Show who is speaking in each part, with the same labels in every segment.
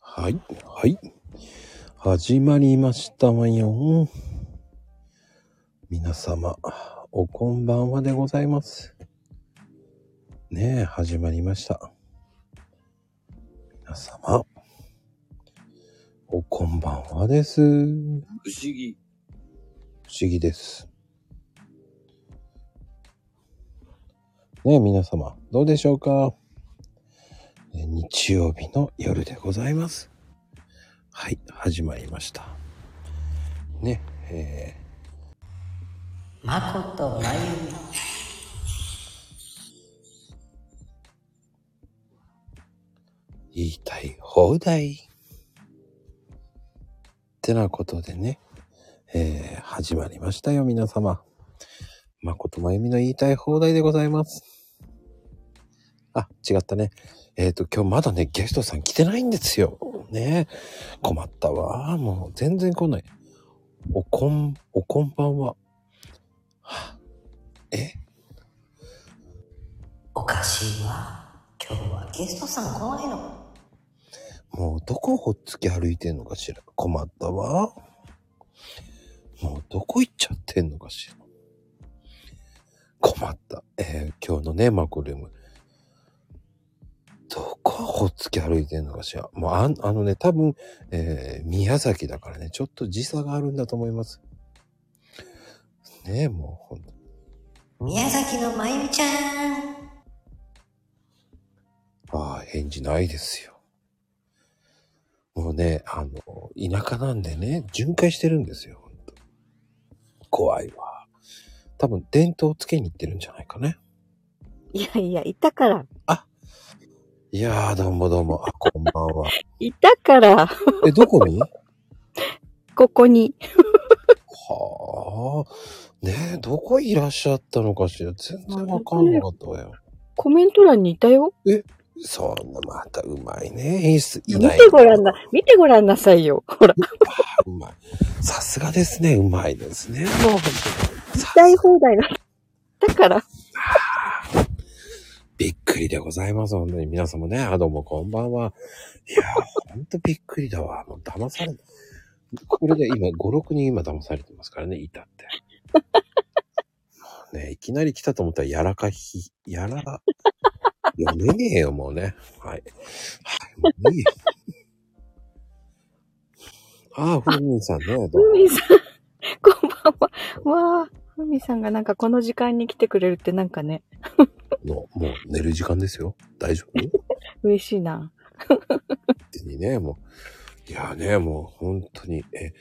Speaker 1: はい、はい。始まりましたわよ。皆様、おこんばんはでございます。ねえ、始まりました。皆様、おこんばんはです。不
Speaker 2: 不思議。
Speaker 1: 思議です。ねえ、皆様、どうでしょうか、ね日曜日の夜でございます。はい、始まりました。ね、え
Speaker 3: まことまゆみ
Speaker 1: ー言いたい放題。ってなことでね、えー始まりましたよ、皆様。まことまゆみの言いたい放題でございます。あ、違ったね。えっ、と、今日まだね、ゲストさん来てないんですよ。ねえ困ったわ。もう全然来ない。おこん、おこんばんは。はえ
Speaker 3: おかしいわ今日はゲストさん来ないの
Speaker 1: もうどこほっつき歩いてんのかしら困ったわ。もうどこ行っちゃってんのかしら困った。えー今日のね、マコルーム。どこほっつき歩いてんのかしらもうあんあのね、多分、えー宮崎だからね、ちょっと時差があるんだと思います。ねえ、もうほんと。
Speaker 3: 宮崎のまゆみちゃん
Speaker 1: ああ、返事ないですよ。もうね、あの、田舎なんでね、巡回してるんですよ、ほんと怖いわ。多分、伝統をつけに行ってるんじゃないかね。
Speaker 4: いやいや、いたから、
Speaker 1: いやー、どうもどうも、あ、こんばんは。
Speaker 4: いたから、
Speaker 1: え、どこに
Speaker 4: ここに。
Speaker 1: はあ、ねえ、どこいらっしゃったのかしら。全然わかんなかったわよ。
Speaker 4: コメント欄にいたよ。
Speaker 1: そんな、またうまいね、演出。い
Speaker 4: 見
Speaker 1: ない。
Speaker 4: てごらんな、見てごらんなさいよ。ほら、
Speaker 1: あうまい。さすがですね、うまいですね。もうほんとに、さ
Speaker 4: 大放題な。だから、
Speaker 1: びっくりでございます。本当に皆様ね、あ、どうもこんばんは。いやー、ほんとびっくりだわ。もう騙されこれで今、5、6人今騙されてますからね、いたって。もうね、いきなり来たと思ったら、やらかひ、やらら、読めねえよ、もうね。はい。はい、もういいよ。ああ、ふみんさんね、どうも
Speaker 4: ふみさん、こんばんは。わあ、ふみさんがなんかこの時間に来てくれるってなんかね、
Speaker 1: の、もう寝る時間ですよ。大丈夫
Speaker 4: 嬉しいな。
Speaker 1: ってにね、もう、いやーね、もう本当に、え、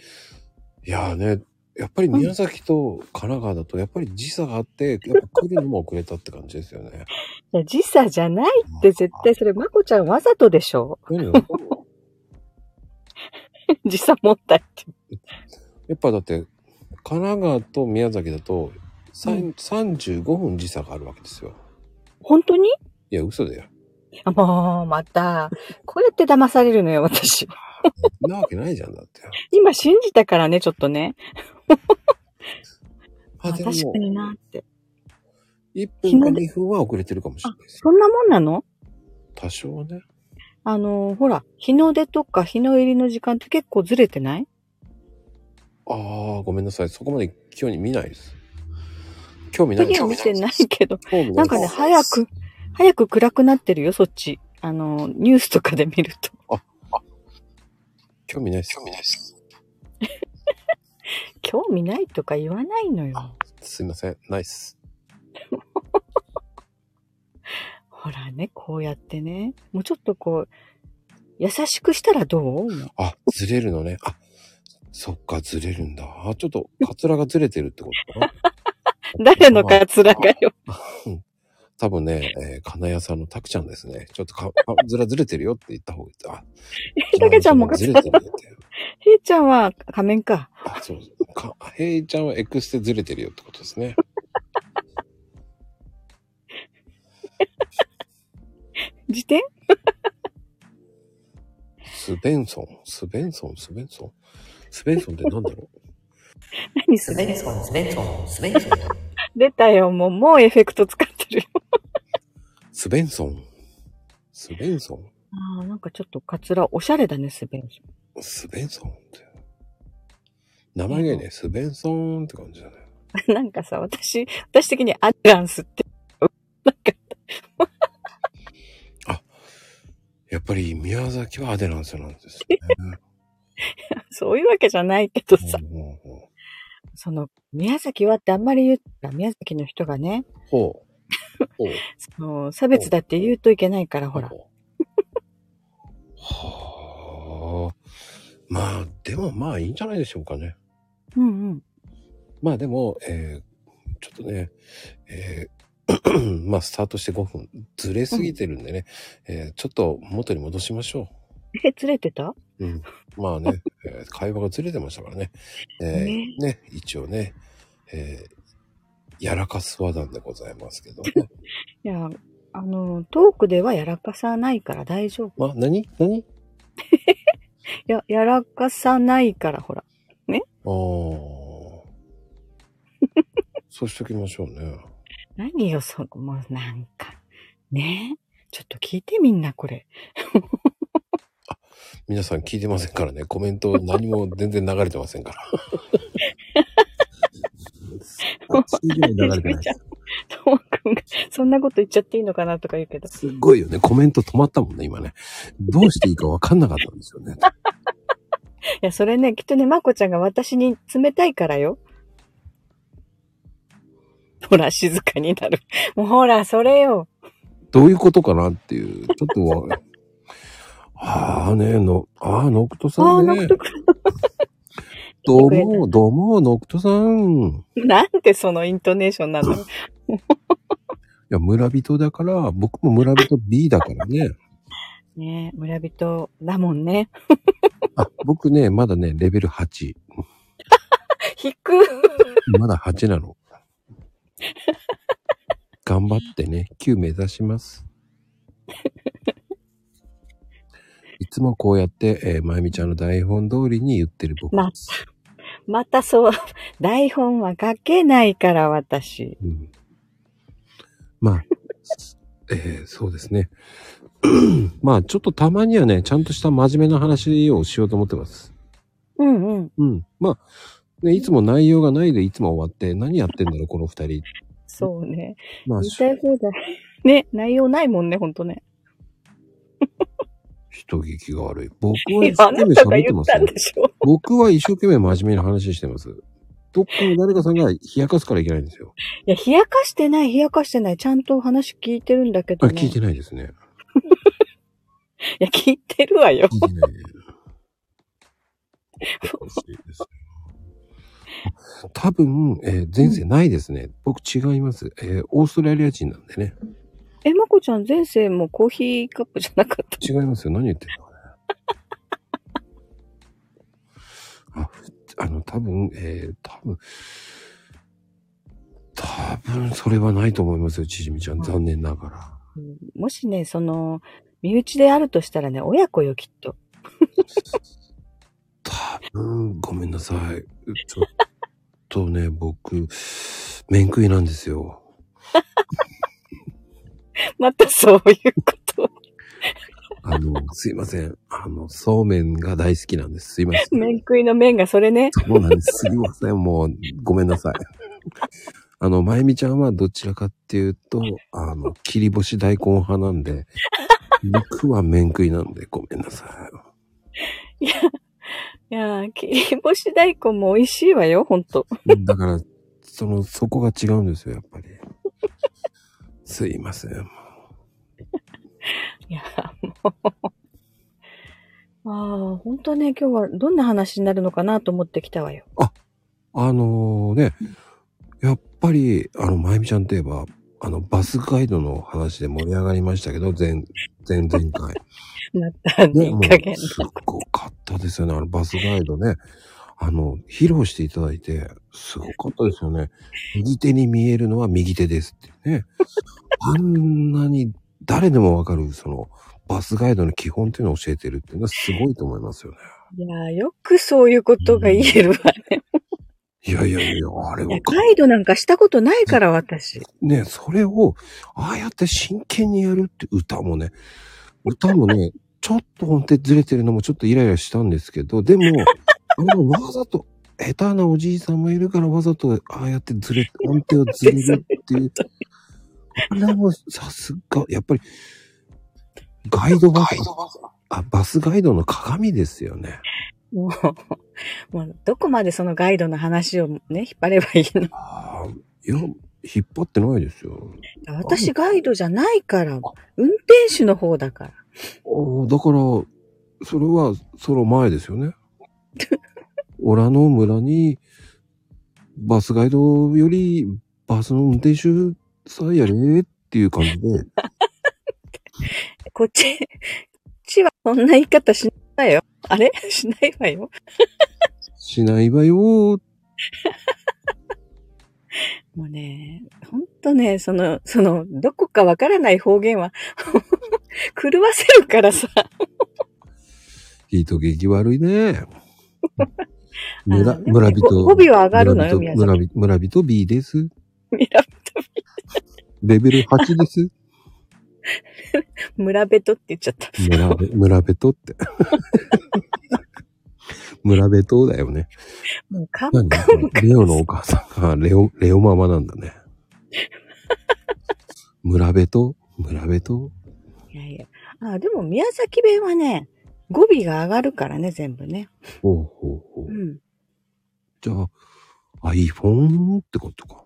Speaker 1: いやーね、やっぱり宮崎と神奈川だと、やっぱり時差があって、やっぱ来るのも遅れたって感じですよ ね。
Speaker 4: いや、時差じゃないって絶対それ、まこちゃんわざとでしょ。
Speaker 1: こういうの
Speaker 4: 時差問題って。
Speaker 1: やっぱだって、神奈川と宮崎だと、さん
Speaker 4: う
Speaker 1: 35分時差があるわけですよ。
Speaker 4: 本当に
Speaker 1: いや、嘘だ よ。
Speaker 4: あ、もう、また。こうやって騙されるのよ、私。
Speaker 1: そんなわけないじゃんだって。
Speaker 4: 今信じたからね、ちょっとね。
Speaker 1: あ、
Speaker 4: あ
Speaker 1: で
Speaker 4: 確
Speaker 1: も
Speaker 4: か、になって。
Speaker 1: 1分か2分は遅れてるかもしれないです。
Speaker 4: そんなもんなの
Speaker 1: 多少はね。
Speaker 4: あのーほら、日の出とか日の入りの時間って結構ずれてない
Speaker 1: ああ、ごめんなさい。そこまで興味見ないです。興味ないで
Speaker 4: 時
Speaker 1: す。
Speaker 4: は見てないけど、
Speaker 1: 興味ないです
Speaker 4: なんかね、早く、早く暗くなってるよ、そっち。あのーニュースとかで見ると。
Speaker 1: 興味ないです。興味ないです。
Speaker 4: 興味ないとか言わないのよ。
Speaker 1: すいません、ナイス。
Speaker 4: ほらね、こうやってね。もうちょっとこう、優しくしたらどう
Speaker 1: あ、ずれるのね。あ、そっか、ずれるんだ。あ、ちょっと、カツラがずれてるってことかな。
Speaker 4: 誰のカツラがよ。
Speaker 1: 多分ね、えー、金谷さんのタクちゃんですね。ちょっとか、カズラずれてるよって言った方がいい。あ、
Speaker 4: タケちゃんもカ
Speaker 1: ず
Speaker 4: ツ
Speaker 1: れ
Speaker 4: ラ
Speaker 1: て。るよって。
Speaker 4: ひーちゃんは仮面か。
Speaker 1: あ、そう。か、ヘイちゃんはエクステずれてるよってことですね。
Speaker 4: 辞典
Speaker 1: スベンソン、スベンソン、スベンソン。スベンソンってなんだろう
Speaker 4: 何
Speaker 3: ス
Speaker 4: す
Speaker 3: ベ
Speaker 4: る
Speaker 3: ンソンスベンソンスベンソン
Speaker 4: 出たよ、もう、もうエフェクト使ってるよ。
Speaker 1: スベンソン。スベンソン
Speaker 4: ああ、なんかちょっとカツラおしゃれだね、スベンソン。
Speaker 1: スベンソンって。名前がいいね、スベンソンって感じだね。
Speaker 4: なんかさ、私、私的にアデランスって、 なんか、
Speaker 1: やっぱり宮崎はアデランスなんですね。
Speaker 4: そういうわけじゃないけどさ、
Speaker 1: うんうんうん
Speaker 4: その、宮崎はってあんまり言ったら、宮崎の人がね、
Speaker 1: ほう。ほう。
Speaker 4: その、差別だって言うといけないから、ほら。
Speaker 1: はあ。まあ、でもまあいいんじゃないでしょうかね。
Speaker 4: うんうん。
Speaker 1: まあでも、えーちょっとね、えー まあスタートして5分ずれすぎてるんでね、えーちょっと元に戻しましょ
Speaker 4: え、ずれてた
Speaker 1: う。うん、まあね、えー会話がずれてましたからね。えー
Speaker 4: ね
Speaker 1: ね、一応ね、えーやらかす話談でございますけどね。
Speaker 4: いや、あの、トークではやらかさないから大丈夫。
Speaker 1: まあ、何何
Speaker 4: いや、やらかさないから、ほら。
Speaker 1: ああ。 そうしときましょうね。
Speaker 4: 何よ、そこ、もうなんか。ねえ。ちょっと聞いてみんな、これ。
Speaker 1: 皆さん聞いてませんからね、コメント何も全然流れてませんから。 すごい流れてないです
Speaker 4: トークが、そんなこと言っちゃっていいのかなとか言うけど。
Speaker 1: すっごいよね、コメント止まったもんね、今ね。どうしていいか分かんなかったんですよね。
Speaker 4: いや、それね、きっとね、まこちゃんが私に冷たいからよ。ほら、静かになる。 もうほら、それよ。
Speaker 1: どういうことかなっていう、ちょっとわ。 ああね、の、ああ、ノクトさ
Speaker 4: ああ、
Speaker 1: ん
Speaker 4: な
Speaker 1: ね
Speaker 4: ん。とく
Speaker 1: どうも、どうも、ノクトさん。
Speaker 4: なんでそのイントネーションな の
Speaker 1: いや、村人だから、僕も村人 B だからね。
Speaker 4: ねえ、村人だもんね。
Speaker 1: あ、僕ね、まだね、レベル8。
Speaker 4: 引く。
Speaker 1: まだ8なの。 頑張ってね、9目指します。いつもこうやって、えーまゆみちゃんの台本通りに言ってる僕
Speaker 4: ま
Speaker 1: です。
Speaker 4: またそう、 台本は書けないから、私。
Speaker 1: うん、まあ、えーそうですね。 まあ、ちょっとたまにはね、ちゃんとした真面目な話をしようと思ってます。
Speaker 4: うんうん。
Speaker 1: うん。まあ、ね、いつも内容がないでいつも終わって、何やってんだろう、この二人。
Speaker 4: そうね。
Speaker 1: まあ
Speaker 4: 言い、たい放題。 ね、内容ないもんね、ほんとね。
Speaker 1: 人聞きが悪い。 僕は一
Speaker 4: いや、あ
Speaker 1: 生懸
Speaker 4: な
Speaker 1: 命
Speaker 4: たが
Speaker 1: 喋って
Speaker 4: 言
Speaker 1: ま
Speaker 4: っ
Speaker 1: す
Speaker 4: たん
Speaker 1: よ。
Speaker 4: でしょ。
Speaker 1: 僕は一生懸命真面目な話してます。どっかの誰かさんが冷やかすからいけないんですよ。
Speaker 4: いや、冷やかしてない、冷やかしてない。ちゃんと話聞いてるんだけ
Speaker 1: あ、
Speaker 4: ど、ね。
Speaker 1: 聞いてないですね。
Speaker 4: いや、聞いてるわよ。
Speaker 1: 聞い てない。おかしいですね多分、えー前世ないですね。僕違います。えーオーストラリア人なんでね。
Speaker 4: え、まこちゃん、前世もコーヒーカップじゃなかった。
Speaker 1: 違いますよ。何言ってんのかね。 あ、ふあの、多分、えー、多分、多分、それはないと思いますよ、ちじみちゃん。残念ながら。
Speaker 4: もしね、その、身内であるとしたらね、親子よ、きっと。
Speaker 1: 多分、ごめんなさい。ちょっとね、僕、面食いなんですよ。
Speaker 4: またそういうこと。
Speaker 1: あの、すいません。あの、そうめんが大好きなんです。すいま せん。
Speaker 4: 面食いの面がそれね。
Speaker 1: そうなんです。すいません。もう、ごめんなさい。あの、まゆみちゃんはどちらかっていうと、あの、切り干し大根派なんで、僕は面食いなんで、ごめんなさい。
Speaker 4: いやー、切り干し大根も美味しいわよ、ほんと。
Speaker 1: だから、その、そこが違うんですよ、やっぱり。すいません。
Speaker 4: いやー、もう。ああ、ほんとね、今日はどんな話になるのかなと思ってきたわよ。
Speaker 1: あのね、やっぱり、あの、まゆみちゃんといえば、あの、バスガイドの話で盛り上がりましたけど、前、前々回。
Speaker 4: また、い
Speaker 1: ね、
Speaker 4: い加減。
Speaker 1: すっごかったですよね。あの、バスガイドね。あの、披露していただいて、すごかったですよね。右手に見えるのは右手ですってね。あんなに誰でもわかる、その、バスガイドの基本っていうのを教えてるっていうのはすごいと思いますよね。
Speaker 4: いやー、よくそういうことが言えるわね。
Speaker 1: いやいやいや、あれ
Speaker 4: いや
Speaker 1: は、
Speaker 4: ガイドなんかしたことないから、私。
Speaker 1: ね、それを、ああやって真剣にやるって歌もね、俺多分 ね、ちょっと音程ずれてるのもちょっとイライラしたんですけど、でも、あのわざと、下手なおじいさんもいるからわざと、ああやってずれ、音程をずれるっていう。あれはもうさすが、やっぱり、ガイドバス、あ、バスガイドの鏡ですよね。
Speaker 4: もう、 もうどこまでそのガイドの話をね、引っ張ればいいの
Speaker 1: ああ、いや、引っ張ってないですよ。
Speaker 4: 私ガイドじゃないから、運転手の方だから。
Speaker 1: おだから、それは、その前ですよ ね。オラの村に、バスガイドより、バスの運転手さえやれっていう感じで、
Speaker 4: こっち、こっちはそんな言い方しないよ。あれ しないわよ。
Speaker 1: しないわよー。
Speaker 4: もうね、ほんとね、その、その、どこかわからない方言は、 狂わせるからさ。
Speaker 1: 人聞き悪いね。
Speaker 4: の
Speaker 1: 村、
Speaker 4: ね
Speaker 1: 村人。
Speaker 4: 語尾は上がるの
Speaker 1: 村
Speaker 4: よ皆
Speaker 1: 人
Speaker 4: さん
Speaker 1: 村人、村人 B です。
Speaker 4: ミラ
Speaker 1: レベル8です。
Speaker 4: 村ベトって言っちゃった。
Speaker 1: 村べ、村人 って。村人だよね。
Speaker 4: もう か
Speaker 1: 何
Speaker 4: か
Speaker 1: レオのお母さんがレオ、レオママなんだね。村べと村べと
Speaker 4: いやいや。あ、でも宮崎弁はね、語尾が上がるからね、全部ね。
Speaker 1: ほうほうほ
Speaker 4: う
Speaker 1: う。
Speaker 4: ん。
Speaker 1: じゃあ、iPhone ってことか。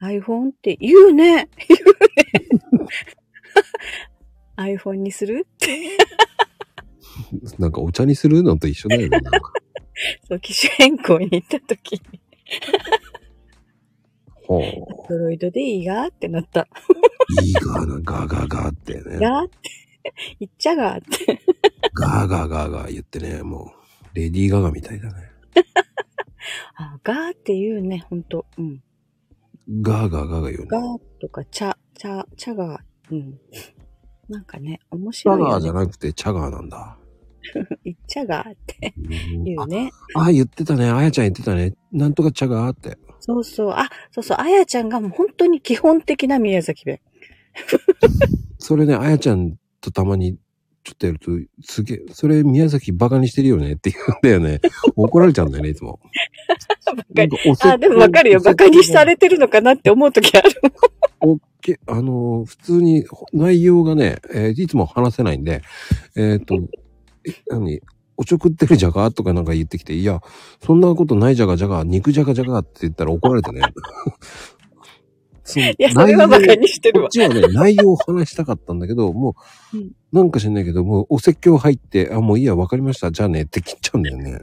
Speaker 4: iPhone って言うね。言うね。iPhone にするって。
Speaker 1: なんかお茶にするのと一緒だよね。なんか
Speaker 4: そう、機種変更に行った時に、
Speaker 1: ほう。
Speaker 4: アンドロイドでいいがってなった。
Speaker 1: いいガーな、ガーガーガーってね。
Speaker 4: がーって。言っちゃがーって。
Speaker 1: ガーガーガーガー言ってね、もう、レディーガガみたいだね。
Speaker 4: あ、がーって言うね、ほんと。うん。
Speaker 1: ガーガーガーガー言う
Speaker 4: が
Speaker 1: ね。
Speaker 4: ーとか、ちゃ、ちゃ、ちゃがー。うん。なんかね、面
Speaker 1: チ
Speaker 4: 白
Speaker 1: ャ
Speaker 4: いよ、
Speaker 1: ガー
Speaker 4: ね。
Speaker 1: じゃなくてチャガーなんだ。
Speaker 4: 言っちゃがーって
Speaker 1: うん
Speaker 4: 言うね。
Speaker 1: あ、あ言ってたね。あやちゃん言ってたね。なんとかチャガーって。
Speaker 4: そうそう。あ、そうそう。あやちゃんがもう本当に基本的な宮崎弁。
Speaker 1: それね、あやちゃんとたまにちょっとやると、すげえ、それ宮崎バカにしてるよねって言うんだよね。怒られちゃうんだよね、いつも。
Speaker 4: カに
Speaker 1: なんか
Speaker 4: あ、でもわかるよ。馬鹿にさ。れてるのかなって思う時ある。
Speaker 1: おけあのー、普通に内容がね、えーいつも話せないんで、えっ、と、え何おちょくってるじゃがとかなんか言ってきて、いや、そんなことないじゃがじゃが、肉じゃがじゃがって言ったら怒られてね。 そう
Speaker 4: いや、それは馬
Speaker 1: 内容
Speaker 4: 鹿にしてる
Speaker 1: こ
Speaker 4: わ
Speaker 1: っ。ちはね、 内容を話したかったんだけど、もう、
Speaker 4: うん
Speaker 1: なんか知んないけど、もうお説教入って、あ、もういいや、わかりました、じゃあねって切っちゃうんだよね。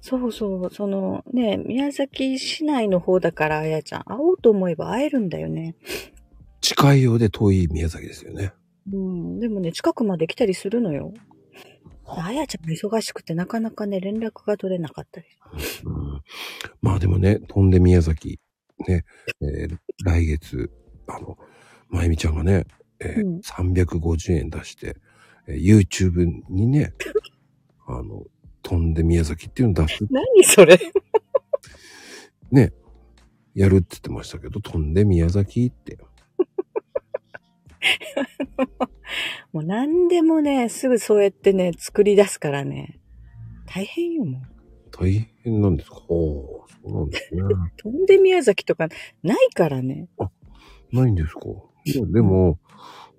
Speaker 4: そうそう。そのね、宮崎市内の方だから、あやちゃん。会おうと思えば会えるんだよね。
Speaker 1: 近いようで遠い宮崎ですよね。
Speaker 4: うん。でもね、近くまで来たりするのよ。あやちゃんも忙しくてなかなかね、連絡が取れなかったり。
Speaker 1: うん、まあでもね、飛んで宮崎、ね、えー来月、あの、まゆみちゃんがね、えー
Speaker 4: うん
Speaker 1: 350円出して、えー YouTube にね、あの、飛んで宮崎っていうの出す、
Speaker 4: 何それ
Speaker 1: ね、やるって言ってましたけど、飛んで宮崎って。
Speaker 4: もう何でもね、すぐそうやってね、作り出すからね。大変よ、もう。
Speaker 1: 大変なんですかおーそうなん ですね。
Speaker 4: 飛んで宮崎とかないからね。
Speaker 1: ないんですかいやでも、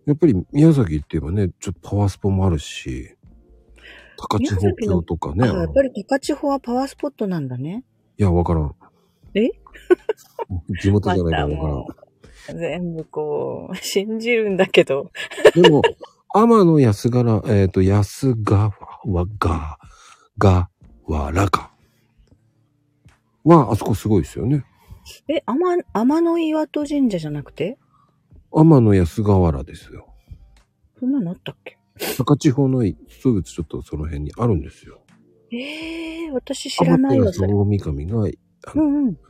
Speaker 1: やっぱり宮崎って言えばね、ちょっとパワースポもあるし、高千穂峡とかね。
Speaker 4: あやっぱり高千穂はパワースポットなんだね。
Speaker 1: いや、わからん。
Speaker 4: え
Speaker 1: 地元
Speaker 4: ま
Speaker 1: じゃないからわ
Speaker 4: たもう、全部こう、 信じるんだけど。
Speaker 1: からん。でも、天野安柄、えっ、と、安川は、が、が、わらか。は、あそこすごいですよね。
Speaker 4: え、天、天の岩戸神社じゃなくて
Speaker 1: 天野安河原ですよ。
Speaker 4: そんなのあったっけ
Speaker 1: 高千穂の数物ちょっとその辺にあるんですよ。
Speaker 4: ええー、私知らないわ、
Speaker 1: そ
Speaker 4: それ。
Speaker 1: の大神が、
Speaker 4: う
Speaker 1: の
Speaker 4: んうん。
Speaker 1: ちょ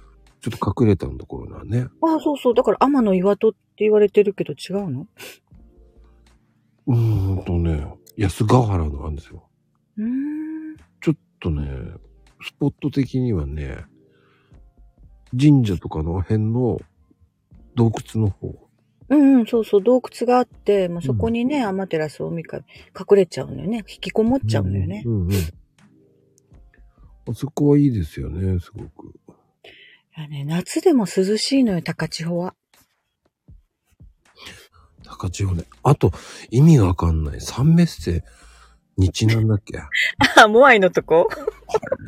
Speaker 1: っと隠れたところなんね。
Speaker 4: あ、そうそう。だから天の岩戸って言われてるけど違うの
Speaker 1: うーんとね、安ヶ原のあるんですよ。
Speaker 4: うーん。
Speaker 1: ちょっとね、スポット的にはね、神社とかの辺の洞窟の方。
Speaker 4: うんうん、そうそう、洞窟があって、まあ、そこにね、アマテラスオミカミ、隠れちゃうんだよね。引きこもっちゃうんだよね。
Speaker 1: うんうん。あそこはいいですよね、すごく。
Speaker 4: いやね夏でも涼しいのよ、高千穂は。
Speaker 1: 高千穂ね。あと、意味がわかんない。三メッセにちなんだっけ あ
Speaker 4: あ、モアイのとこ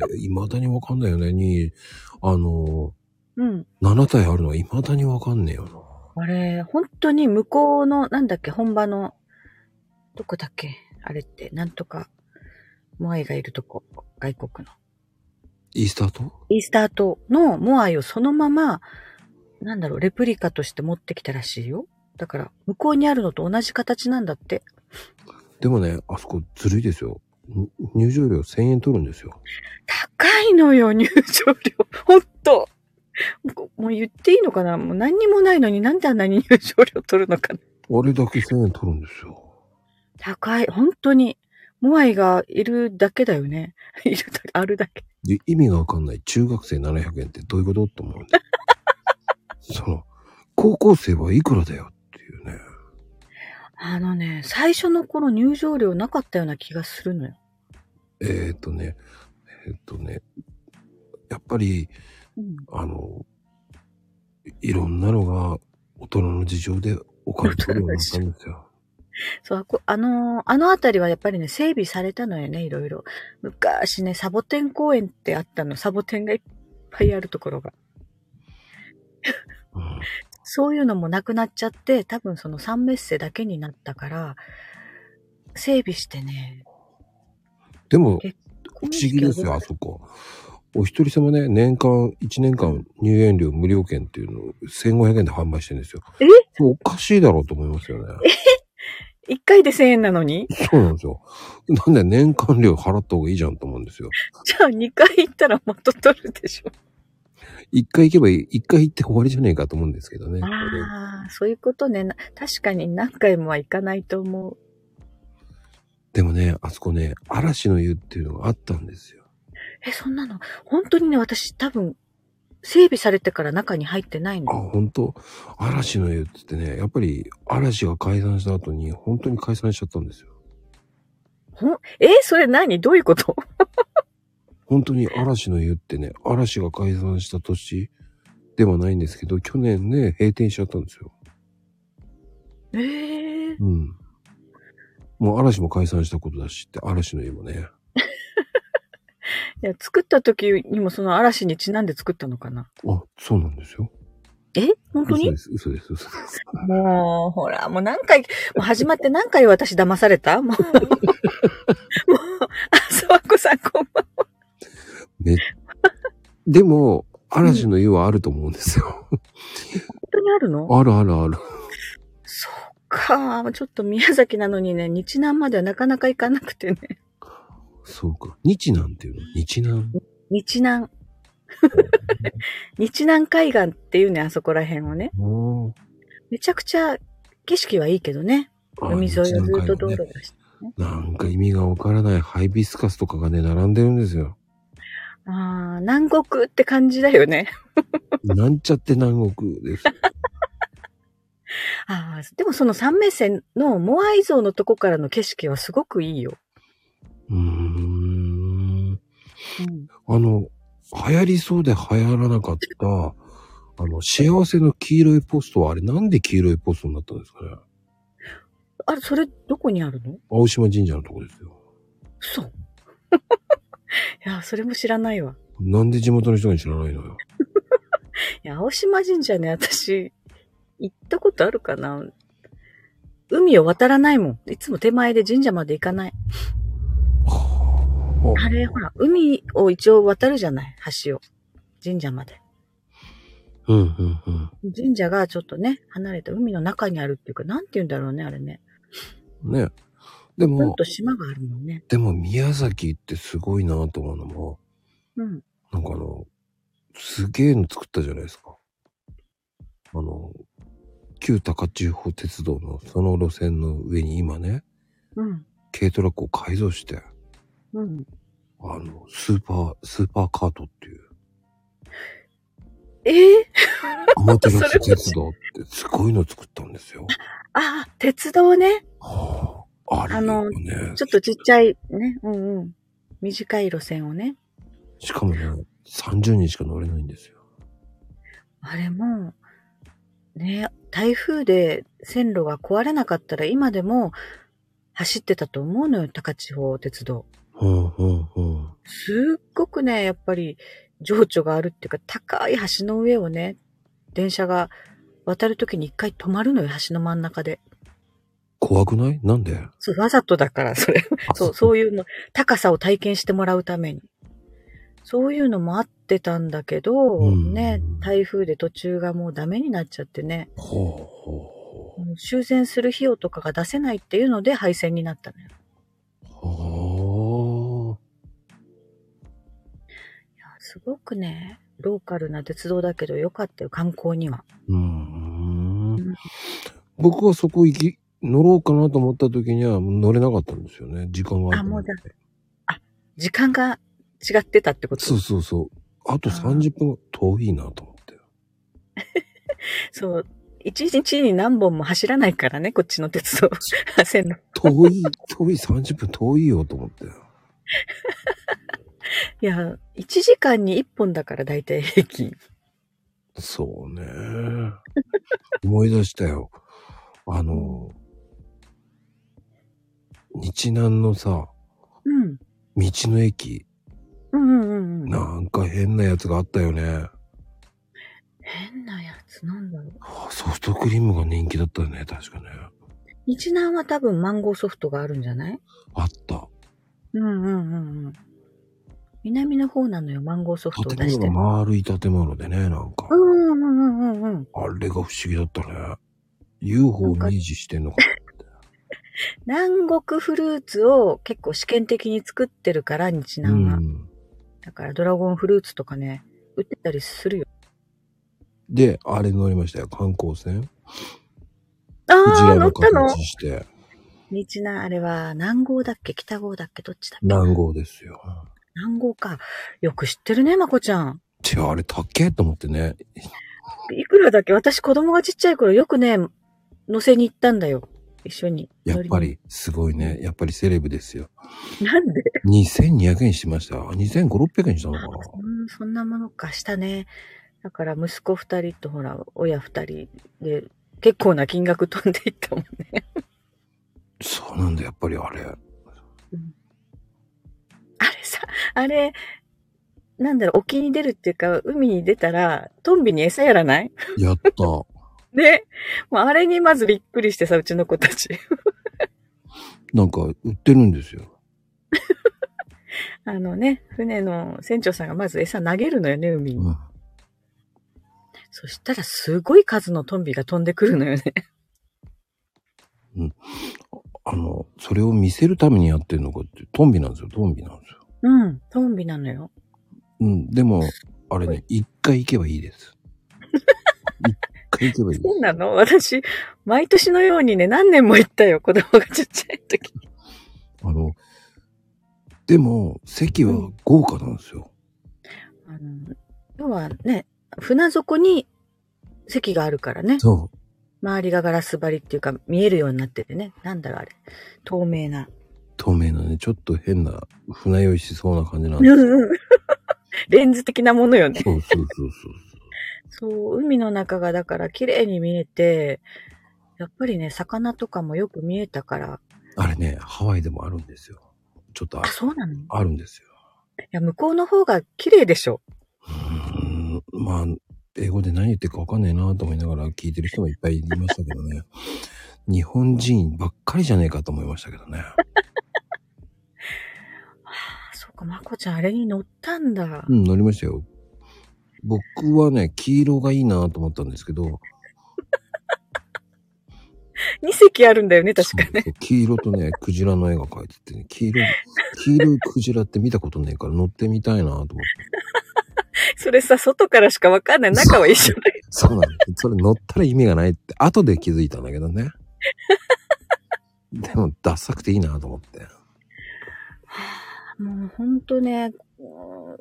Speaker 1: れ、未だにわかんないよね。に、あの、
Speaker 4: うん。
Speaker 1: 7体あるのは未だにわかんねえよな。
Speaker 4: あれ、本当に向こうの、なんだっけ、本場の、どこだっけあれって、なんとか、モアイがいるとこ、外国の。
Speaker 1: イースター島
Speaker 4: イースター島のモアイをそのまま、なんだろう、レプリカとして持ってきたらしいよ。だから、向こうにあるのと同じ形なんだって。
Speaker 1: でもね、あそこずるいですよ。に入場料1000円取るんですよ。
Speaker 4: 高いのよ、入場料。ほんと。もうもう言っていいのかなもう何にもないのになんであんなに入場料取るのかな
Speaker 1: あれだけ1000円取るんですよ。
Speaker 4: 高い。本当に。モアイがいるだけだよね。 いるだけ、あるだけ。
Speaker 1: で、意味がわかんない。中学生700円ってどういうことと思うんだよ その、高校生はいくらだよっていうね。
Speaker 4: あのね、最初の頃入場料なかったような気がするのよ。
Speaker 1: えーっ、とね、えーっ、とね、やっぱり、あの、いろんなのが大人の事情でお金取るようになったんですよ。
Speaker 4: そう、こあのーあの辺りはやっぱりね、整備されたのよね、いろいろ。昔ね、サボテン公園ってあったの。サボテンがいっぱいあるところが。
Speaker 1: うん
Speaker 4: そういうのもなくなっちゃって、多分その三メッセだけになったから、整備してね。
Speaker 1: でも、
Speaker 4: え
Speaker 1: 不思議ですよ、あそこ。お一人様ね、年間、一年間入園料無料券っていうのを1500円で販売してるんですよ。
Speaker 4: え
Speaker 1: おかしいだろうと思いますよね。
Speaker 4: 一回で1000円なのに
Speaker 1: そうなんですよ。なんで年間料払った方がいいじゃんと思うんですよ。
Speaker 4: じゃあ2回行ったら元取るでしょ。
Speaker 1: 一回行けばいい、一回行って終わりじゃねえかと思うんですけどね。
Speaker 4: ああ、そういうことね。な確かに何回もは行かないと思う。
Speaker 1: でもね、あそこね、嵐の湯っていうのがあったんですよ。
Speaker 4: え、そんなの本当にね、私多分、整備されてから中に入ってない
Speaker 1: あ、
Speaker 4: の。
Speaker 1: 本当嵐の湯って言ってね、やっぱり嵐が解散した後に本当に解散しちゃったんですよ。
Speaker 4: ほんえそれ何どういうこと
Speaker 1: 本当に嵐の湯ってね、嵐が解散した年ではないんですけど、去年ね、閉店しちゃったんですよ。
Speaker 4: えー、
Speaker 1: うん。もう嵐も解散したことだしって、嵐の湯もね。
Speaker 4: いや、作った時にもその嵐にちなんで作ったのかな
Speaker 1: あ、そうなんですよ。
Speaker 4: え本当に
Speaker 1: 嘘です、嘘です、嘘です。
Speaker 4: もう、ほら、もう何回、もう始まって何回私騙された もう。もう、あ、そわこさんこんばんは。
Speaker 1: めでも、嵐の湯はあると思うんですよ。
Speaker 4: 本当にあるの
Speaker 1: あるあるある。
Speaker 4: そっか。ちょっと宮崎なのにね、日南まではなかなか行かなくてね。
Speaker 1: そうか。日南っていうの日南。
Speaker 4: 日南。日南海岸っていうね、あそこら辺をね。
Speaker 1: お
Speaker 4: めちゃくちゃ景色はいいけどね。海沿いをずっと道路がして。
Speaker 1: なんか意味がわからないハイビスカスとかがね、並んでるんですよ。
Speaker 4: ああ、南国って感じだよね。
Speaker 1: なんちゃって南国 です。
Speaker 4: ああ、でもその三名線のモアイ像のとこからの景色はすごくいいよ。
Speaker 1: うーん。あの、流行りそうで流行らなかった、あの、幸せの黄色いポストはあれなんで黄色いポストになったんですかね。
Speaker 4: あれ、それどこにあるの
Speaker 1: 青島神社のとこですよ。
Speaker 4: 嘘。い や、それも知らないわ。
Speaker 1: なんで地元の人が知らないのよ。
Speaker 4: いや、青島神社ね、私、行ったことあるかな海を渡らないもん。いつも手前で神社まで行かない。あれ、ほら、海を一応渡るじゃない橋を。神社まで。
Speaker 1: うんうんうん。
Speaker 4: 神社がちょっとね、離れた海の中にあるっていうか、なんて言うんだろうね、あれね。
Speaker 1: ね。で
Speaker 4: ほん
Speaker 1: も
Speaker 4: と、島があるもんね。
Speaker 1: でも宮崎ってすごいなと思うのも、
Speaker 4: うん。
Speaker 1: なんかあの、すげえの作ったじゃないですか。あの、旧高千穂鉄道のその路線の上に今ね、
Speaker 4: うん。
Speaker 1: 軽トラックを改造して、
Speaker 4: うん。
Speaker 1: あの、スーパー、スーパーカートっていう。
Speaker 4: えー、
Speaker 1: 天照
Speaker 4: それ
Speaker 1: 鉄道ってすごいの作ったんですよ。
Speaker 4: あ、鉄道ね。
Speaker 1: はあ、あれ
Speaker 4: あの
Speaker 1: ね。
Speaker 4: ちょっとちっちゃいね。うんうん。短い路線をね。
Speaker 1: しかもね、30人しか乗れないんですよ。
Speaker 4: あれも、ね、台風で線路が壊れなかったら今でも走ってたと思うのよ、高千穂鉄道。
Speaker 1: うんうんうん。
Speaker 4: すっごくね、やっぱり情緒があるっていうか、高い橋の上をね、電車が渡るときに一回止まるのよ、橋の真ん中で。
Speaker 1: 怖くないなんで
Speaker 4: そう、わざとだから、それ。そう、そういうの、高さを体験してもらうために。そういうのもあってたんだけど、
Speaker 1: うん
Speaker 4: ね、台風で途中がもうダメになっちゃってね、
Speaker 1: ほうほ
Speaker 4: もう修繕する費用とかが出せないっていうので廃線になったのよ。
Speaker 1: うほう。は
Speaker 4: いやすごくね、ローカルな鉄道だけどよかったよ、観光には。
Speaker 1: あ。うん
Speaker 4: うん。
Speaker 1: 僕はそこ行き、乗ろうかなと思った時には乗れなかったんですよね。時間が
Speaker 4: あもう
Speaker 1: だ
Speaker 4: だ。時間が違ってたってこと
Speaker 1: そうそうそう。あと30分遠いなと思って。
Speaker 4: そう。一日に何本も走らないからね、こっちの鉄 道。線路。
Speaker 1: 遠い、遠い、30分遠いよと思って。
Speaker 4: いや、1時間に1本だから大体平均。
Speaker 1: そうね。思い出したよ。あの、日南のさ、
Speaker 4: うん。
Speaker 1: 道の駅、
Speaker 4: うんうんうんうん。
Speaker 1: なんか変なやつがあったよね。
Speaker 4: 変なやつなんだろう。
Speaker 1: あソフトクリームが人気だったよね、確かね。
Speaker 4: 日南は多分マンゴーソフトがあるんじゃない
Speaker 1: あった。
Speaker 4: うんうんうんうん。南の方なのよ、マンゴーソフトを出
Speaker 1: 建
Speaker 4: して
Speaker 1: 物
Speaker 4: る。
Speaker 1: が丸い建物でね、なんか
Speaker 4: う。んうんうんうんうん。
Speaker 1: あれが不思議だったね。UFO をイメージしてんのか。
Speaker 4: 南国フルーツを結構試験的に作ってるから、日
Speaker 1: う
Speaker 4: 南は。
Speaker 1: ん。
Speaker 4: だからドラゴンフルーツとかね、売ってたりするよ。
Speaker 1: で、あれ乗りましたよ、観光船。
Speaker 4: あ
Speaker 1: クジ
Speaker 4: ー、
Speaker 1: ラ
Speaker 4: 乗
Speaker 1: の
Speaker 4: ったの
Speaker 1: 形して、
Speaker 4: 日南、あれは南郷だっけ北郷だっけどっちだっけ
Speaker 1: 南郷ですよ。
Speaker 4: 南郷か。よく知ってるね、まこちゃん。
Speaker 1: てかあれ高えと思ってね。
Speaker 4: いくらだっけ私子供がちっちゃい頃よくね、乗せに行ったんだよ。一緒に。
Speaker 1: やっぱ
Speaker 4: 乗
Speaker 1: りすごいね。やっぱりセレブですよ。
Speaker 4: りに。なんで、
Speaker 1: 2200円してました。2500、600円したのかな
Speaker 4: うん、そんなものかしたね。だから息子二人とほら、親二人で結構な金額飛んでいったもん ね。
Speaker 1: そうなんだ、やっぱりあれ。
Speaker 4: あれさ、あれ、なんだろう、沖に出るっていうか、海に出たら、トンビに餌やらない
Speaker 1: や った。
Speaker 4: ね。もうあれにまずびっくりしてさ、うちの子たち。
Speaker 1: なんか売ってるんですよ。
Speaker 4: あのね、船の船長さんがまず餌投げるのよね、海に。
Speaker 1: うん。
Speaker 4: そしたらすごい数のトンビが飛んでくるのよね。
Speaker 1: あの、それを見せるためにやってんのかって、トンビなんですよ、トンビなんですよ。
Speaker 4: うん、トンビなのよ。
Speaker 1: うん。でも、あれね、一回行けばいい です。一回行けばいいで
Speaker 4: そう
Speaker 1: す。
Speaker 4: なの私、毎年のようにね、何年も行ったよ、子供がちっちゃい時。
Speaker 1: あの、でも、席は豪華なんですよ。
Speaker 4: あの要はね、船底に席があるからね。
Speaker 1: そ
Speaker 4: 周りがガラス張りっていうか見えるようになっててね。なんだろう、あれ。透明な。
Speaker 1: う。透明なね、ちょっと変な、船酔いしそうな感じなんですよ
Speaker 4: うん うんレンズ的なものよね。
Speaker 1: そうそうそうそう。
Speaker 4: そう、海の中がだから綺麗に見えて、やっぱりね、魚とかもよく見えたから、
Speaker 1: あれね、ハワイでもあるんですよ。ちょっとあ
Speaker 4: あ、そうなのい
Speaker 1: あるんですよ。
Speaker 4: や、向こうの方が綺麗でしょ。
Speaker 1: うーん、まあ、英語で何言ってるかわかんないなと思いながら聞いてる人もいっぱいいましたけど ね。日本人ばっかりじゃねえかと思いましたけどね。
Speaker 4: あそうか、まこちゃん、あれに乗ったんだ。
Speaker 1: うん、乗りましたよ。僕はね、黄色がいいなと思ったんですけど、
Speaker 4: 2隻あるんだよね、確か
Speaker 1: そう
Speaker 4: ね。
Speaker 1: そう黄色とね、クジラの絵が描いててね、黄色い、黄色いクジラって見たことねえから乗ってみたいなと思って。
Speaker 4: それさ、外からしかわかんない。中は一緒だよ。
Speaker 1: そうなんです。それ乗ったら意味がないって、後で気づいたんだけど ね。でも、ダサくていいなと思って。
Speaker 4: もうほんとね、うん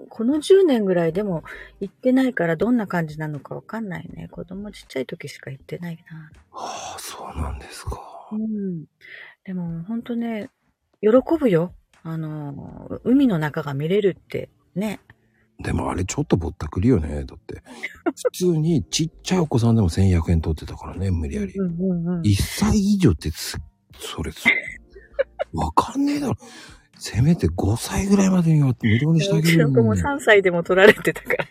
Speaker 4: この10年ぐらいでも行ってないからどんな感じなのかわかんないね。子供ちっちゃい時しか行ってないな。
Speaker 1: ああ、そうなんですか。
Speaker 4: うん。でも本当ね、喜ぶよ。あの、海の中が見れるってね。
Speaker 1: でもあれちょっとぼったくりよね。だって。普通にちっちゃいお子さんでも1100円取ってたからね、無理やり。
Speaker 4: うんうんうん。
Speaker 1: 1歳以上ってす、それす、わかんねえだろ。せめて5歳ぐらいまでには無料にしてあ
Speaker 4: う
Speaker 1: げ
Speaker 4: ち
Speaker 1: る
Speaker 4: の子
Speaker 1: の
Speaker 4: も
Speaker 1: に。
Speaker 4: 3歳でも取られてた から。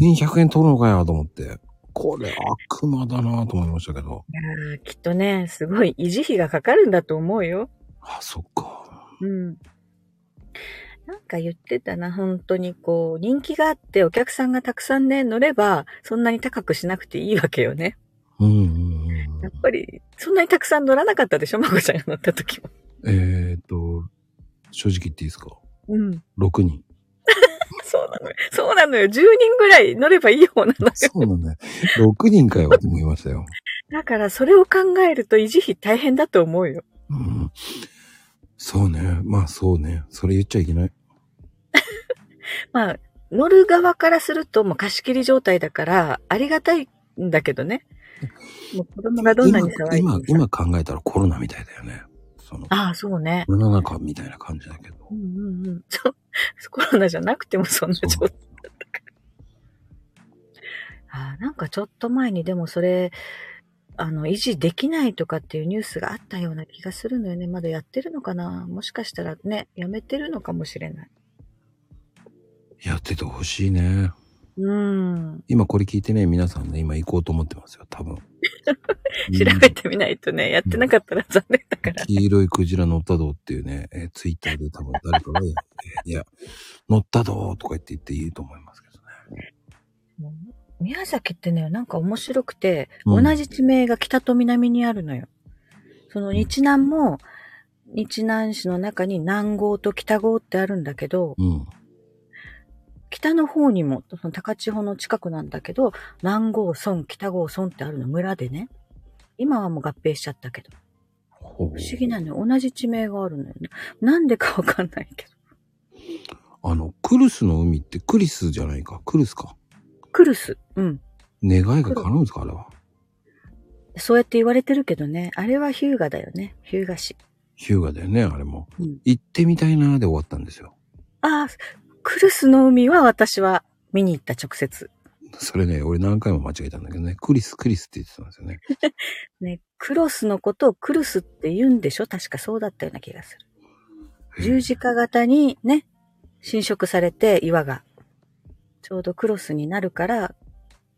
Speaker 1: 1100円取るのかよと思って。これ悪魔だなと思いましたけど。
Speaker 4: いやーきっとね、すごい維持費がかかるんだと思うよ。
Speaker 1: あ、そっか。
Speaker 4: うん。なんか言ってたな、本当にこう、人気があってお客さんがたくさんね、乗れば、そんなに高くしなくていいわけよね。
Speaker 1: うんうんう
Speaker 4: やっ
Speaker 1: ん。
Speaker 4: ぱり、そんなにたくさん乗らなかったでしょ、まこちゃんが乗った時も。
Speaker 1: えー、っと、正直言っていいですか
Speaker 4: うん。
Speaker 1: ?6 人。
Speaker 4: そうなのよ。そうなのよ。10人ぐらい乗ればいい方なのよ。
Speaker 1: そうなんだよ。6人かよって思いましたよ。
Speaker 4: だから、それを考えると維持費大変だと思うよ。
Speaker 1: うん。そうね。まあそうね。それ言っちゃいけない。
Speaker 4: まあ、乗る側からすると、もう貸し切り状態だから、ありがたいんだけどね。もう子供がどんなに騒いで
Speaker 1: 今
Speaker 4: も、
Speaker 1: 今、今考えたらコロナみたいだよね。その、
Speaker 4: ああ、そうね。
Speaker 1: 世の中みたいな感じだけど。
Speaker 4: うんうんうん。そう、 コロナじゃなくてもそんな状態だったから。あーなんかちょっと前にでもそれ、あの、維持できないとかっていうニュースがあったような気がするのよね。まだやってるのかなもしかしたらね、やめてるのかもしれない。
Speaker 1: やっててほしいね。
Speaker 4: うん。
Speaker 1: 今これ聞いてね、皆さんね、今行こうと思ってますよ、多 分。
Speaker 4: 調べてみないとね、やってなかったら残念だから。
Speaker 1: 黄色いクジラ乗ったどうっていうね、えーツイッターで多分誰かがや って、いや、乗ったどうとか言って言っていいと思いますけどね。
Speaker 4: 宮崎ってね、なんか面白くて、
Speaker 1: うん
Speaker 4: 同じ地名が北と南にあるのよ。その日南も、日南市の中に南郷と北郷ってあるんだけど、
Speaker 1: うん。北
Speaker 4: 北の方にも、その高千穂の近くなんだけど、南郷村、北郷村ってあるの、村でね。今はもう合併しちゃったけど。
Speaker 1: 不思
Speaker 4: 不思議なのよ。同じ地名があるのよね。なんでかわかんないけど。
Speaker 1: あの、クルスの海ってクリスじゃないか。クルスか。
Speaker 4: クルス。うん。
Speaker 1: 願いが叶うんですかあれは。
Speaker 4: そうやって言われてるけどね。あれは日向だよね。日向市。
Speaker 1: ヒューガだよね、あれも。
Speaker 4: うん
Speaker 1: 行ってみたいなーで終わったんですよ。
Speaker 4: ああ、クルスの海は私は見に行った直接。
Speaker 1: それね、俺何回も間違えたんだけどね、クリス、クリスって言ってたんですよね。
Speaker 4: ね、クロスのことをクルスって言うんでしょ確かそうだったような気がする。十字架型にね、侵食されて岩が。ちょうどクロスになるから、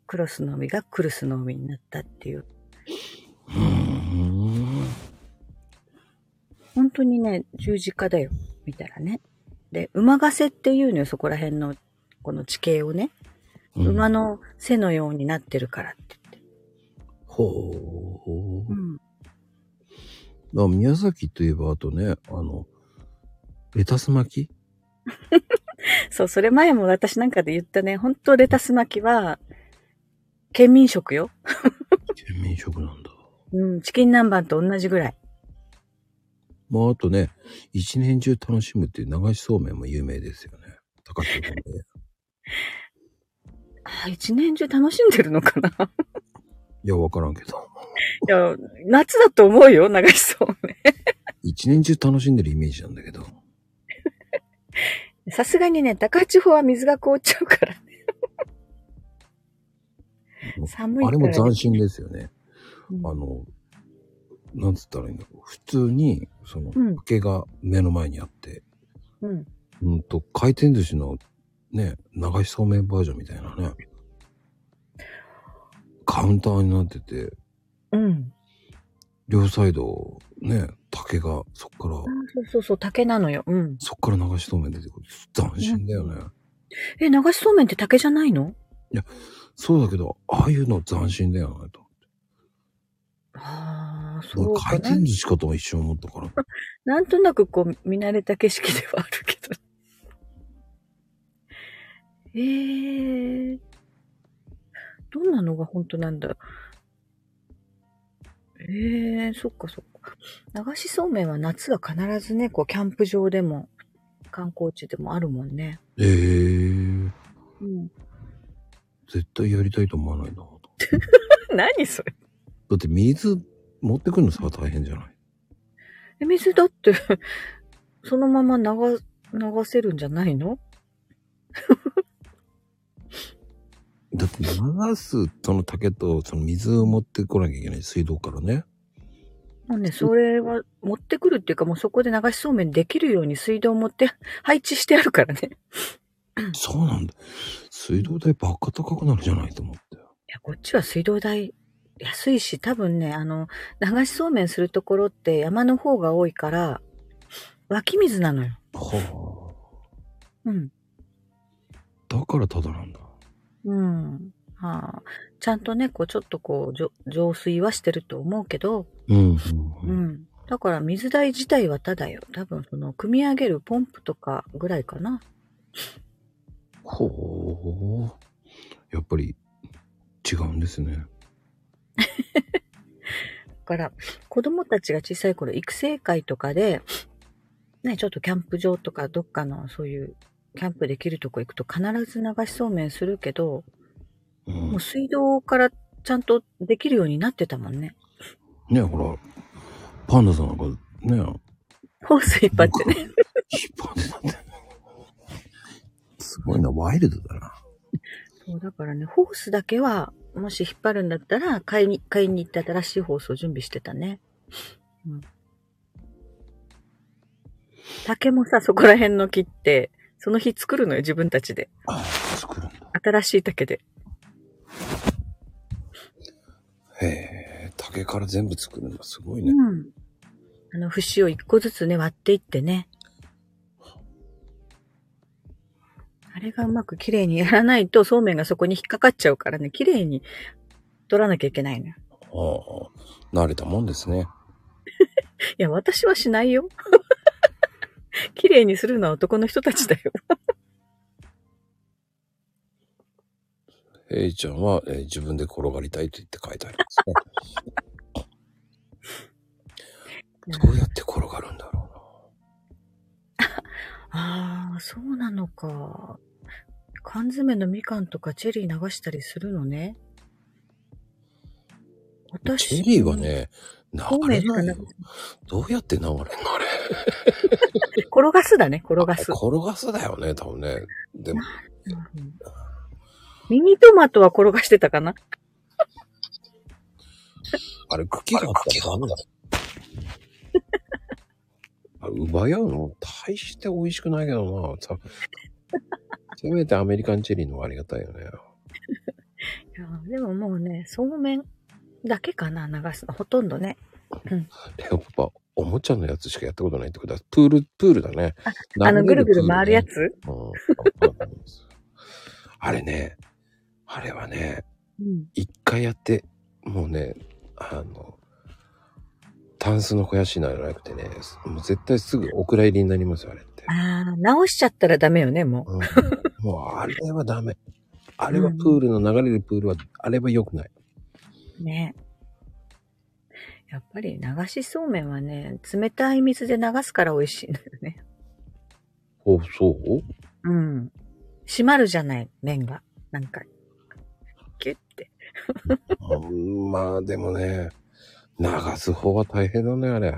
Speaker 4: クロスの海がクルスの海になったっていう。
Speaker 1: うーん。
Speaker 4: 本当にね、十字架だよ。見たらね。で、馬ヶ瀬っていうのよ、そこら辺の、この地形をね。
Speaker 1: うん
Speaker 4: 馬。の背のようになってるからって言って。
Speaker 1: ほう。
Speaker 4: う
Speaker 1: だか
Speaker 4: ん。
Speaker 1: ら宮崎といえば、あとね、あの、レタス巻き
Speaker 4: そう、それ前も私なんかで言ったね、本当レタス巻きは、県民食よ。
Speaker 1: 県民食なんだ。
Speaker 4: うん、チキン南蛮と同じぐらい。
Speaker 1: まあ、あとね、一年中楽しむっていう流しそうめんも有名ですよね。高千穂で。
Speaker 4: あ一年中楽しんでるのかな い
Speaker 1: いや、わからんけど。
Speaker 4: や、夏だと思うよ、流しそうね。
Speaker 1: 一年中楽しんでるイメージなんだけど。
Speaker 4: さすがにね、高千穂は水が凍っちゃうから。寒い
Speaker 1: あ
Speaker 4: か
Speaker 1: れ
Speaker 4: ら
Speaker 1: も
Speaker 4: ね。
Speaker 1: 斬新ですよね。
Speaker 4: うん
Speaker 1: あの、なんつったらいいんだろう。普通に、その、
Speaker 4: うん
Speaker 1: 竹が目の前にあって、
Speaker 4: うん。
Speaker 1: うんと、回転寿司の、ね、流しそうめんバージョンみたいなね。カウンターになってて、
Speaker 4: うん。
Speaker 1: 両サイド、ね、竹が、そっから
Speaker 4: あ、そうそうそう、竹なのよ。うん。
Speaker 1: そっから流しそうめん出てくる。斬新だよね。
Speaker 4: え、流しそうめんって竹じゃないの
Speaker 1: そうだけど、ああいうの斬新だよね、と。
Speaker 4: ああ、そう
Speaker 1: 俺
Speaker 4: か
Speaker 1: 回
Speaker 4: な
Speaker 1: 転。寿司かとも一瞬思ったから。
Speaker 4: なんとなくこう、見慣れた景色ではあるけど。えー、どんなのが本当なんだえー、そっかそっか。流しそうめんは夏は必ずね、こう、キャンプ場でも、観光地でもあるもんね。
Speaker 1: ええー、
Speaker 4: うん。
Speaker 1: 絶対やりたいと思わないな。
Speaker 4: 何それ
Speaker 1: だって水持ってくるのさ、大変じゃない。
Speaker 4: え水だって、そのまま流、流せるんじゃないの
Speaker 1: だって流すその竹とその水を持ってこなきゃいけない水道からね。
Speaker 4: もうね、それは持ってくるっていうかもうそこで流しそうめんできるように水道持って 配置してあるからね。
Speaker 1: そうなんだ。水道代バカ高くなるじゃないと思って。
Speaker 4: いや、こっちは水道代安いし、多分ね、あの、流しそうめんするところって山の方が多いから、湧き水なのよ。
Speaker 1: は
Speaker 4: うん。
Speaker 1: あ。だからただなんだ。
Speaker 4: うん。はあ、ちゃんとね、こう、ちょっとこう、じょ浄水はしてると思うけど、
Speaker 1: うん、うん、
Speaker 4: う
Speaker 1: うん。
Speaker 4: ん。だから水代自体はただよ。多分、その、組み上げるポンプとかぐらいかな。
Speaker 1: ほう。やっぱり違うんですね。
Speaker 4: だから、子供たちが小さい頃、育成会とかで、ね、ちょっとキャンプ場とか、どっかのそういう、キャンプできるとこ行くと必ず流しそうめんするけど、
Speaker 1: うん
Speaker 4: もう。水道からちゃんとできるようになってたもんね。
Speaker 1: ねほら、パンダさんなんかね、
Speaker 4: ホース引っ張ってね。
Speaker 1: 引っ張ってたって。すごいな、ワイルドだな。
Speaker 4: そうだからね、ホースだけは、もし引っ張るんだったら、買いに、買いに行って新しいホースを準備してたね。うん。竹もさ、そこら辺の木って、その日作るのよ、自分たちで。
Speaker 1: ああ、作るんだ。
Speaker 4: 新しい竹で。
Speaker 1: へえ、竹から全部作るんだ。すごいうね。
Speaker 4: ん。あの、節を一個ずつね、割っていってね。あれがうまく綺麗にやらないと、そうめんがそこに引っかかっちゃうからね、綺麗に取らなきゃいけないのよ。
Speaker 1: ああ、慣れたもんですね。
Speaker 4: いや、私はしないよ。 綺麗にするのは男の人たちだよ。
Speaker 1: えいちゃんは、えー自分で転がりたいと言って書いてありますね。どうやって転がるんだろ
Speaker 4: ああ、そうなのか。缶詰のみかんとかチェリー流したりするのね。
Speaker 1: うな。
Speaker 4: 私、
Speaker 1: チェリーは、ね、
Speaker 4: そう
Speaker 1: 流
Speaker 4: め
Speaker 1: れ
Speaker 4: んしか
Speaker 1: ない
Speaker 4: な
Speaker 1: よ
Speaker 4: く。
Speaker 1: どうやって流れんのあれ。
Speaker 4: 転がすだね、転がす。
Speaker 1: 転がすだよね、多分ね。でも、
Speaker 4: うんミニトマトは転がしてたかな
Speaker 1: あれ茎があったらダメだ。 あれ、奪い合うの大して美味しくないけどな。させめてアメリカンチェリーの方がありがたいよね。
Speaker 4: いやでももうね、そうめんだけかな、流すの。ほとんどね。
Speaker 1: レオパパ、おもちゃのやつしかやったことないってことは、プール、プールだね。
Speaker 4: あの、ぐるぐる回るや
Speaker 1: つ。
Speaker 4: つ
Speaker 1: うんあそうなんですあれね、あれはね、
Speaker 4: うん。
Speaker 1: 一回やって、もうね、あの、タンスの肥やしにならなくてね、もう絶対すぐお蔵入りになりますよ、あれって。
Speaker 4: ああ、直しちゃったらダメよね、もう。
Speaker 1: うんもうあれはダメ。あれはプールの流れるプールは、あれは良くない。
Speaker 4: ね。やっぱり流しそうめんはね、冷たい水で流すから美味しいのよね。
Speaker 1: お、そう
Speaker 4: うん。締まるじゃない、麺が。なんか、キュッて。
Speaker 1: うんまあでもね、流す方は大変だね、あれ。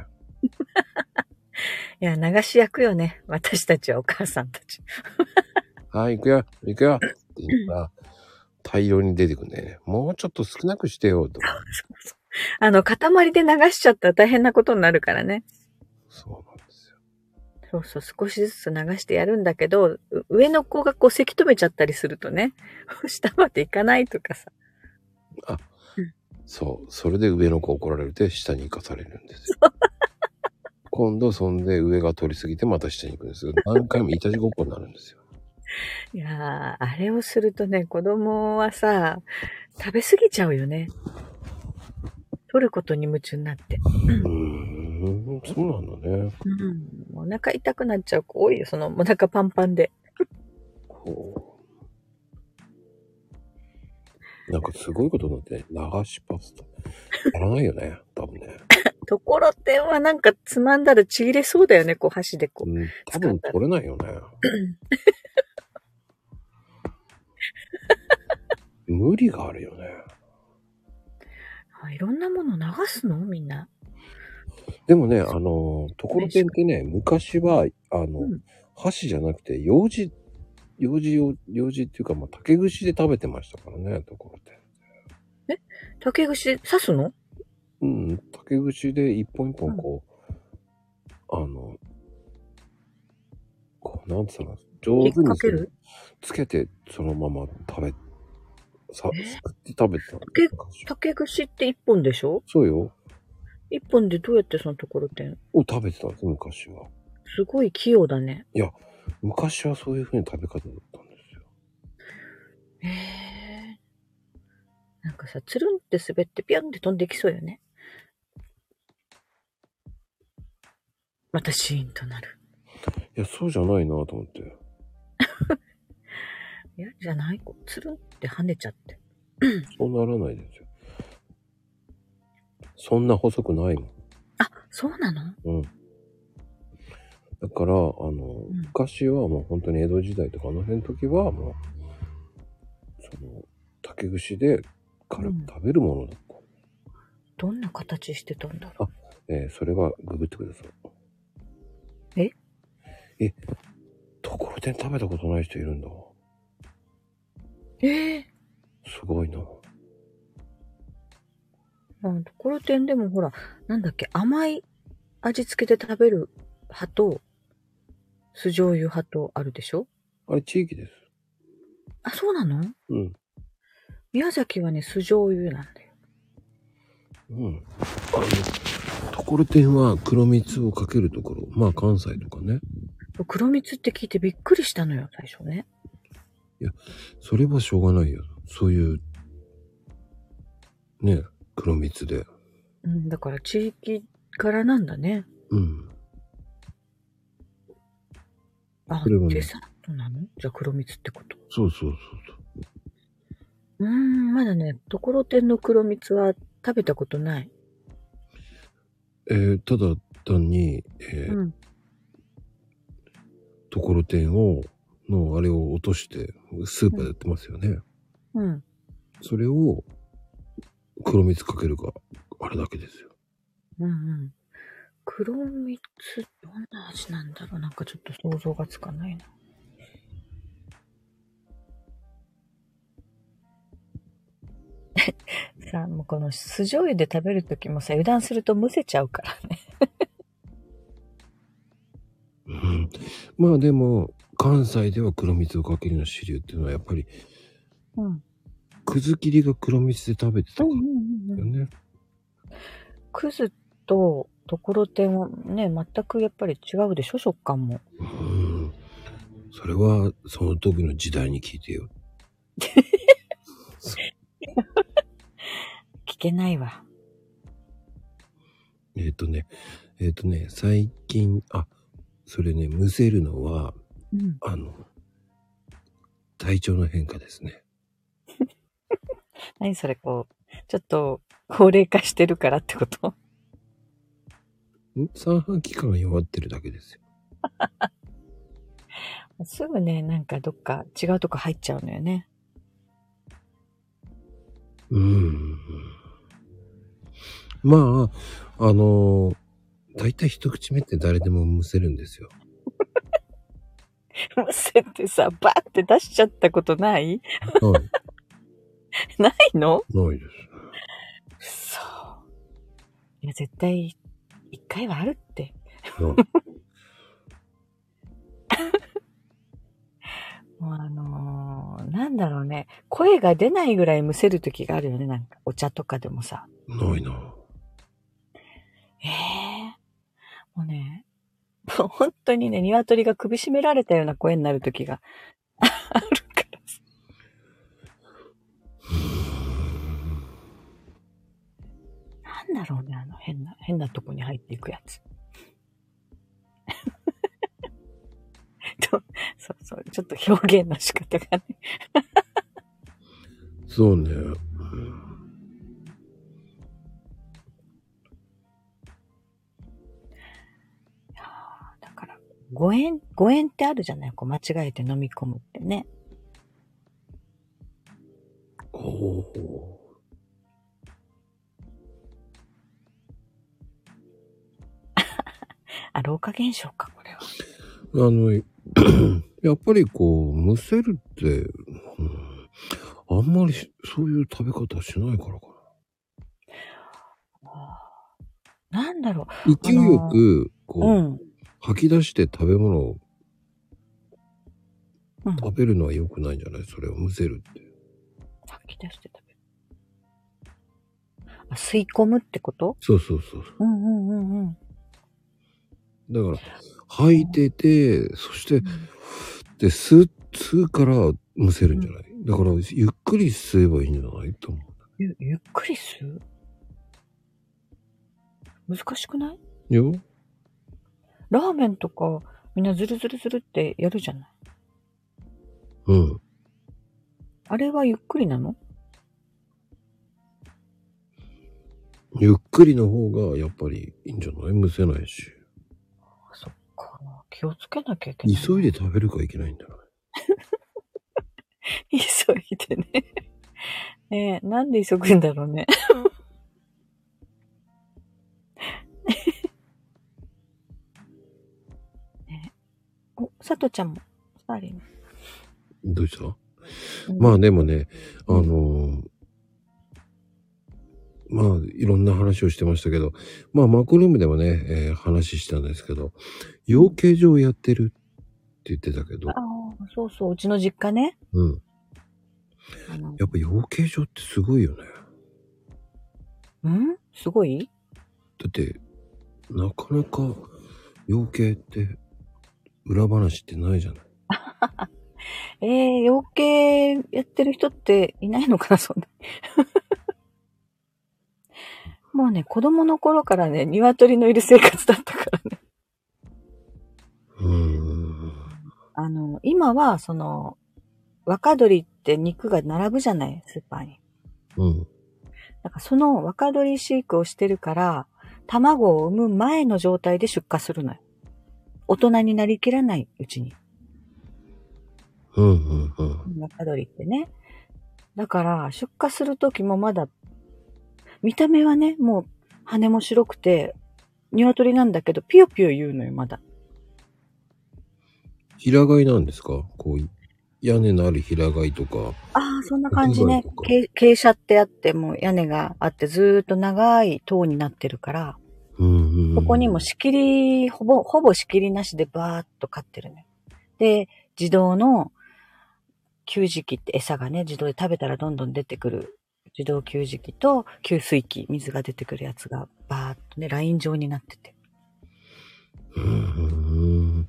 Speaker 4: いや、流し役よね。私たちはお母さんたち。
Speaker 1: はい、行くよ、行くよって言ったら、大量に出てくんだよね。もうちょっと少なくしてよ、とか。
Speaker 4: あの、塊で流しちゃったら大変なことになるからね。
Speaker 1: そうなんですよ。
Speaker 4: そうそう、少しずつ流してやるんだけど、う上の子がこう、せき止めちゃったりするとね、 下まで行かないとかさ。
Speaker 1: そう、それで上の子怒られて、下に行かされるんですよ。今度、そんで上が通り過ぎて、また下に行くんですよ。何回もいたちごっこになるんですよ。
Speaker 4: いやー、あれをするとね、子供はさ、食べ過ぎちゃうよね。取ることに夢中になって。
Speaker 1: うーん、そうなんだね。
Speaker 4: うん。お腹痛くなっちゃう子多いよ、そのお腹パンパンで。
Speaker 1: こうなんかすごいことになってね、流しパスタ。やらないよね、多分ね。
Speaker 4: ところてんはなんかつまんだらちぎれそうだよね、こう箸でこう。
Speaker 1: うん、多分取れないよね。無理があるよね。
Speaker 4: あいろんなもの流すのみんな。
Speaker 1: でもね、あの、ところてんってね、昔は、あの、
Speaker 4: うん
Speaker 1: 箸じゃなくて、用事、用事を、用事っていうか、まあ、竹串で食べてましたからね、ところてん。
Speaker 4: 竹串刺すの
Speaker 1: うん、竹串で一本一本こう、あの、こう、なんつうの、上
Speaker 4: 引っ
Speaker 1: 手に
Speaker 4: 掛
Speaker 1: その
Speaker 4: ける
Speaker 1: つけて、そのまま食べ、さ、
Speaker 4: え
Speaker 1: すくって食べてた。
Speaker 4: 結竹串って一本でしょ
Speaker 1: そうよ。
Speaker 4: 一本でどうやってそのところてん
Speaker 1: を食べてたんです、昔は。
Speaker 4: すごい器用だね。
Speaker 1: 昔はそういう風に食べ方だったんですよ。
Speaker 4: へえ。なんかさ、つるんって滑ってピュンって飛んできそうよね。またシーンとなる。
Speaker 1: いや、そうじゃないなと思って。
Speaker 4: いや、じゃないこうつるんって跳ねちゃって。
Speaker 1: そうならないですよ。そんな細くないもん。
Speaker 4: あ、そうなの
Speaker 1: うん。だから、あの、
Speaker 4: ん
Speaker 1: 昔はもう本当に江戸時代とかあの辺の時はもう、その、竹串で軽く食べるものだった。
Speaker 4: どんな形してたんだろう
Speaker 1: えーそれはググってください。
Speaker 4: え
Speaker 1: え、ところてん食べたことない人いるんだ。
Speaker 4: ええ
Speaker 1: すごいな。
Speaker 4: あところてんでもほら、なんだっけ、甘い味付けで食べる派と、酢醤油派とあるでしょ
Speaker 1: あれ、地域です。
Speaker 4: あ、そうなの
Speaker 1: うん。
Speaker 4: 宮崎はね、酢醤油なんだよ。
Speaker 1: うん。あの、ところてんは黒蜜をかけるところ。まあ、関西とかね。
Speaker 4: 黒蜜って聞いてびっくりしたのよ、最初ね。
Speaker 1: それはしょうがないよ。そういう、ね、黒蜜で。
Speaker 4: うん、だから地域からなんだね。
Speaker 1: うん。
Speaker 4: あ
Speaker 1: それは、ね
Speaker 4: デザートなのじゃあ黒蜜ってこと。
Speaker 1: そうそうそうそう。
Speaker 4: うーん、まだね、ところてんの黒蜜は食べたことない。
Speaker 1: えーただ単に、えー
Speaker 4: うん。
Speaker 1: ところてんを、のあれを落として、スーパーで売ってますよね。
Speaker 4: うん。
Speaker 1: それを、黒蜜かけるか、あれだけですよ。
Speaker 4: うんうん。黒蜜、どんな味なんだろうなんかちょっと想像がつかないな。 さあ、もうこの酢醤油で食べるときもさ、油断するとむせちゃうからね。
Speaker 1: うん、まあでも、関西では黒蜜をかけるの主流っていうのは、やっぱり、
Speaker 4: うん。
Speaker 1: くず切りが黒蜜で食べてた
Speaker 4: う
Speaker 1: か
Speaker 4: んう
Speaker 1: ら
Speaker 4: んうん
Speaker 1: だ
Speaker 4: う
Speaker 1: よ
Speaker 4: ん。
Speaker 1: ね。
Speaker 4: くずとところてんはね、全くやっぱり違うでしょ食感も。
Speaker 1: うん。それは、その時の時代に聞いてよ。
Speaker 4: 聞けないわ。
Speaker 1: えっ、とね、えっ、とね、最近、あ、それね、むせるのは、
Speaker 4: うん。
Speaker 1: あの、体調の変化ですね。
Speaker 4: 何それこう、ちょっと高齢化してるからってこと
Speaker 1: ん三半期間が弱ってるだけですよ。
Speaker 4: すぐね、なんかどっか違うとこ入っちゃうのよね。
Speaker 1: うん。まあ、あの大体一口目って誰でもむせるんですよ。
Speaker 4: むせてさ、バーって出しちゃったことない
Speaker 1: はい。
Speaker 4: ないの
Speaker 1: ないです。
Speaker 4: 嘘。いや、絶対、一回はあるって。
Speaker 1: はい
Speaker 4: もうあのーなんだろうね。声が出ないぐらいむせる時があるよね。なんか、お茶とかでもさ。
Speaker 1: ないな。
Speaker 4: ええもうね、もう本当にね、鶏が首絞められたような声になる時が あるからさ。なんだろうね、あの変な、変なとこに入っていくやつ。 とそうそう、ちょっと表現の仕方がね。
Speaker 1: そうね。
Speaker 4: ご縁、ご縁ってあるじゃないこう間違えて飲み込むってね。
Speaker 1: おお
Speaker 4: あ、老化現象か、これは。
Speaker 1: ー。あの、 やっぱりこう、むせるって、うんあんまりしそういう食べ方しないからか
Speaker 4: なんだろ
Speaker 1: な。勢いよく、こ
Speaker 4: う。
Speaker 1: う、
Speaker 4: うん。
Speaker 1: 吐き出して食べ物を
Speaker 4: うん。
Speaker 1: 食べるのは良くないんじゃないそれをむせるって。
Speaker 4: 吐き出して食べる。あ、吸い込むってこと
Speaker 1: そうそうそう。
Speaker 4: うんうんうんうん。
Speaker 1: だから、吐いてて、そして、で、吸う、吸うからむせるんじゃないだから、ゆっくり吸えばいいんじゃないと思う。
Speaker 4: ゆゆっくり吸う難しくない
Speaker 1: よ
Speaker 4: ラーメンとかみんなズルズルズルってやるじゃない
Speaker 1: うん。
Speaker 4: あれはゆっくりなの
Speaker 1: ゆっくりの方が、やっぱりいいんじゃないむせないし。
Speaker 4: あそっか。気をつけなきゃいけない。
Speaker 1: 急いで。食べるかいけないんじゃない
Speaker 4: 急いでね。ねえ、なんで急ぐんだろうね。 ねえお、さとちゃんも、サーリンも。
Speaker 1: どうした
Speaker 4: うん
Speaker 1: まあでもね、あ
Speaker 4: うん
Speaker 1: のーまあいろんな話をしてましたけど、まあマコルームでもね、えー話したんですけど、養鶏場をやってるって言ってたけど
Speaker 4: あ、あ、そうそう、うちの実家ね。
Speaker 1: うん。
Speaker 4: あの
Speaker 1: やっぱ養鶏場ってすごいよね。
Speaker 4: んすごい
Speaker 1: だって、なかなか養鶏って裏話ってないじゃない。
Speaker 4: えー、養鶏やってる人っていないのかな、そんな。 もうね、子供の頃からね、鶏のいる生活だったからね。
Speaker 1: うーん。
Speaker 4: あの、今は、その、若鶏って肉が並ぶじゃない、スーパーに。
Speaker 1: うん。
Speaker 4: だからその若鶏飼育をしてるから、卵を産む前の状態で出荷するのよ。大人になりきらないうちに。
Speaker 1: うんうんうん。
Speaker 4: 中鳥ってね。だから、出荷するときもまだ、見た目はね、もう羽も白くて、鶏なんだけど、ピヨピヨ言うのよ、まだ。
Speaker 1: 平飼いなんですかこう、屋根のある平飼いとか。
Speaker 4: ああ、そんな感じね
Speaker 1: そうなん。だ
Speaker 4: け傾斜ってあって、もう屋根があって、ずーっと長い塔になってるから、
Speaker 1: うんうんうん。
Speaker 4: ここにも仕切り、ほぼ、ほぼ仕切りなしでバーっと飼ってるね。で、自動の、給食器って餌がね、自動で食べたらどんどん出てくる。自動給食器と給水器、水が出てくるやつがバーっとね、ライン状になってて。
Speaker 1: うーん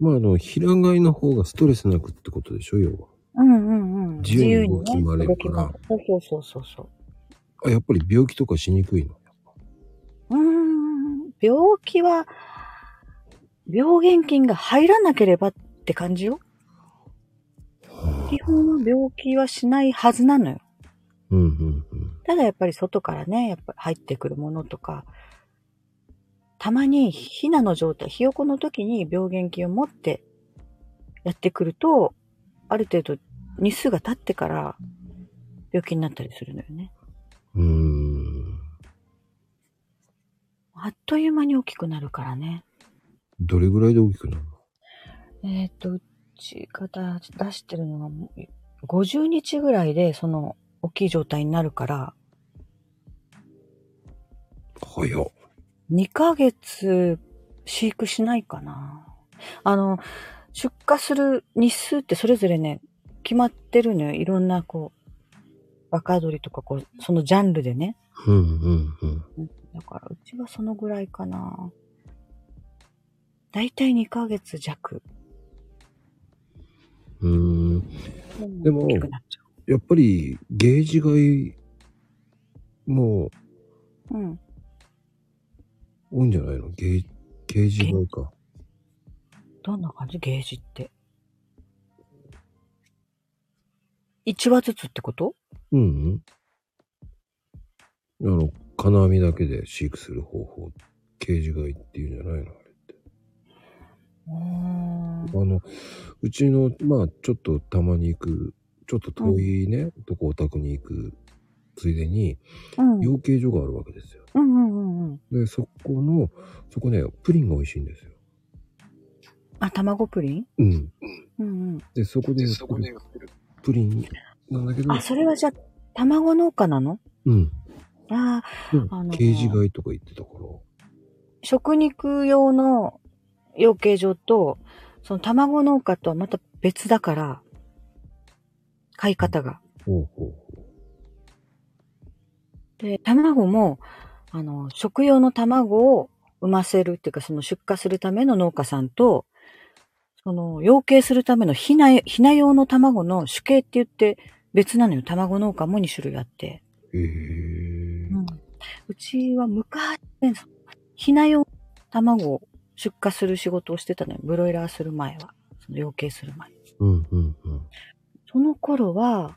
Speaker 1: まあ、あの、平飼いの方がストレスなくってことでしょ、要は。
Speaker 4: うんうんうん。
Speaker 1: 自由に動き回れる
Speaker 4: 自由に
Speaker 1: から
Speaker 4: ね動き回るそうそうそうそう。
Speaker 1: あ、やっぱり病気とかしにくいの。
Speaker 4: うーん、病気は、病原菌が入らなければって感じよ。基本は病気はしないはずなのよ。
Speaker 1: うんうんうん。
Speaker 4: ただやっぱり外からね、やっぱ入ってくるものとか、たまにヒナの状態、ひよこの時に病原菌を持ってやってくると、ある程度日数が経ってから病気になったりするのよね。
Speaker 1: うーん。
Speaker 4: あっという間に大きくなるからね。
Speaker 1: どれぐらいで大きくなる
Speaker 4: えっ、と、うちがだ出してるのがもう50日ぐらいでその大きい状態になるから、
Speaker 1: の早っ。
Speaker 4: 2ヶ月飼育しないかな。あの、出荷する日数ってそれぞれね、決まってるのよ。いろんなこう、若鶏とかこう、そのジャンルでね。
Speaker 1: うんうんうん。
Speaker 4: だからうちはそのぐらいかな。だいたい2ヶ月弱。
Speaker 1: うーん。
Speaker 4: で
Speaker 1: でも
Speaker 4: 大きくなっちゃ
Speaker 1: やっぱり、ゲージ飼いも
Speaker 4: う。うん。
Speaker 1: 多いんじゃないのゲーゲージ飼いか。
Speaker 4: どんな感じゲージって。1羽ずつってこと
Speaker 1: うんうん。あの、金網だけで飼育する方法、ケージ飼いっていうんじゃないのあれって。
Speaker 4: ううーん。
Speaker 1: あの、うちの、まあ、ちょっとたまに行く、ちょっと遠いね、とこお宅に行く、ついでに、
Speaker 4: うん。
Speaker 1: 養鶏場があるわけですよ。
Speaker 4: うんうんうんうん。
Speaker 1: で、そこの、そこね、プリンが美味しいんですよ。
Speaker 4: あ、卵プリン
Speaker 1: うん。
Speaker 4: うんうん。
Speaker 1: で、そこで、そこで、プリンなんだけど、
Speaker 4: あ、それはじゃあ、卵農家なの
Speaker 1: うん。
Speaker 4: ああ、
Speaker 1: でも
Speaker 4: あのー
Speaker 1: ケージ買いとか言ってたから、
Speaker 4: 食肉用の養鶏場と、その卵農家とはまた別だから、買い方が。
Speaker 1: ほうほうほ
Speaker 4: で、卵も、あの、食用の卵を産ませるっていうか、その出荷するための農家さんと、その、養鶏するためのひな、ひな用の卵の主形って言って別なのよ。卵農家も2種類あって。
Speaker 1: う。へえ。
Speaker 4: うんうちは昔、ひな用卵を出荷する仕事をしてたのよ。ブロイラーする前は。その養鶏する前。
Speaker 1: うんうんうん。
Speaker 4: その頃は、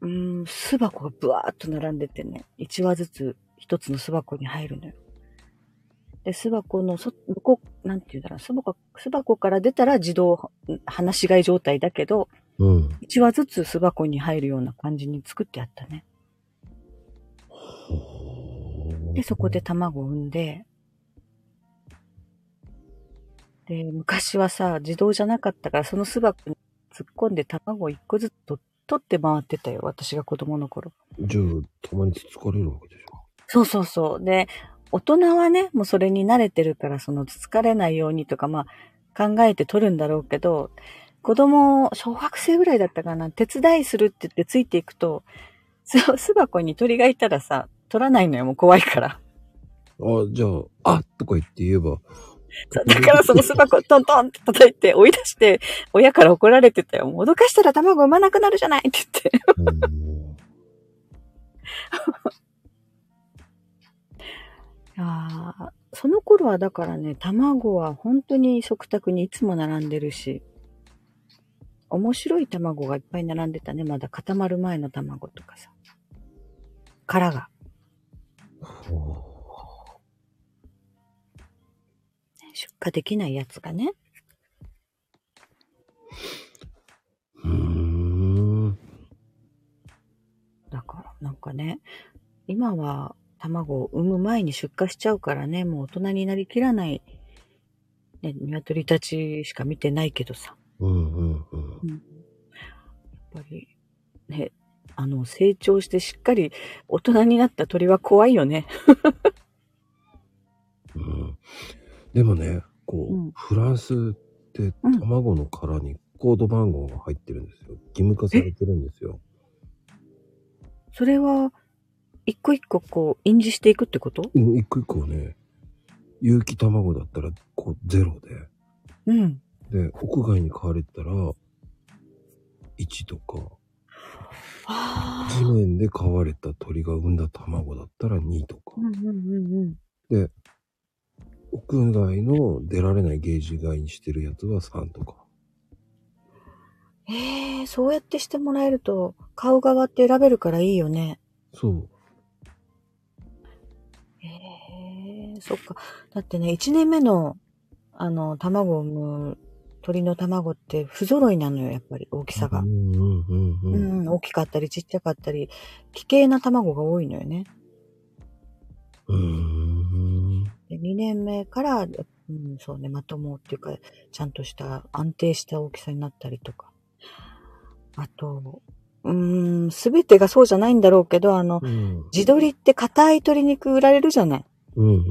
Speaker 4: うーん、巣箱がブワーっと並んでてね、一羽ずつ一つの巣箱に入るのよ。で、巣箱のそ、向こう、なんて言うんだろう、巣箱、巣箱から出たら自動、放し飼い状態だけど、
Speaker 1: うん。
Speaker 4: 一羽ずつ巣箱に入るような感じに作ってあったね。で、そこで。卵を産んで、で、昔はさ、自動じゃなかったから、その巣箱に突っ込んで卵を一個ずつと取って回ってたよ、私が子供の頃。
Speaker 1: じゃあ、たまにつつかれるわけでしょ。
Speaker 4: そうそうそう。で、大人はね、もうそれに慣れてるから、その、つつかれないようにとか、まあ、考えて取るんだろうけど、子供、小学生ぐらいだったかな、手伝いするって言ってついていくと、巣巣箱に鳥がいたらさ、取らないのよ、もう怖いから。
Speaker 1: あ、じゃあ、あとか言って言えば。
Speaker 4: そうだからその巣箱をトントンって叩いて追い出して、親から怒られてたよ。もう脅かしたら卵産まなくなるじゃないって言って。
Speaker 1: うん
Speaker 4: ああ、その頃はだからね、卵は本当に食卓にいつも並んでるし、面白い卵がいっぱい並んでたね。まだ固まる前の卵とかさ。殻が。出荷できないやつがね。
Speaker 1: うーん。
Speaker 4: だから、なんかね、今は卵を産む前に出荷しちゃうからね、もう大人になりきらない、ね、鶏たちしか見てないけどさ、
Speaker 1: うんうんうん。
Speaker 4: やっぱり、ね、あの、成長してしっかり大人になった鳥は怖いよね。
Speaker 1: うん、でもね、こう、
Speaker 4: うん
Speaker 1: フランスって
Speaker 4: うん
Speaker 1: 卵の殻にコード番号が入ってるんですよ。義務化されてるんですよ。
Speaker 4: それは、一個一個こう、印字していくってこと
Speaker 1: うん、一個一個ね、有機卵だったら、こう、ゼロ
Speaker 4: うん。
Speaker 1: で。で、屋外に飼われてたら、1とか、
Speaker 4: あ
Speaker 1: 地面で飼われた鳥が産んだ卵だったら2とか
Speaker 4: う。んうんうんうん。
Speaker 1: 屋外の出られないゲージ外にしてるやつは3とか。
Speaker 4: ええそうやってしてもらえると、顔側って選べるからいいよね。
Speaker 1: そう。
Speaker 4: へえ、そっか。だってね、1年目の、あの、卵を産む鳥の卵って不揃いなのよ、やっぱり大きさが
Speaker 1: う。んうんうん
Speaker 4: う
Speaker 1: うん。
Speaker 4: ん、大きかったりちっちゃかったり、奇形な卵が多いのよね。
Speaker 1: うーん。
Speaker 4: で2年目から、うん、そうね、まともっていうか、ちゃんとした、安定した大きさになったりとか。あと、うーん、すべてがそうじゃないんだろうけど、あの、
Speaker 1: うん
Speaker 4: 地鶏って硬い鶏肉売られるじゃない
Speaker 1: うんうんうん。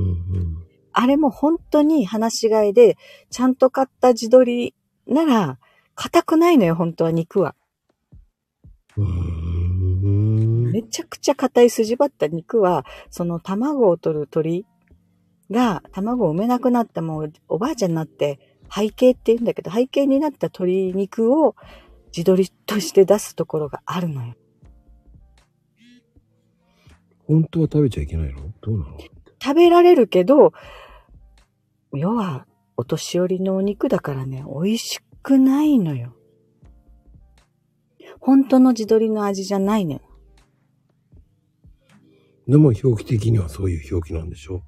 Speaker 4: あれも本当に放し飼いで、ちゃんと買った地鶏なら、硬くないのよ、本当は肉は。
Speaker 1: うーん
Speaker 4: めちゃくちゃ硬い筋張った肉は、その卵を取る鳥が、卵を産めなくなった、もうおばあちゃんになって、背景って言うんだけど、背景になった鶏肉を地鶏として出すところがあるのよ。
Speaker 1: 本当は食べちゃいけないのどうなの
Speaker 4: 食べられるけど、要は、お年寄りのお肉だからね、美味しくないのよ。本当の地鶏の味じゃないのよ。
Speaker 1: でも表記的にはそういう表記なんでしょ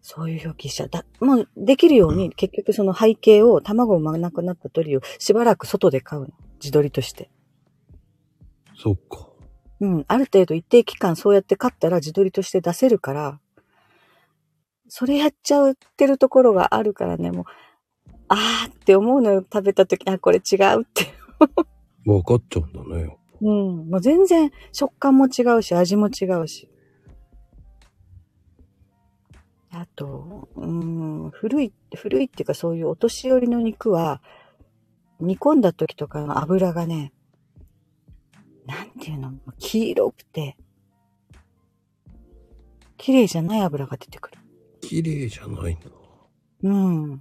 Speaker 4: そういう表記しちゃう。だもうできるように、結局その背景を、卵を産まなくなった鳥をしばらく外で飼うの。自撮りとして。
Speaker 1: そっか。
Speaker 4: うん。ある程度一定期間そうやって飼ったら自撮りとして出せるから、それやっちゃってるところがあるからね、もう、あーって思うのよ。食べた時あ、これ違うって。
Speaker 1: 分かっちゃうんだね。
Speaker 4: うん。もう全然食感も違うし、味も違うし。あと、うん、古い、古いっていうかそういうお年寄りの肉は、煮込んだ時とかの油がね、なんていうの、黄色くて、綺麗じゃない油が出てくる。
Speaker 1: 綺麗じゃないんだ。
Speaker 4: うん。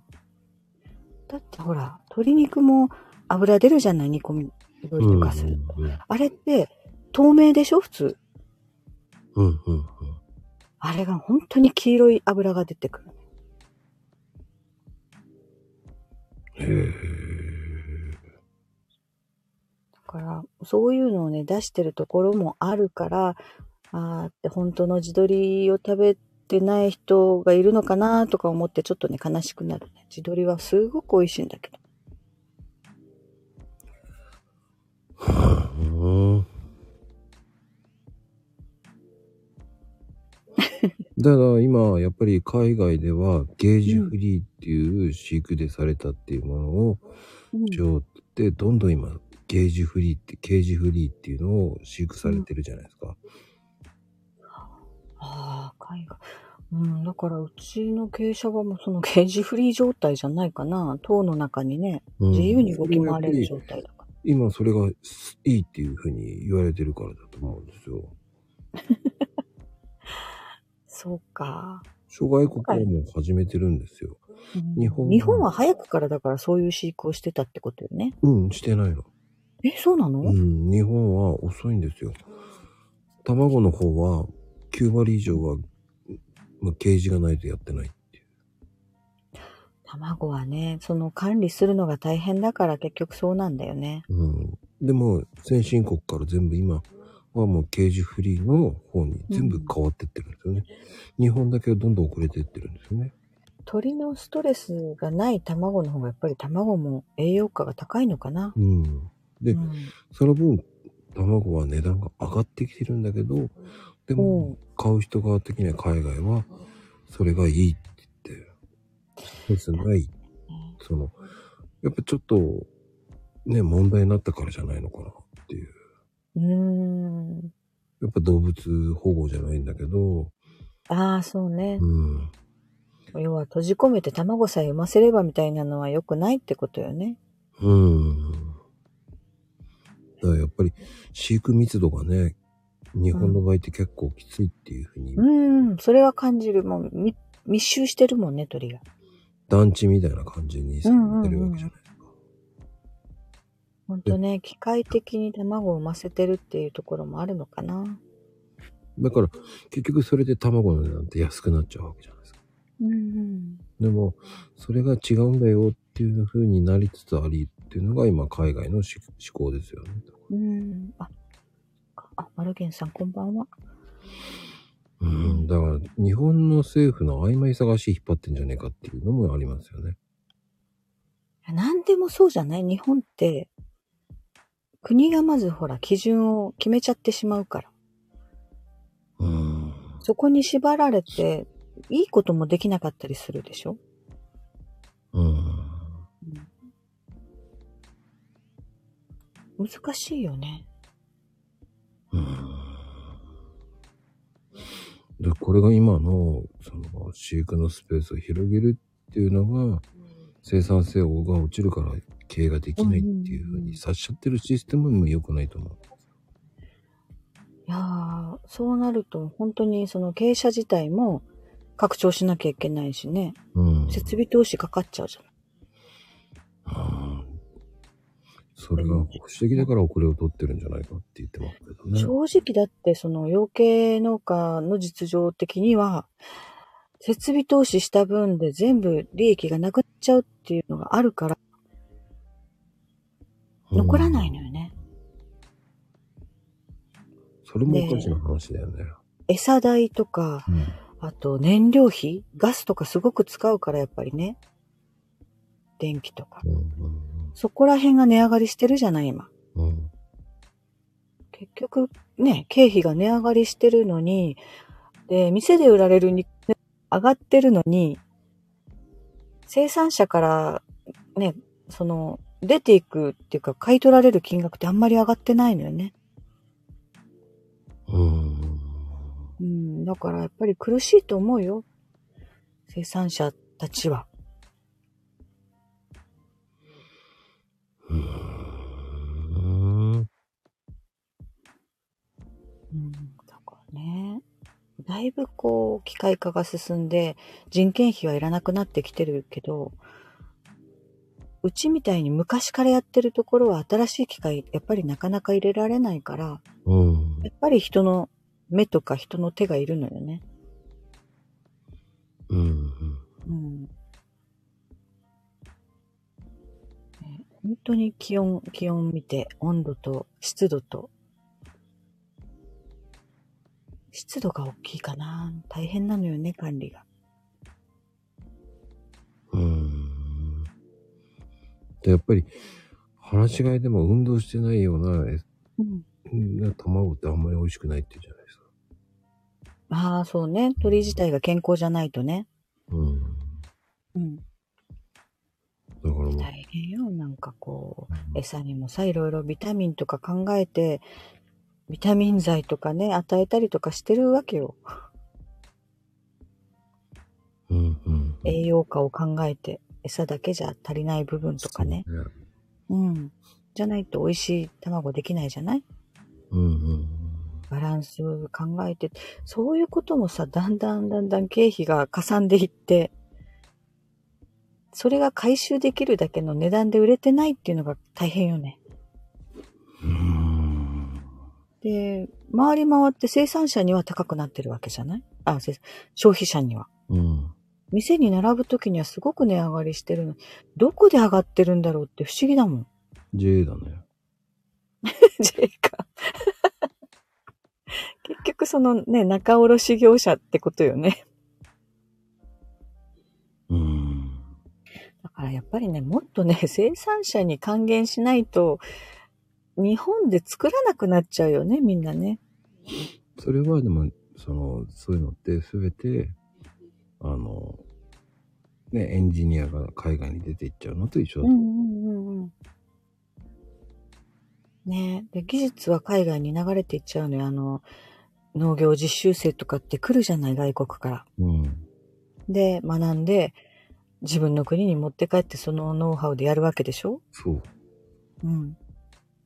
Speaker 4: だってほら、鶏肉も油出るじゃない煮込み料理とかすると。
Speaker 1: うん
Speaker 4: あれって、透明でしょ普通。
Speaker 1: うんうんうん。
Speaker 4: あれが本当に黄色い油が出てくる。
Speaker 1: へえ。
Speaker 4: だから、そういうのをね、出してるところもあるから、あーって本当の地鶏を食べてない人がいるのかなとか思ってちょっとね、悲しくなる、ね。地鶏はすごく美味しいんだけど。
Speaker 1: うん。だから今、やっぱり海外ではゲージフリーっていう飼育でされたっていうものを
Speaker 4: うん
Speaker 1: しようって、どんどん今、ゲージフリーって、ケージフリーっていうのを飼育されてるじゃないですか。
Speaker 4: ああ、海外。うん、だからうちの芸者はもうその ゲージフリー状態じゃないかな。塔の中にね、
Speaker 1: うん
Speaker 4: 自由に動き回れる状態だから。
Speaker 1: 今それがいいっていうふうに言われてるからだと思うんですよ。
Speaker 4: そうか。
Speaker 1: 諸外国はもう始めてるんですよ。日
Speaker 4: 日
Speaker 1: 本は
Speaker 4: 日本は早くからだからそういう飼育をしてたってことよね。
Speaker 1: うん、してないの。
Speaker 4: え、そうなの、
Speaker 1: うん、日本は遅いんですよ。卵の方は9割以上は、まあ、ケージがないとやってないっていう。
Speaker 4: 卵はね、その管理するのが大変だから結局そうなんだよね。
Speaker 1: うん、でも先進国から全部今はもうケージフリーの方に全部変わってってるんですよね。日本だけはどんどん遅れてってるんですよね。
Speaker 4: 鳥のストレスがない卵の方がやっぱり卵も栄養価が高いのかな。
Speaker 1: うん。で、
Speaker 4: うん
Speaker 1: その分卵は値段が上がってきてるんだけど、で
Speaker 4: う
Speaker 1: も
Speaker 4: ん
Speaker 1: 買う人側的には海外はそれがいいって言って、ストレスないその、やっぱちょっと、ね、問題になったからじゃないのかなっていう。
Speaker 4: うーん。
Speaker 1: やっぱ動物保護じゃないんだけど、
Speaker 4: ああ、そうね。
Speaker 1: うん。
Speaker 4: 要は閉じ込めて卵さえ産ませればみたいなのは良くないってことよね。
Speaker 1: うん。だからやっぱり飼育密度がね、日本の場合って結構きついっていうふうに
Speaker 4: う、ん、それは感じる。もう密密集してるもんね、鳥が。
Speaker 1: 団地みたいな感じにさ
Speaker 4: うんうんうん
Speaker 1: れてるわけじゃないですか。
Speaker 4: ほんとね、機械的に卵を産ませてるっていうところもあるのかな。
Speaker 1: だから結局それで卵の値段って安くなっちゃうわけじゃないですか。
Speaker 4: うんうん。
Speaker 1: でも、それが違うんだよっていうふうになりつつありっていうのが今海外のし思考ですよね。
Speaker 4: うん。あ、あ、マルゲンさんこんばんは。
Speaker 1: うん、だから日本の政府の曖昧さが足引っ張ってんじゃねえかっていうのもありますよね。
Speaker 4: 何でもそうじゃない日本って、国がまずほら基準を決めちゃってしまうから。
Speaker 1: うん。
Speaker 4: そこに縛られて、いいこともできなかったりするでしょ
Speaker 1: うん。
Speaker 4: 難しいよね。
Speaker 1: で、これが今の、その、飼育のスペースを広げるっていうのが、生産性が落ちるから経営ができないっていうふうに察しちゃってるシステムも良くないと思う。
Speaker 4: いやー、そうなると本当にその経営者自体も拡張しなきゃいけないしね。
Speaker 1: うん。
Speaker 4: 設備投資かかっちゃうじゃん。
Speaker 1: うんそれが保守的だから遅れを取ってるんじゃないかって言ってますけどね。
Speaker 4: 正直だってその養鶏農家の実情的には設備投資した分で全部利益がなくなっちゃうっていうのがあるから
Speaker 1: うん
Speaker 4: 残らないのよね、
Speaker 1: それもおかしな話だよね。
Speaker 4: 餌代とか
Speaker 1: うん
Speaker 4: ああと、燃料費ガスとかすごく使うから、やっぱりね。電気とか。
Speaker 1: うん
Speaker 4: そこら辺が値上がりしてるじゃない、今。
Speaker 1: うんうん
Speaker 4: 結局、ね、経費が値上がりしてるのに、で、店で売られる肉ね上がってるのに、生産者から、ね、その、出ていくっていうか、買い取られる金額ってあんまり上がってないのよね。
Speaker 1: うん
Speaker 4: うん、だからやっぱり苦しいと思うよ。生産者たちは。
Speaker 1: うんうん
Speaker 4: うん、だからね。だいぶこう、機械化が進んで、人件費はいらなくなってきてるけど、うちみたいに昔からやってるところは新しい機械、やっぱりなかなか入れられないから、
Speaker 1: うん
Speaker 4: やっぱり人の目とか人の手がいるのよね。
Speaker 1: うん
Speaker 4: うん。ね本当に気温、気温見て、温度と湿度と、湿度が大きいかな。大変なのよね、管理が。
Speaker 1: うんでやっぱり話し飼いでも運動してないようなえ
Speaker 4: うん。
Speaker 1: な卵ってあんまり美味しくないって言うじゃないですか。
Speaker 4: ああ、そうね。鳥自体が健康じゃないとね。
Speaker 1: うん。
Speaker 4: うん。
Speaker 1: だからもう、
Speaker 4: 大変よ。なんかこう、餌にもさ、いろいろビタミンとか考えて、ビタミン剤とかね、与えたりとかしてるわけよ。
Speaker 1: うんうん。
Speaker 4: 栄養価を考えて、餌だけじゃ足りない部分とかね。
Speaker 1: そうね。
Speaker 4: うん。じゃないと美味しい卵できないじゃない
Speaker 1: うんうん。
Speaker 4: バランスを考えて、そういうこともさ、だんだんだんだん経費がかさんでいって、それが回収できるだけの値段で売れてないっていうのが大変よね。
Speaker 1: うん。
Speaker 4: で、回り回って生産者には高くなってるわけじゃないあ、生消費者には。
Speaker 1: うん。
Speaker 4: 店に並ぶときにはすごく値上がりしてるの。どこで上がってるんだろうって不思議だもん。
Speaker 1: J だね。
Speaker 4: J か。結局そのね、仲卸業者ってことよね。
Speaker 1: うん。
Speaker 4: だからやっぱりね、もっとね、生産者に還元しないと、日本で作らなくなっちゃうよね、みんなね。
Speaker 1: それはでも、その、そういうのって全て、あの、ね、エンジニアが海外に出ていっちゃうのと一緒だと
Speaker 4: んうんうん。ねえで、技術は海外に流れていっちゃうのよ。あの、農業実習生とかって来るじゃない、外国から。
Speaker 1: うん。
Speaker 4: で、学んで、自分の国に持って帰ってそのノウハウでやるわけでしょ
Speaker 1: そう。
Speaker 4: うん。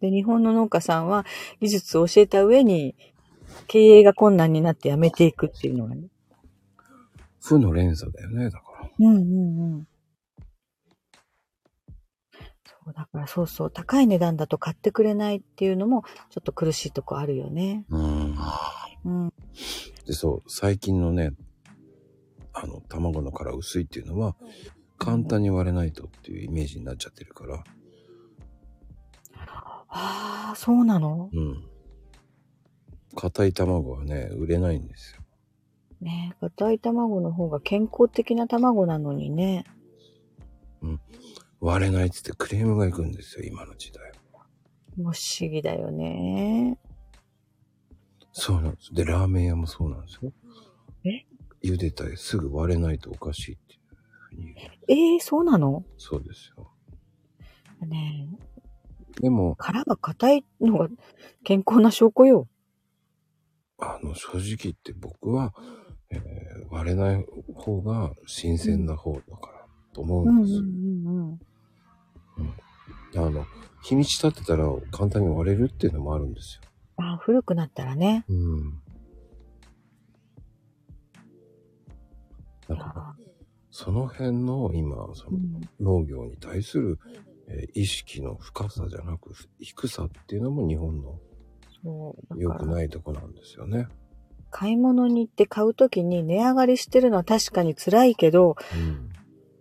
Speaker 4: で、日本の農家さんは技術を教えた上に、経営が困難になってやめていくっていうのがね。
Speaker 1: 負の連鎖だよね、だから。
Speaker 4: うんうんうん。そう、だからそうそう、高い値段だと買ってくれないっていうのも、ちょっと苦しいとこあるよね。
Speaker 1: うん。
Speaker 4: うん。
Speaker 1: で、そう、最近のね、あの、卵の殻薄いっていうのは、簡単に割れないとっていうイメージになっちゃってるから、
Speaker 4: ああ、そうなの
Speaker 1: うん。硬い卵はね、売れないんですよ。
Speaker 4: ねえ、硬い卵の方が健康的な卵なのにね。
Speaker 1: 割れないっつってクレームがいくんですよ、今の時代。
Speaker 4: もう不思議だよね。
Speaker 1: そうなんです。で、ラーメン屋もそうなんですよ。
Speaker 4: え
Speaker 1: 茹でたりすぐ割れないとおかしいっていうふうに言う。
Speaker 4: ええそうなの
Speaker 1: そうですよ。
Speaker 4: ねえ、
Speaker 1: でも、
Speaker 4: 殻が硬いのが健康な証拠よ。
Speaker 1: あの、正直言って僕は、えー割れない方が新鮮な方だから、と思
Speaker 4: う
Speaker 1: うん
Speaker 4: んう
Speaker 1: ですよ。
Speaker 4: んうんうん。
Speaker 1: あの、日にち経ってたら簡単に割れるっていうのもあるんですよ。
Speaker 4: ああ、古くなったらね。
Speaker 1: うん。だから、
Speaker 4: あ
Speaker 1: その辺の今、そ
Speaker 4: ーう
Speaker 1: の
Speaker 4: ん
Speaker 1: 農業に対する、えー意識の深さじゃなく、低さっていうのも日本の
Speaker 4: そう。だ
Speaker 1: 良
Speaker 4: から
Speaker 1: くないとこなんですよね。
Speaker 4: 買い物に行って買うときに値上がりしてるのは確かに辛いけど、
Speaker 1: うん。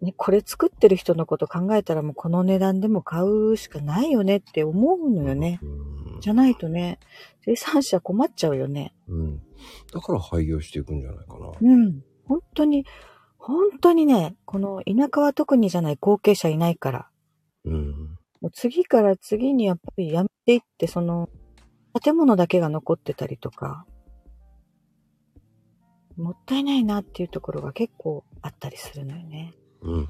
Speaker 4: ね、これ作ってる人のこと考えたらもうこの値段でも買うしかないよねって思うのよね。
Speaker 1: うん
Speaker 4: じゃないとね、生産者困っちゃうよね。
Speaker 1: うん。だから廃業していくんじゃないかな。
Speaker 4: うん。本当に、本当にね、この田舎は特にじゃない後継者いないから、
Speaker 1: うん。
Speaker 4: もう次から次にやっぱりやめていって、その、建物だけが残ってたりとか、もったいないなっていうところが結構あったりするのよね。
Speaker 1: うん。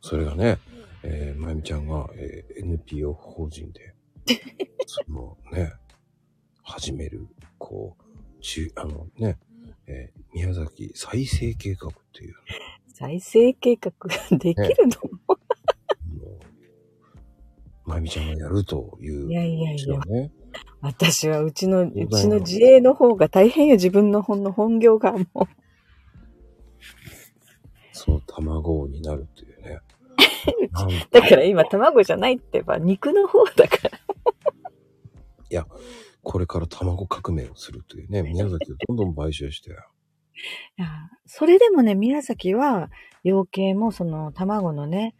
Speaker 1: それがね、えー、まゆみちゃんが、えー NPO 法人で、そのね、始める、こう、ちあのね、えー宮崎再生計画っていう
Speaker 4: 再生計画ができるの、
Speaker 1: のを、まゆみちゃんがやるという、
Speaker 4: いやいやいや
Speaker 1: こ、とだね。
Speaker 4: 私はうちの、
Speaker 1: だよ
Speaker 4: うちの自営の方が大変よ、自分の本の本業がもう。
Speaker 1: その卵になるっていう ね。なんか
Speaker 4: だから今卵じゃないってば、肉の方だから。
Speaker 1: これから卵革命をするというね、宮崎をどんどん買収して。
Speaker 4: いやそれでもね、宮崎は、養鶏もその卵のね、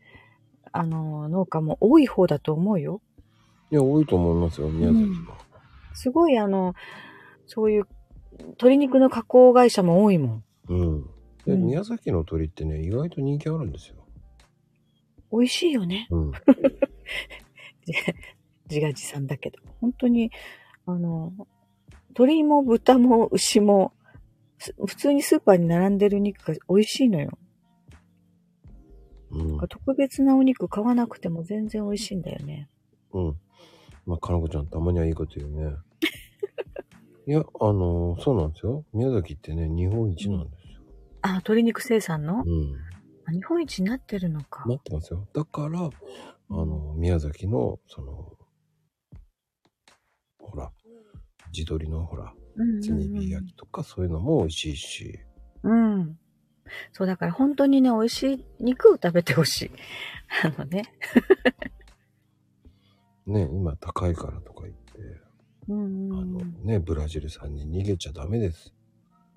Speaker 4: あの、農家も多い方だと思うよ。
Speaker 1: いや、多いと思いますよ、宮崎は。
Speaker 4: すごいあの、そういう、鶏肉の加工会社も多いもん。
Speaker 1: うん。で、
Speaker 4: うん
Speaker 1: 宮崎の鳥ってね、意外と人気あるんですよ。
Speaker 4: 美味しいよね。
Speaker 1: うん。
Speaker 4: 自画自賛だけど。本当に、あの、鶏も豚も牛も、す普通にスーパーに並んでる肉が美味しいのよ。
Speaker 1: うん。
Speaker 4: 特別なお肉買わなくても全然美味しいんだよね。
Speaker 1: うん。まあ、かなこちゃん、たまにはいいこと言う ね。いや、あのそうなんですよ。宮崎ってね、日本一なんですよ。
Speaker 4: あ、鶏肉生産の、
Speaker 1: うん。
Speaker 4: あ日本一になってるのか。
Speaker 1: なってますよ。だから、あの、宮崎の、その、ほら、地鶏のほら、
Speaker 4: うんうん
Speaker 1: 炭火焼きとかそういうのも美味しいし。
Speaker 4: うん、うん。そう、だから本当にね、美味しい肉を食べてほしい。 あのね。
Speaker 1: ね、今高いからとか言って、
Speaker 4: うん
Speaker 1: あ
Speaker 4: うんうん。
Speaker 1: の
Speaker 4: や
Speaker 1: ね、ブラジル産に逃げちゃダメです。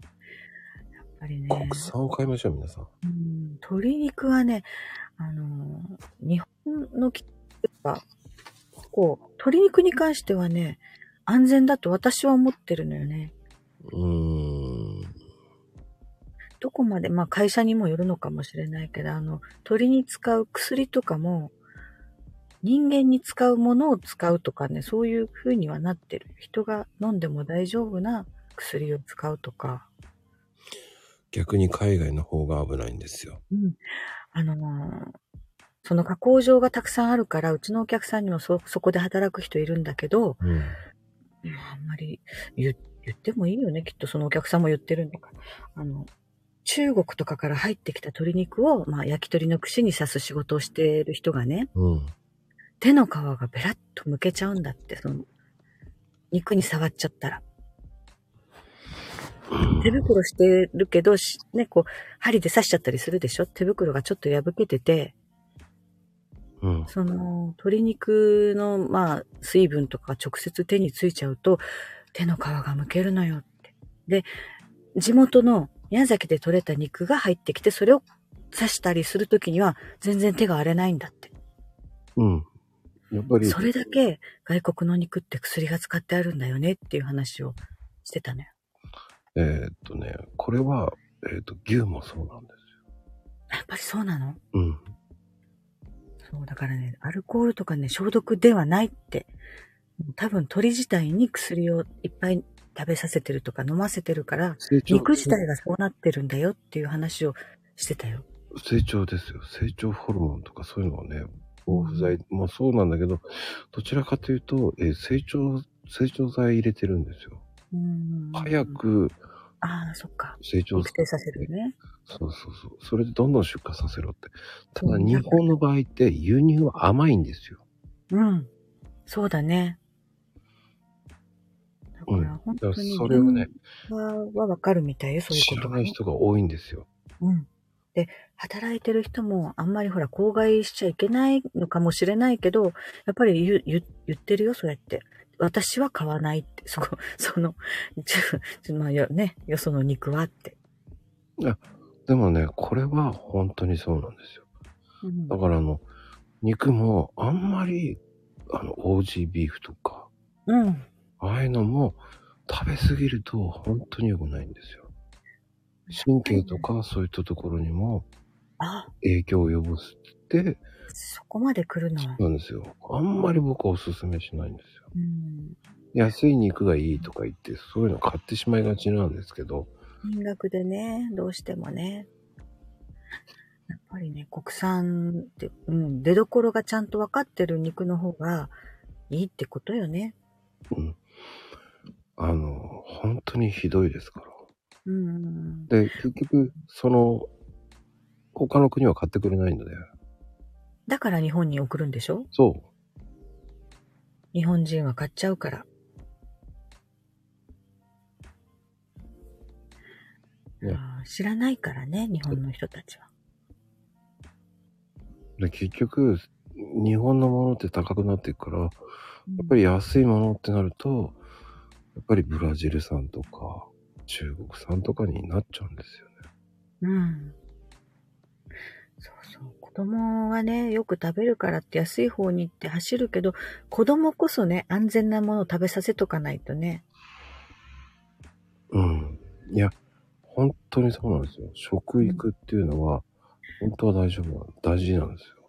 Speaker 4: っぱりね。
Speaker 1: 国産を買いましょう、皆さん。
Speaker 4: うん鶏肉はね、あのー、日本のきは、こう、鶏肉に関してはね、安全だと私は思ってるのよね。
Speaker 1: うーん。
Speaker 4: どこまで、まあ会社にもよるのかもしれないけど、あの、鳥に使う薬とかも、人間に使うものを使うとかね、そういう風にはなってる。人が飲んでも大丈夫な薬を使うとか。
Speaker 1: 逆に海外の方が危ないんですよ。
Speaker 4: うん。あのーその加工場がたくさんあるから、うちのお客さんにもそ、そこで働く人いるんだけど、
Speaker 1: うん。
Speaker 4: まああんまり言言ってもいいよね。きっとそのお客さんも言ってるんだから。あの、中国とかから入ってきた鶏肉を、まあ、焼き鳥の串に刺す仕事をしている人がね、
Speaker 1: うん。
Speaker 4: 手の皮がベラッと剥けちゃうんだって、その、肉に触っちゃったら。手袋してるけど、しね、こう、針で刺しちゃったりするでしょ手袋がちょっと破けてて、
Speaker 1: うん。
Speaker 4: その、鶏肉の、まあ、水分とか直接手についちゃうと、手の皮がむけるのよって。で、地元の宮崎で採れた肉が入ってきて、それを刺したりするときには、全然手が荒れないんだって。
Speaker 1: うん。やっぱり、
Speaker 4: それだけ外国の肉って薬が使ってあるんだよねっていう話をしてたね。
Speaker 1: えーっとね、これは、えーっと、牛もそうなんです。
Speaker 4: やっぱりそうなの
Speaker 1: うん。
Speaker 4: そう、だからね、アルコールとかね、消毒ではないって。多分鳥自体に薬をいっぱい食べさせてるとか飲ませてるから、
Speaker 1: 成長。
Speaker 4: 肉自体がそうなってるんだよっていう話をしてたよ。
Speaker 1: 成長ですよ。成長ホルモンとかそういうのはね、防腐剤もそうなんだけど、どちらかというと、えー成長、成長剤入れてるんですよ。
Speaker 4: うん
Speaker 1: 早。く
Speaker 4: ああ、そっか。
Speaker 1: 成長
Speaker 4: 育成させるね。
Speaker 1: そうそうそう。それでどんどん出荷させろって。ただ
Speaker 4: うん
Speaker 1: 日本の場合って輸入は甘いんですよ。
Speaker 4: うん。そうだね。だか
Speaker 1: うん
Speaker 4: ら本
Speaker 1: だから
Speaker 4: 当に、
Speaker 1: それをね、、
Speaker 4: はわかるみたいよ、そういう
Speaker 1: 知
Speaker 4: こ
Speaker 1: ら
Speaker 4: と
Speaker 1: な
Speaker 4: が
Speaker 1: い
Speaker 4: ね。
Speaker 1: 人が多いんですよ。
Speaker 4: うん。で、働いてる人もあんまりほら、口外しちゃいけないのかもしれないけど、やっぱり言う言う言ってるよ、そうやって。私は買わないって、 そこ、その、ちょ、ちょまあよね、よその肉はって。
Speaker 1: でもね、これは本当にそうなんですよ。
Speaker 4: うん
Speaker 1: だからあの、肉もあんまり、あの、オージービーフとか、
Speaker 4: うん。
Speaker 1: ああいうのも食べ過ぎると本当に良くないんですよ。神経とかそういったところにも
Speaker 4: あ、
Speaker 1: 影響を及ぼすって、
Speaker 4: そこまで来るの。
Speaker 1: そうなんですよ。あんまり僕はおすすめしないんですよ。
Speaker 4: うん。
Speaker 1: 安い肉がいいとか言って、そういうの買ってしまいがちなんですけど、
Speaker 4: 金額でね、どうしてもね。やっぱりね、国産って、うん、出所がちゃんと分かってる肉の方がいいってことよね。
Speaker 1: うん。あの、本当にひどいですから。
Speaker 4: うん。
Speaker 1: で、結局、その、他の国は買ってくれないので、
Speaker 4: だから日本に送るんでしょ
Speaker 1: そう。
Speaker 4: 日本人は買っちゃうから。
Speaker 1: ね
Speaker 4: あー知らないからね、日本の人たちは。
Speaker 1: で結局日本のものって高くなっていくからや
Speaker 4: や
Speaker 1: っぱり安いものってなるとやっぱりブラジル産とか中国産とかになっちゃうんですよね
Speaker 4: うん。そうそう。子供はね、よく食べるからって安い方に行って走るけど、子供こそね、安全なものを食べさせとかないとね。
Speaker 1: うんいや本当にそうなんですよ食育っていうのは本当は大丈夫な大事なんですよ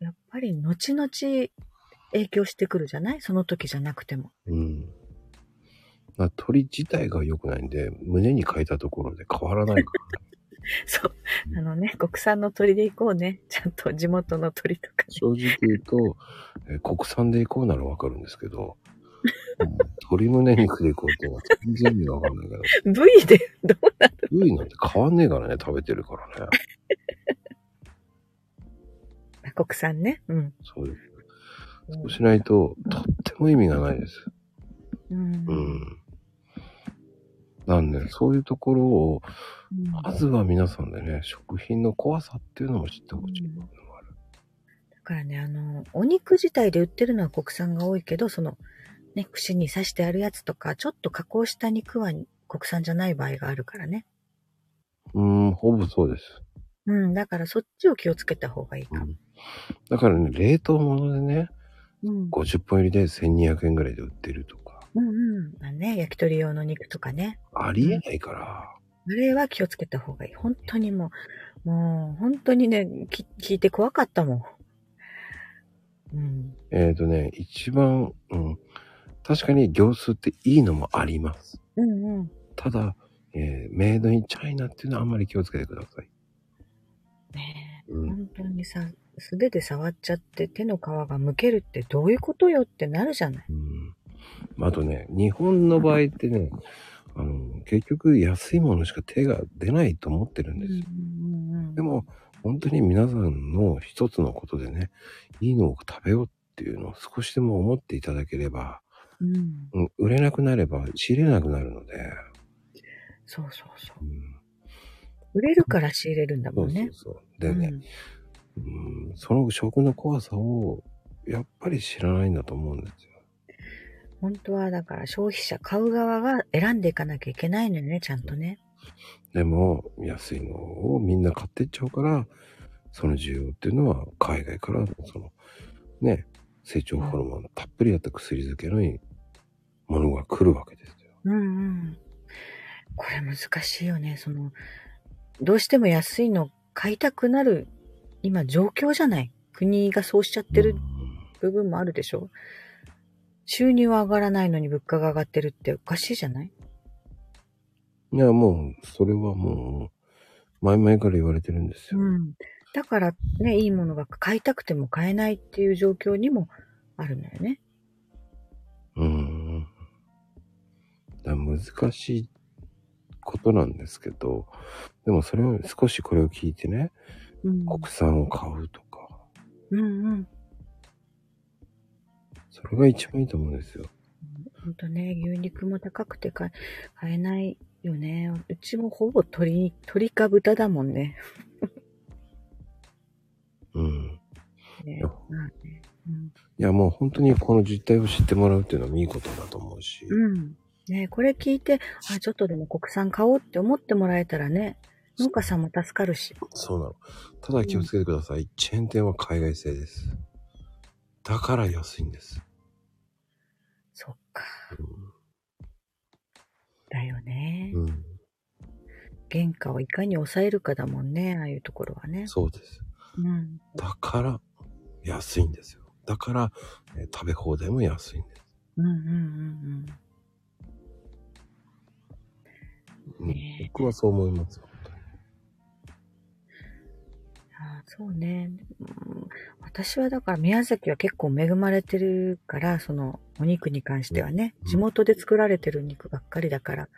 Speaker 4: やっぱり後々影響してくるじゃないその時じゃなくても。
Speaker 1: うんだから鳥自体が良くないんで胸に書いたところで変わらないから
Speaker 4: そう。あのね、国産の鳥で行こうね。ちゃんと地元の鳥とか。
Speaker 1: 正直言うと、えー国産で行こうならわかるんですけど、うん 鶏胸肉で行こうってのは全然意味がわかんないけど、
Speaker 4: 部位で、どうな
Speaker 1: 部位なんて変わんねえからね、食べてるからね。
Speaker 4: の国産ね。うん。
Speaker 1: そうです。そうしないと、とっても意味がないです。
Speaker 4: うん。
Speaker 1: う
Speaker 4: うん
Speaker 1: ん。なんで、そういうところを、まずは皆さんでね、食品の怖さっていうのも知ってほしいのもある。
Speaker 4: だからね、あの、お肉自体で売ってるのは国産が多いけど、その、ね、串に刺してあるやつとか、ちょっと加工した肉は国産じゃない場合があるからね。
Speaker 1: うん、ほぼそうです。
Speaker 4: うん、だからそっちを気をつけた方がいいかも。
Speaker 1: だからね、冷凍物でね、
Speaker 4: うん、
Speaker 1: 50本入りで1200円ぐらいで売ってるとか、
Speaker 4: うん、うん。まあね、焼き鳥用の肉とかね。
Speaker 1: ありえないから。
Speaker 4: あれは気をつけた方がいい。本当にもう、もう、本当にね、き聞いて怖かったもん。うん。
Speaker 1: えっ、ー、とね、一番、うん、確かに行数っていいのもあります。
Speaker 4: うんうん。
Speaker 1: ただ、えーメイドインチャイナっていうのはあんまり気をつけてください。
Speaker 4: ねえ
Speaker 1: うん。
Speaker 4: 本当にさ、素手で触っちゃって手の皮がむけるってどういうことよってなるじゃない。
Speaker 1: うん、あとね、日本の場合ってね、あの、結局安いものしか手が出ないと思ってるんですよ。で
Speaker 4: でも、
Speaker 1: も、本当に皆さんの一つのことでね、いいのを食べようっていうのを少しでも思っていただければ、
Speaker 4: うん、
Speaker 1: うん、売れなくなれば仕入れなくなるので、
Speaker 4: そうそうそう。
Speaker 1: うん、
Speaker 4: 売れるから仕入れるんだ
Speaker 1: そう
Speaker 4: も
Speaker 1: んそ
Speaker 4: ね
Speaker 1: う。そう。でね、うんその食の怖さをやっぱり知らないんだと思うんですよ。
Speaker 4: うん本当はだから消費者買う側が選んでいかなきゃいけないのよね、ちゃんとね。
Speaker 1: でも安いのをみんな買ってっちゃうからその需要っていうのは海外からそのね成長ホルモンたっぷりあった薬漬けのいいものが来るわけですよ。
Speaker 4: うんうん。これ難しいよね。その、どうしても安いの買いたくなる今状況じゃない。国がそうしちゃってる部分もあるでしょ。収入は上がらないのに物価が上がってるっておかしいじゃない
Speaker 1: うんいやもうそれはもう前々から言われてるんですよ。
Speaker 4: うん。だからね、いいものが買いたくても買えないっていう状況にもあるのよね。
Speaker 1: うん。だから難しいことなんですけど、でもそれを少しこれを聞いてね、
Speaker 4: うん
Speaker 1: 国産を買うとか、
Speaker 4: うんうん。
Speaker 1: それが一番いいと思うんですよ。
Speaker 4: ほんとね、牛肉も高くて買え買えないよね。うちもほぼ鶏、鶏か豚だもんね。
Speaker 1: うん。
Speaker 4: ね
Speaker 1: よ
Speaker 4: まあねうん
Speaker 1: いやもう本当にこの実態を知ってもらうっていうのもいいことだと思うし、
Speaker 4: うん。ねこれ聞いて、あ、ちょっとでも国産買おうって思ってもらえたらね、農家さんも助かるし。
Speaker 1: そうなの。ただ気をつけてください。チェーン店は海外製です。だから安いんです。
Speaker 4: そっか。だよね。
Speaker 1: うん。
Speaker 4: 原価をいかに抑えるかだもんね、ああいうところはね。
Speaker 1: そうです。
Speaker 4: うん。
Speaker 1: だから、安いんですよ。だから、えー食べ放題も安いんです。
Speaker 4: うんうんうん
Speaker 1: うん
Speaker 4: ねえ
Speaker 1: 僕はそう思いますよ。本
Speaker 4: うん。ああ、そうね、うん。私はだから宮崎は結構恵まれてるから、そのお肉に関してはね
Speaker 1: う、ん
Speaker 4: 地元で作られてる肉ばっかりだから、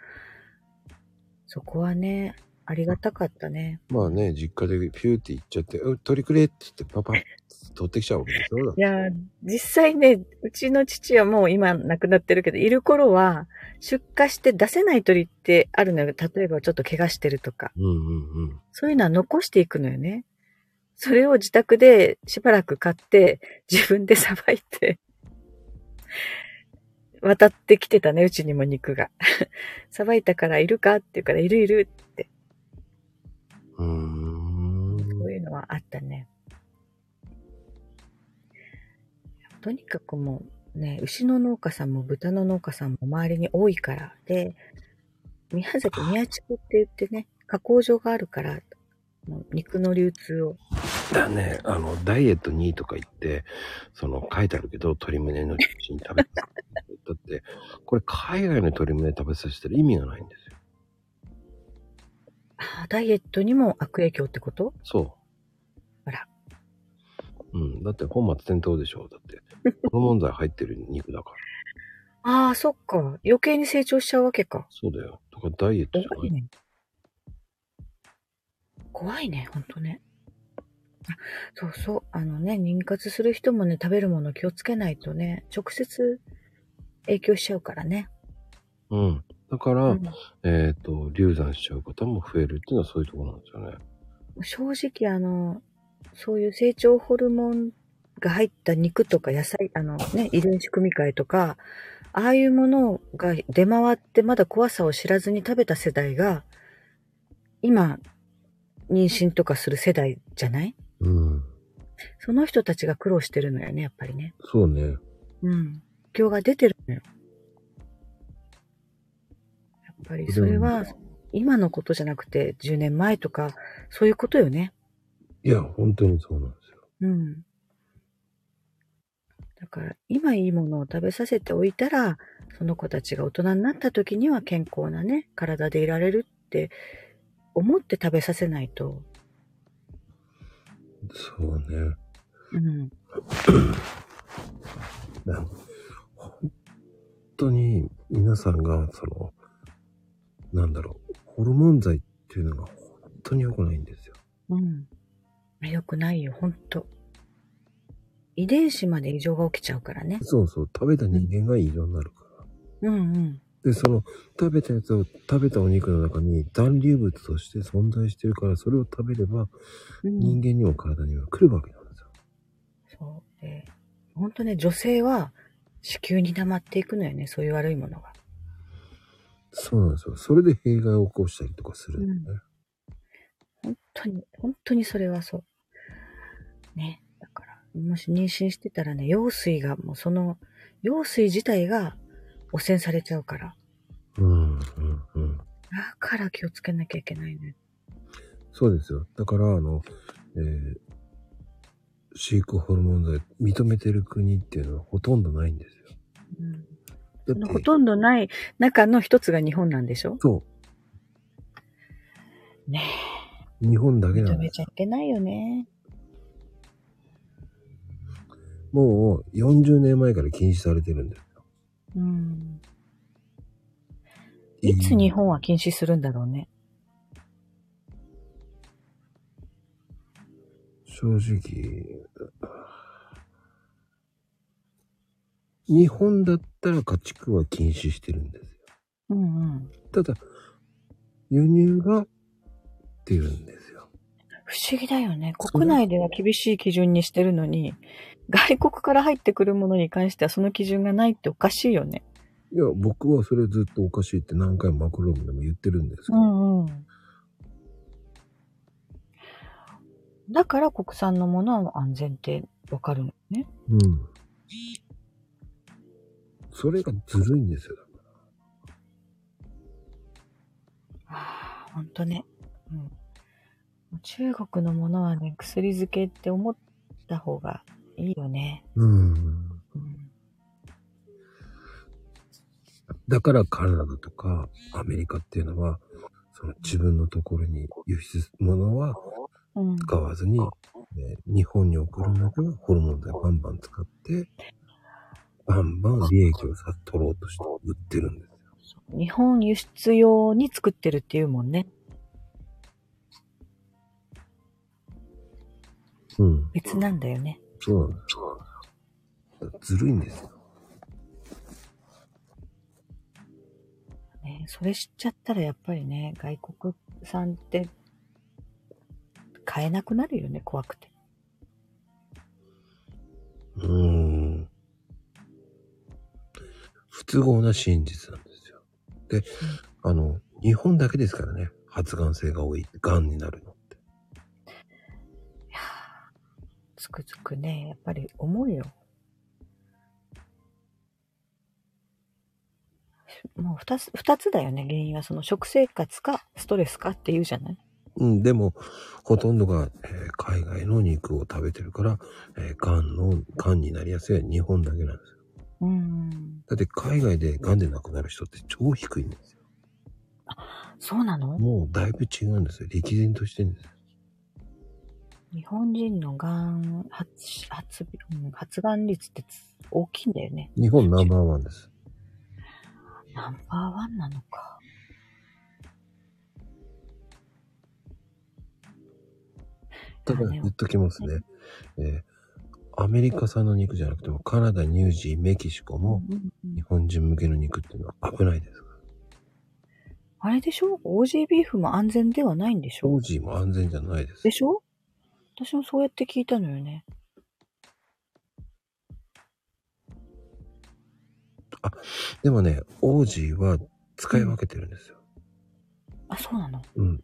Speaker 4: そこはね、ありがたかったね。
Speaker 1: 当にまあね、実家でピューって行っちゃって、うん取りくれって言って、パパッと取ってきちゃうわけでしょ。だって
Speaker 4: いやー、実際ね、うちの父はもう今亡くなってるけど、いる頃は、出荷して出せない鳥ってあるのよ。例えばちょっと怪我してるとか。
Speaker 1: うんうんうん。
Speaker 4: そういうのは残していくのよね。それを自宅でしばらく買って、自分でさばいて、渡ってきてたね、うちにも肉が。 さばいたからいるかっていうから、いるいる。
Speaker 1: うーん
Speaker 4: そういうのはあったね。とにかくもうね、牛の農家さんも豚の農家さんも周りに多いから、で、宮崎、宮地区って言ってね、加工場があるから、もう肉の流通を。
Speaker 1: だね、あの、ダイエット2とか言って、その、書いてあるけど、鶏胸の中心食べてだって、これ海外の鶏胸食べさせたら意味がないんですよ。
Speaker 4: あーダイエットにも悪影響ってこと
Speaker 1: そう。
Speaker 4: あら。
Speaker 1: うん、だって本末転倒でしょ。だって、この問題入ってる肉だから。
Speaker 4: ああ、そっか。余計に成長しちゃうわけか。
Speaker 1: そうだよ。だからダイエットじゃ
Speaker 4: 怖い
Speaker 1: ない。
Speaker 4: ね。怖いね、ほんとね。あそうそう。あのね、妊活する人もね、食べるもの気をつけないとね、直接影響しちゃうからね。
Speaker 1: うん。だから、
Speaker 4: うん、
Speaker 1: えっ、と、流産しちゃう方も増えるっていうのはそういうところなんですよね。
Speaker 4: 正直、あの、そういう成長ホルモンが入った肉とか野菜、あのね、遺伝子組み換えとか、ああいうものが出回ってまだ怖さを知らずに食べた世代が、今、妊娠とかする世代じゃない
Speaker 1: うん。
Speaker 4: その人たちが苦労してるのよね、やっぱりね。
Speaker 1: そうね。
Speaker 4: うん。今日が出てるのよ。やっぱりそれは、今のことじゃなくて、10年前とか、そういうことよね。
Speaker 1: いや、本当にそうなんですよ。
Speaker 4: うん。だから、今いいものを食べさせておいたら、その子たちが大人になった時には健康なね、体でいられるって思って食べさせないと、
Speaker 1: そうね。
Speaker 4: うん。
Speaker 1: なん本当に皆さんが、その、なんだろう、ホルモン剤っていうのが本当に良くないんですよ。
Speaker 4: うん。よくないよ、ほんと。遺伝子まで異常が起きちゃうからね。
Speaker 1: そうそう、食べた人間が異常になるから。
Speaker 4: うんうん。
Speaker 1: で、その、食べたやつを、食べたお肉の中に残留物として存在してるから、それを食べれば、
Speaker 4: うん
Speaker 1: 人間にも体にも来るわけなんですよ。
Speaker 4: そう。で、ほんとね、女性は子宮に溜まっていくのよね、そういう悪いものが。
Speaker 1: そうなんですよ。それで弊害を起こしたりとかするんだよね。
Speaker 4: 本当に、本当にそれはそう。ね。だから、もし妊娠してたらね、羊水がもうその、羊水自体が汚染されちゃうから。
Speaker 1: うん、うん、うん。
Speaker 4: だから気をつけなきゃいけないね。
Speaker 1: そうですよ。だから、あの、えー、飼育ホルモン剤認めてる国っていうのはほとんどないんです
Speaker 4: うん。
Speaker 1: よ。
Speaker 4: そ
Speaker 1: だ
Speaker 4: の
Speaker 1: っ
Speaker 4: ほ
Speaker 1: て、
Speaker 4: とんどない中の一つが日本なんでしょ
Speaker 1: そ
Speaker 4: ね
Speaker 1: う、日本だけ
Speaker 4: え。
Speaker 1: な
Speaker 4: 認
Speaker 1: んで
Speaker 4: め
Speaker 1: す
Speaker 4: ちゃいけないよね。
Speaker 1: もう40年前から禁止されてるんですよ。
Speaker 4: うん。いつ日本は禁止するんだろうね。
Speaker 1: 正直、日本だったら家畜は禁止してるんですよ。
Speaker 4: うんうん。
Speaker 1: ただ、輸入が出るんですよ。
Speaker 4: 不思議だよね。
Speaker 1: そうだ
Speaker 4: 国内では厳しい基準にしてるのに、外国から入ってくるものに関してはその基準がないっておかしいよね。
Speaker 1: いや、僕はそれずっとおかしいって何回もマクロームでも言ってるんですけど、
Speaker 4: んうん。だから国産のものは安全ってわかるのね。
Speaker 1: うん。それがずるいんですよ。
Speaker 4: ああ、ほんとね。うん。中国のものはね、薬漬けって思った方がいいよね。
Speaker 1: うん。
Speaker 4: うん。
Speaker 1: だからカナダとかアメリカっていうのは、その自分のところに輸出物は
Speaker 4: うん、
Speaker 1: 使わずに、えー日本に送るのがホルモン剤バンバン使って、バンバン利益をさ取ろうとして売ってるんですよ。
Speaker 4: 日本輸出用に作ってるっていうもんね。
Speaker 1: うん。
Speaker 4: 別なんだよね。
Speaker 1: そうなんですよ。ずるいんですよ。
Speaker 4: ねそれ知っちゃったらやっぱりね、外国産って買えなくなるよね、怖くて。
Speaker 1: うーん。不都合な真実なんですよ。で、あの、日本だけですからね、発がん性が多い、がんになるのって。
Speaker 4: いやーつくづくね、やっぱり思うよ。もう二つ、二つだよね、原因は。その食生活か、ストレスかっていうじゃない
Speaker 1: うん、でも、ほとんどが、えー海外の肉を食べてるから、えー、がんの、がんになりやすいのは日本だけなんですよ。
Speaker 4: うん。
Speaker 1: だって海外でがんで亡くなる人って超低いんですよ。
Speaker 4: そうなの
Speaker 1: もうだいぶ違うんですよ。歴然としてるんですよ。
Speaker 4: 日本人のがん、発、発、うん発がん率ってつ大きいんだよね。
Speaker 1: 日本ナンバーワンです。
Speaker 4: ナンバーワンなのか。
Speaker 1: だから言っときますね。えーアメリカ産の肉じゃなくても、カナダ、ニュージー、メキシコも、
Speaker 4: うんうん
Speaker 1: 日本人向けの肉っていうのは危ないです。
Speaker 4: あれでしょ ?OG ビーフも安全ではないんでしょ
Speaker 1: ニュージーも安全じゃないです
Speaker 4: で。しょ私もそうやって聞いたのよね。
Speaker 1: でもね、オージーは使い分けてるんですよ。
Speaker 4: あ、そうなの
Speaker 1: うん。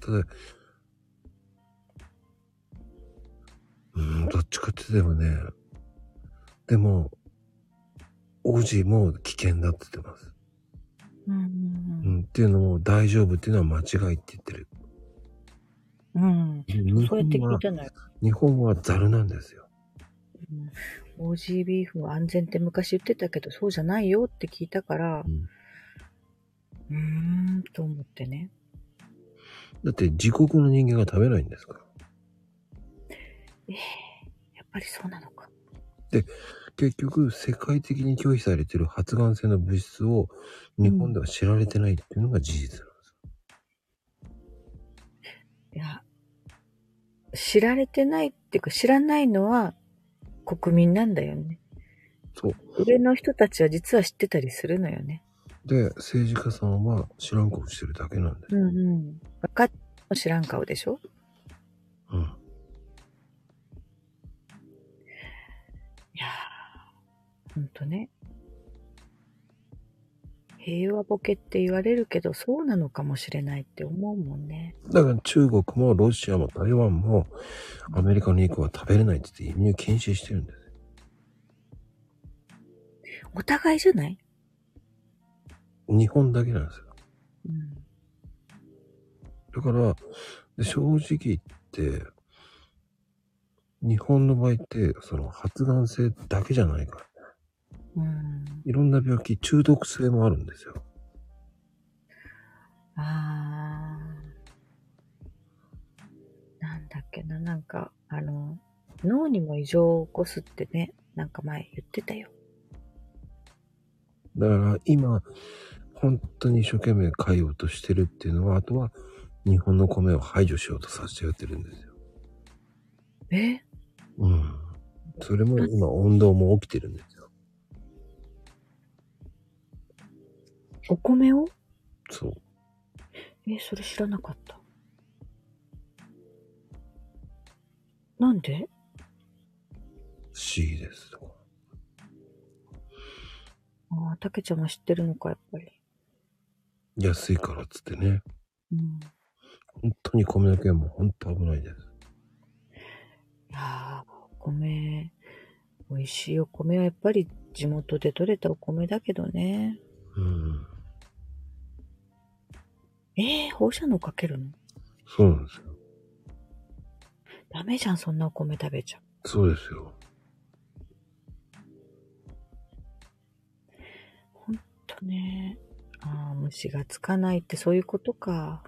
Speaker 1: ただ、うーん、どっちかって言えばね、でも、オージーも危険だって言ってます。
Speaker 4: うん
Speaker 1: うん、っていうのも大丈夫っていうのは間違いって言ってる。
Speaker 4: うんうん。うん。
Speaker 1: 日
Speaker 4: そうやっ
Speaker 1: 本
Speaker 4: て聞い
Speaker 1: は、
Speaker 4: たのよ。
Speaker 1: 日本はザルなんですよ。
Speaker 4: うん、OG ビーフは安全って昔言ってたけど、そうじゃないよって聞いたから、うーん、と思ってね。
Speaker 1: だって自国の人間が食べないんですから。
Speaker 4: ええやっぱりそうなのか。
Speaker 1: 結局、世界的に拒否されてる発がん性の物質を日本では知られてないっていうのが事実なんです。
Speaker 4: いや、知られてないっていうか、知らないのは国民なんだよね。
Speaker 1: そう。
Speaker 4: 上の人たちは実は知ってたりするのよね。
Speaker 1: で、政治家さんは知らん顔してるだけなんで。
Speaker 4: うんうん。分かっ知らん顔でしょ
Speaker 1: うん。
Speaker 4: いやー、ほんとね。平和ボケって言われるけど、そうなのかもしれないって思うもんね。
Speaker 1: だから中国もロシアも台湾もアメリカの肉は食べれないって言って輸入禁止してるんです。
Speaker 4: お互いじゃない
Speaker 1: 日本だけなんですよ。
Speaker 4: うん。
Speaker 1: だから、で正直言って、日本の場合って、その発がん性だけじゃないから。
Speaker 4: うん。
Speaker 1: いろんな病気、中毒性もあるんですよ。
Speaker 4: あー。なんだっけな、なんか、あの、脳にも異常を起こすってね、なんか前言ってたよ。
Speaker 1: だから今、本当に一生懸命変えようとしてるっていうのは、あとは日本の米を排除しようとさせてやってるんですよ。
Speaker 4: え
Speaker 1: うん。それも今、運動も起きてるんですよ。
Speaker 4: お米を
Speaker 1: そう。
Speaker 4: え、それ知らなかった。なんで
Speaker 1: C ですとか。
Speaker 4: ああ、たけちゃんも知ってるのか、やっぱり。
Speaker 1: 安いからっつってね。
Speaker 4: うん。
Speaker 1: 本当に米だけはもう本当危ないです。
Speaker 4: いやー、お米、美味しいお米はやっぱり地元で採れたお米だけどね。
Speaker 1: うん。
Speaker 4: えー、放射能かけるの
Speaker 1: そうなんですよ。
Speaker 4: ダメじゃん、そんなお米食べちゃ。
Speaker 1: そうですよ。
Speaker 4: ほんとね。ああ、虫がつかないってそういうことか。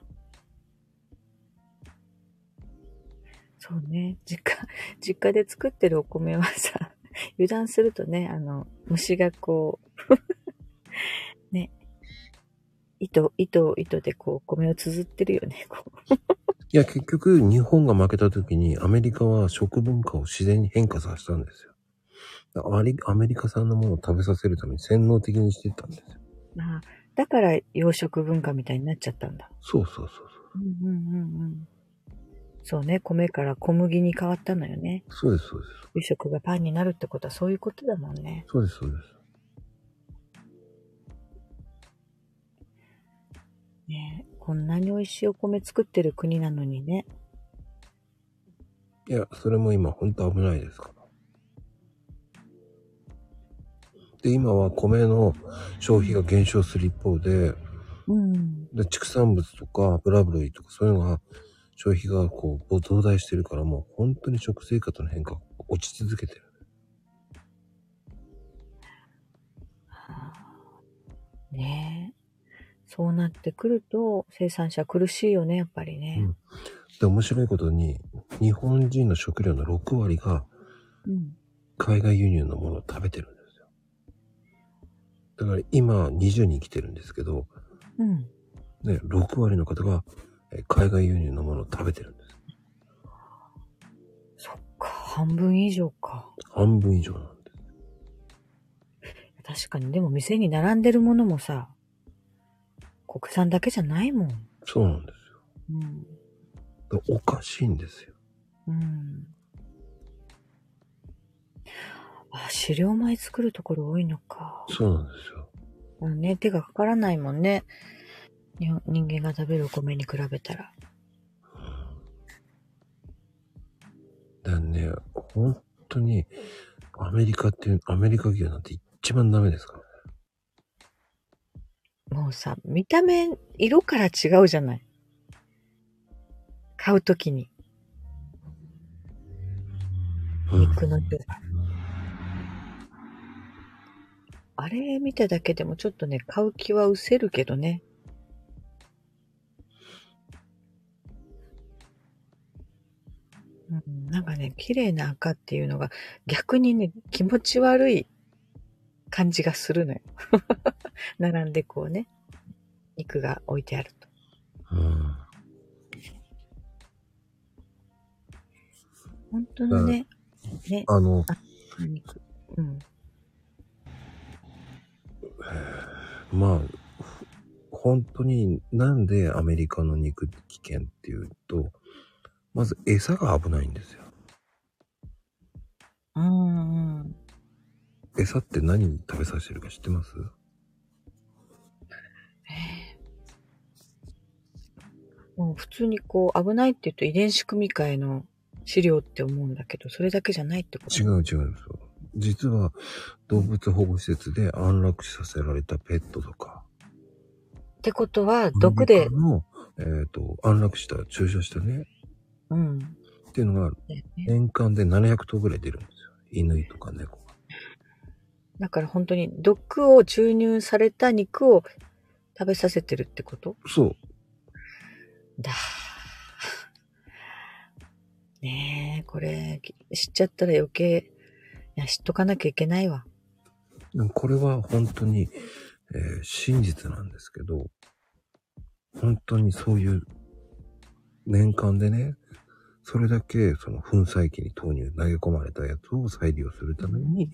Speaker 4: そうね。実家、 実家で作ってるお米はさ、 油断するとね、あの、虫がこう、 ね。糸、糸、糸でこう、お米を綴ってるよね。こう
Speaker 1: いや、結局、日本が負けた時に、アメリカは食文化を自然に変化させたんですよ。だからアリアメリカ産のものを食べさせるために洗脳的にしてったんですよ。
Speaker 4: まあ、だから洋食文化みたいになっちゃったんだ。
Speaker 1: そうそうそうそう。
Speaker 4: うんうんうんうん。そうね、米から小麦に変わったのよね。
Speaker 1: そうです、そうです。
Speaker 4: 美食がパンになるってことはそういうことだもんね。
Speaker 1: そうです、そうです。
Speaker 4: ねえこんなに美味しいお米作ってる国なのにね。
Speaker 1: いや、それも今本当危ないですから。で、今は米の消費が減少する一方で、
Speaker 4: うん。
Speaker 1: で畜産物とか油類とかそういうのが消費がこう増大してるからもう本当に食生活の変化が落ち続けてる。
Speaker 4: ねえそうなってくると生産者苦しいよね、やっぱりね。
Speaker 1: で、面白いことに日本人の食料の6割が
Speaker 4: うん。
Speaker 1: 海外輸入のものを食べてるんですよ。だから今20人来てるんですけど、
Speaker 4: うん。
Speaker 1: ね、6割の方がえー海外輸入のものを食べてるんです。
Speaker 4: そっか、半分以上か。
Speaker 1: 半分以上なんです。
Speaker 4: 確かに、でも店に並んでるものもさ、国産だけじゃないもん。
Speaker 1: そうなんですよ
Speaker 4: うん。。
Speaker 1: だからおかしいんですよ。
Speaker 4: うん。あ、飼料米作るところ多いのか。
Speaker 1: そうなんですよ。
Speaker 4: うんね、手がかからないもんね。日本人間が食べるお米に比べたら。
Speaker 1: だからね、本当にアメリカっていう、アメリカ牛なんて一番ダメですからね。
Speaker 4: もうさ、見た目、色から違うじゃない。買うときに、
Speaker 1: うん
Speaker 4: 肉の色が。あれ見ただけでもちょっとね、買う気は失せるけどね。うん、なんかね、綺麗な赤っていうのが逆にね、気持ち悪い感じがするのよ。 並んでこうね、肉が置いてあると。
Speaker 1: うん。
Speaker 4: 本当のね、ね、
Speaker 1: あの、
Speaker 4: 肉。うん。
Speaker 1: まあ、ふ本当になんでアメリカの肉危険っていうと、まず餌が危ないんですよ。
Speaker 4: うんうん。
Speaker 1: 餌って何に食べさせてるか知ってます
Speaker 4: もう普通にこう危ないって言うと遺伝子組み換えの資料って思うんだけど、それだけじゃないってこと
Speaker 1: 違う違うんですよ。実は動物保護施設で安楽死させられたペットとか、
Speaker 4: ってことは、毒で
Speaker 1: アメリ、カの、えっ、と、安楽した、注射したね、
Speaker 4: う
Speaker 1: っ
Speaker 4: ん。
Speaker 1: ていうのが
Speaker 4: だよね
Speaker 1: 年間で700頭ぐらい出るんですよ。犬とか猫が。
Speaker 4: だから本当に毒を注入された肉を食べさせてるってこと
Speaker 1: そう。
Speaker 4: だ。ねえ、これ、き知っちゃったら余計、いや、知っとかなきゃいけないわ。
Speaker 1: でもこれは本当に、えー真実なんですけど、本当にそういう年間でね、それだけその粉砕機に投入、投げ込まれたやつを再利用するために、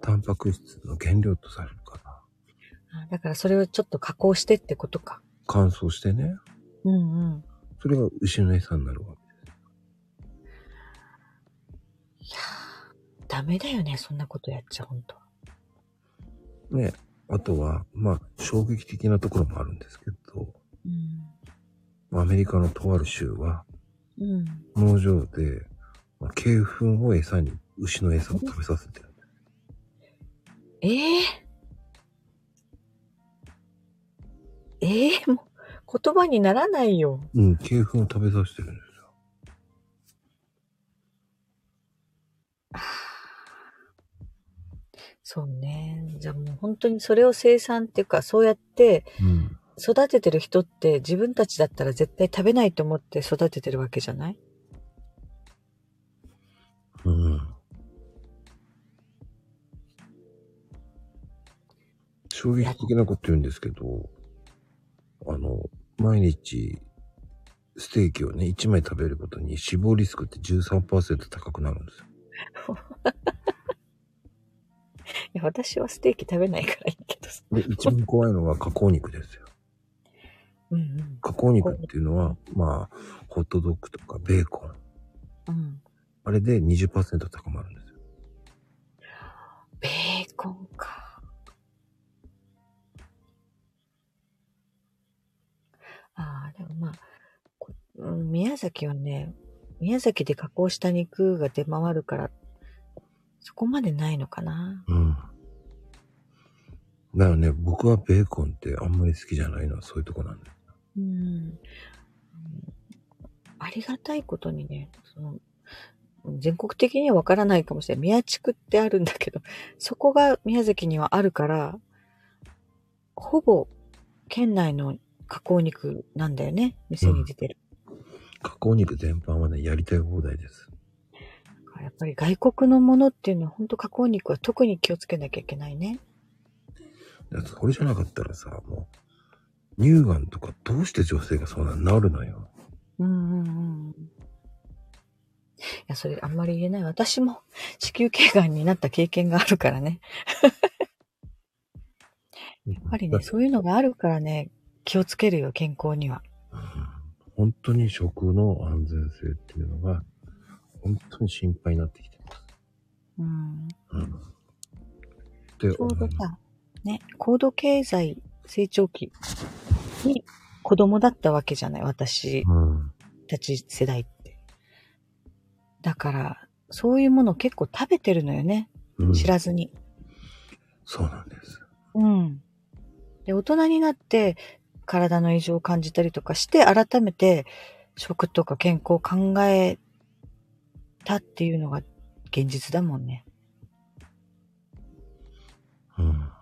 Speaker 1: タンパク質の原料とされるから、
Speaker 4: あだからそれをちょっと加工してってことか。
Speaker 1: 乾燥してね、
Speaker 4: うんうん。
Speaker 1: それが牛の餌になるわけ。
Speaker 4: いやーダメだよね、そんなことやっちゃ、本当
Speaker 1: ね、あとは、まあ、衝撃的なところもあるんですけど、
Speaker 4: う
Speaker 1: アメリカのとある州は、
Speaker 4: ん。うん。
Speaker 1: 農場で、まあ、鶏糞を餌に、牛の餌を食べさせてるんです。
Speaker 4: ええええもう、言葉にならないよ。
Speaker 1: うん、給付を食べさせてるんですよ。
Speaker 4: そうね。じゃあもう本当にそれを生産っていうか、そうやって
Speaker 1: うん。
Speaker 4: 育ててる人って自分たちだったら絶対食べないと思って育ててるわけじゃない
Speaker 1: うん。衝撃的なこと言うんですけど、あの、毎日、ステーキをね、1枚食べることに死亡リスクって13%高くなるんですよ。
Speaker 4: いや、私はステーキ食べないからいいけどさ。
Speaker 1: で、一番怖いのは加工肉です よ。
Speaker 4: うんうん。
Speaker 1: 加工肉っていうのは、まあ、ホットドッグとかベーコン。
Speaker 4: うん。
Speaker 1: あれで20%高まるんですよ。
Speaker 4: ベーコンか。ああ、でもまあ、こうん宮崎はね、宮崎で加工した肉が出回るから、そこまでないのかな。
Speaker 1: うん。だからね、僕はベーコンってあんまり好きじゃないのはそういうとこなんです。
Speaker 4: うん。ありがたいことにね、その、全国的にはわからないかもしれない。宮地区ってあるんだけど、そこが宮崎にはあるから、ほぼ県内の加工肉なんだよね。店に出てる。
Speaker 1: 加工肉全般はね、やりたい放題です。
Speaker 4: だからやっぱり外国のものっていうのは本当加工肉は特に気をつけなきゃいけないね。
Speaker 1: だってそれじゃなかったらさ、もう、乳がんとかどうして女性がそんなになるのよ。
Speaker 4: うんうんうん。いや、それあんまり言えない。私も子宮頸がんになった経験があるからね。
Speaker 1: や
Speaker 4: やっぱりね、そういうのがあるからね、気をつけるよ、健康には。
Speaker 1: 本当に食の安全性っていうのが、本当に心配になってきてます。
Speaker 4: うん。
Speaker 1: うん。って
Speaker 4: ちょ
Speaker 1: 思
Speaker 4: うど
Speaker 1: います
Speaker 4: さ、ね、高度経済成長期に子供だったわけじゃない、私
Speaker 1: うん。
Speaker 4: たち世代って。だから、そういうものを結構食べてるのよね、
Speaker 1: うん
Speaker 4: 知らずに。
Speaker 1: そうなんです。
Speaker 4: うん。で、大人になって体の異常を感じたりとかして、改めて食とか健康を考えたっていうのが現実だもんね。
Speaker 1: うん。あ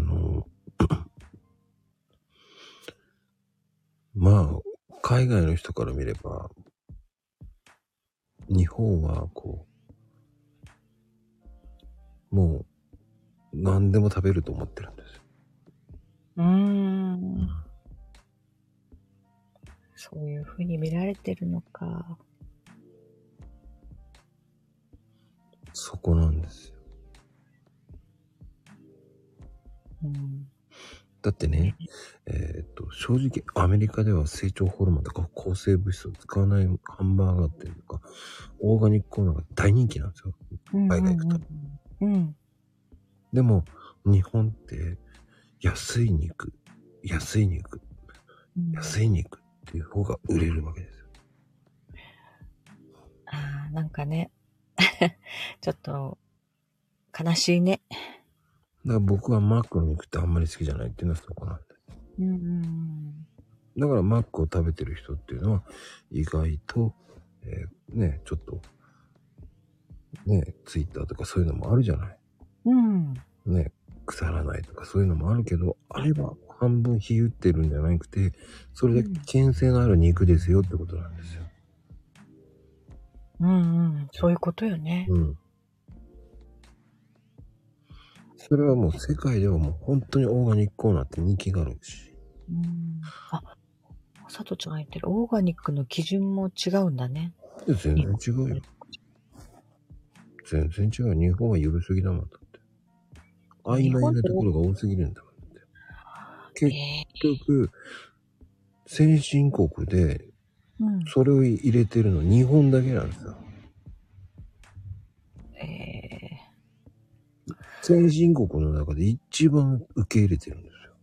Speaker 1: の、 まあ、海外の人から見れば、日本はこう、もう、何でも食べると思ってるんですよ。
Speaker 4: うーん。そういう風に見られてるのか。
Speaker 1: そこなんですよ。
Speaker 4: うん。
Speaker 1: だってね、えーっと、正直アメリカでは成長ホルモンとか抗生物質を使わないハンバーガーっていうか、オーガニックコーナーが大人気なんですよ。海外行くと
Speaker 4: うん。うん。
Speaker 1: でも、日本って、安い肉、安い肉、
Speaker 4: うん
Speaker 1: 安い肉っていう方が売れるわけですよ。
Speaker 4: ああ、なんかね。 ちょっと、悲しいね。
Speaker 1: だから僕はマックの肉ってあんまり好きじゃないっていうのはそこなんで。
Speaker 4: うんうん
Speaker 1: だからマックを食べてる人っていうのは、意外と、えーね、ちょっと、ね、ツイッターとかそういうのもあるじゃない。
Speaker 4: うん。うん。
Speaker 1: ね、腐らないとかそういうのもあるけど、あれは半分ひゆってるんじゃなくて、それだけ危険性のある肉ですよってことなんですよ。
Speaker 4: うんうん。そういうことよね。
Speaker 1: うん。それはもう世界ではもう本当にオーガニックコーナーって人気があるし。
Speaker 4: うん。あ、さとちゃんが言ってるオーガニックの基準も違うんだね。
Speaker 1: 全然違うよ。全然違う。日本は緩すぎだもんだって。曖昧なところが多すぎるんだもんだって。
Speaker 4: え
Speaker 1: 結局、先進国で
Speaker 4: ーうん。
Speaker 1: それを入れてるの日本だけなんですよ。
Speaker 4: え
Speaker 1: 先進国の中で一番受け入れてるんですよ。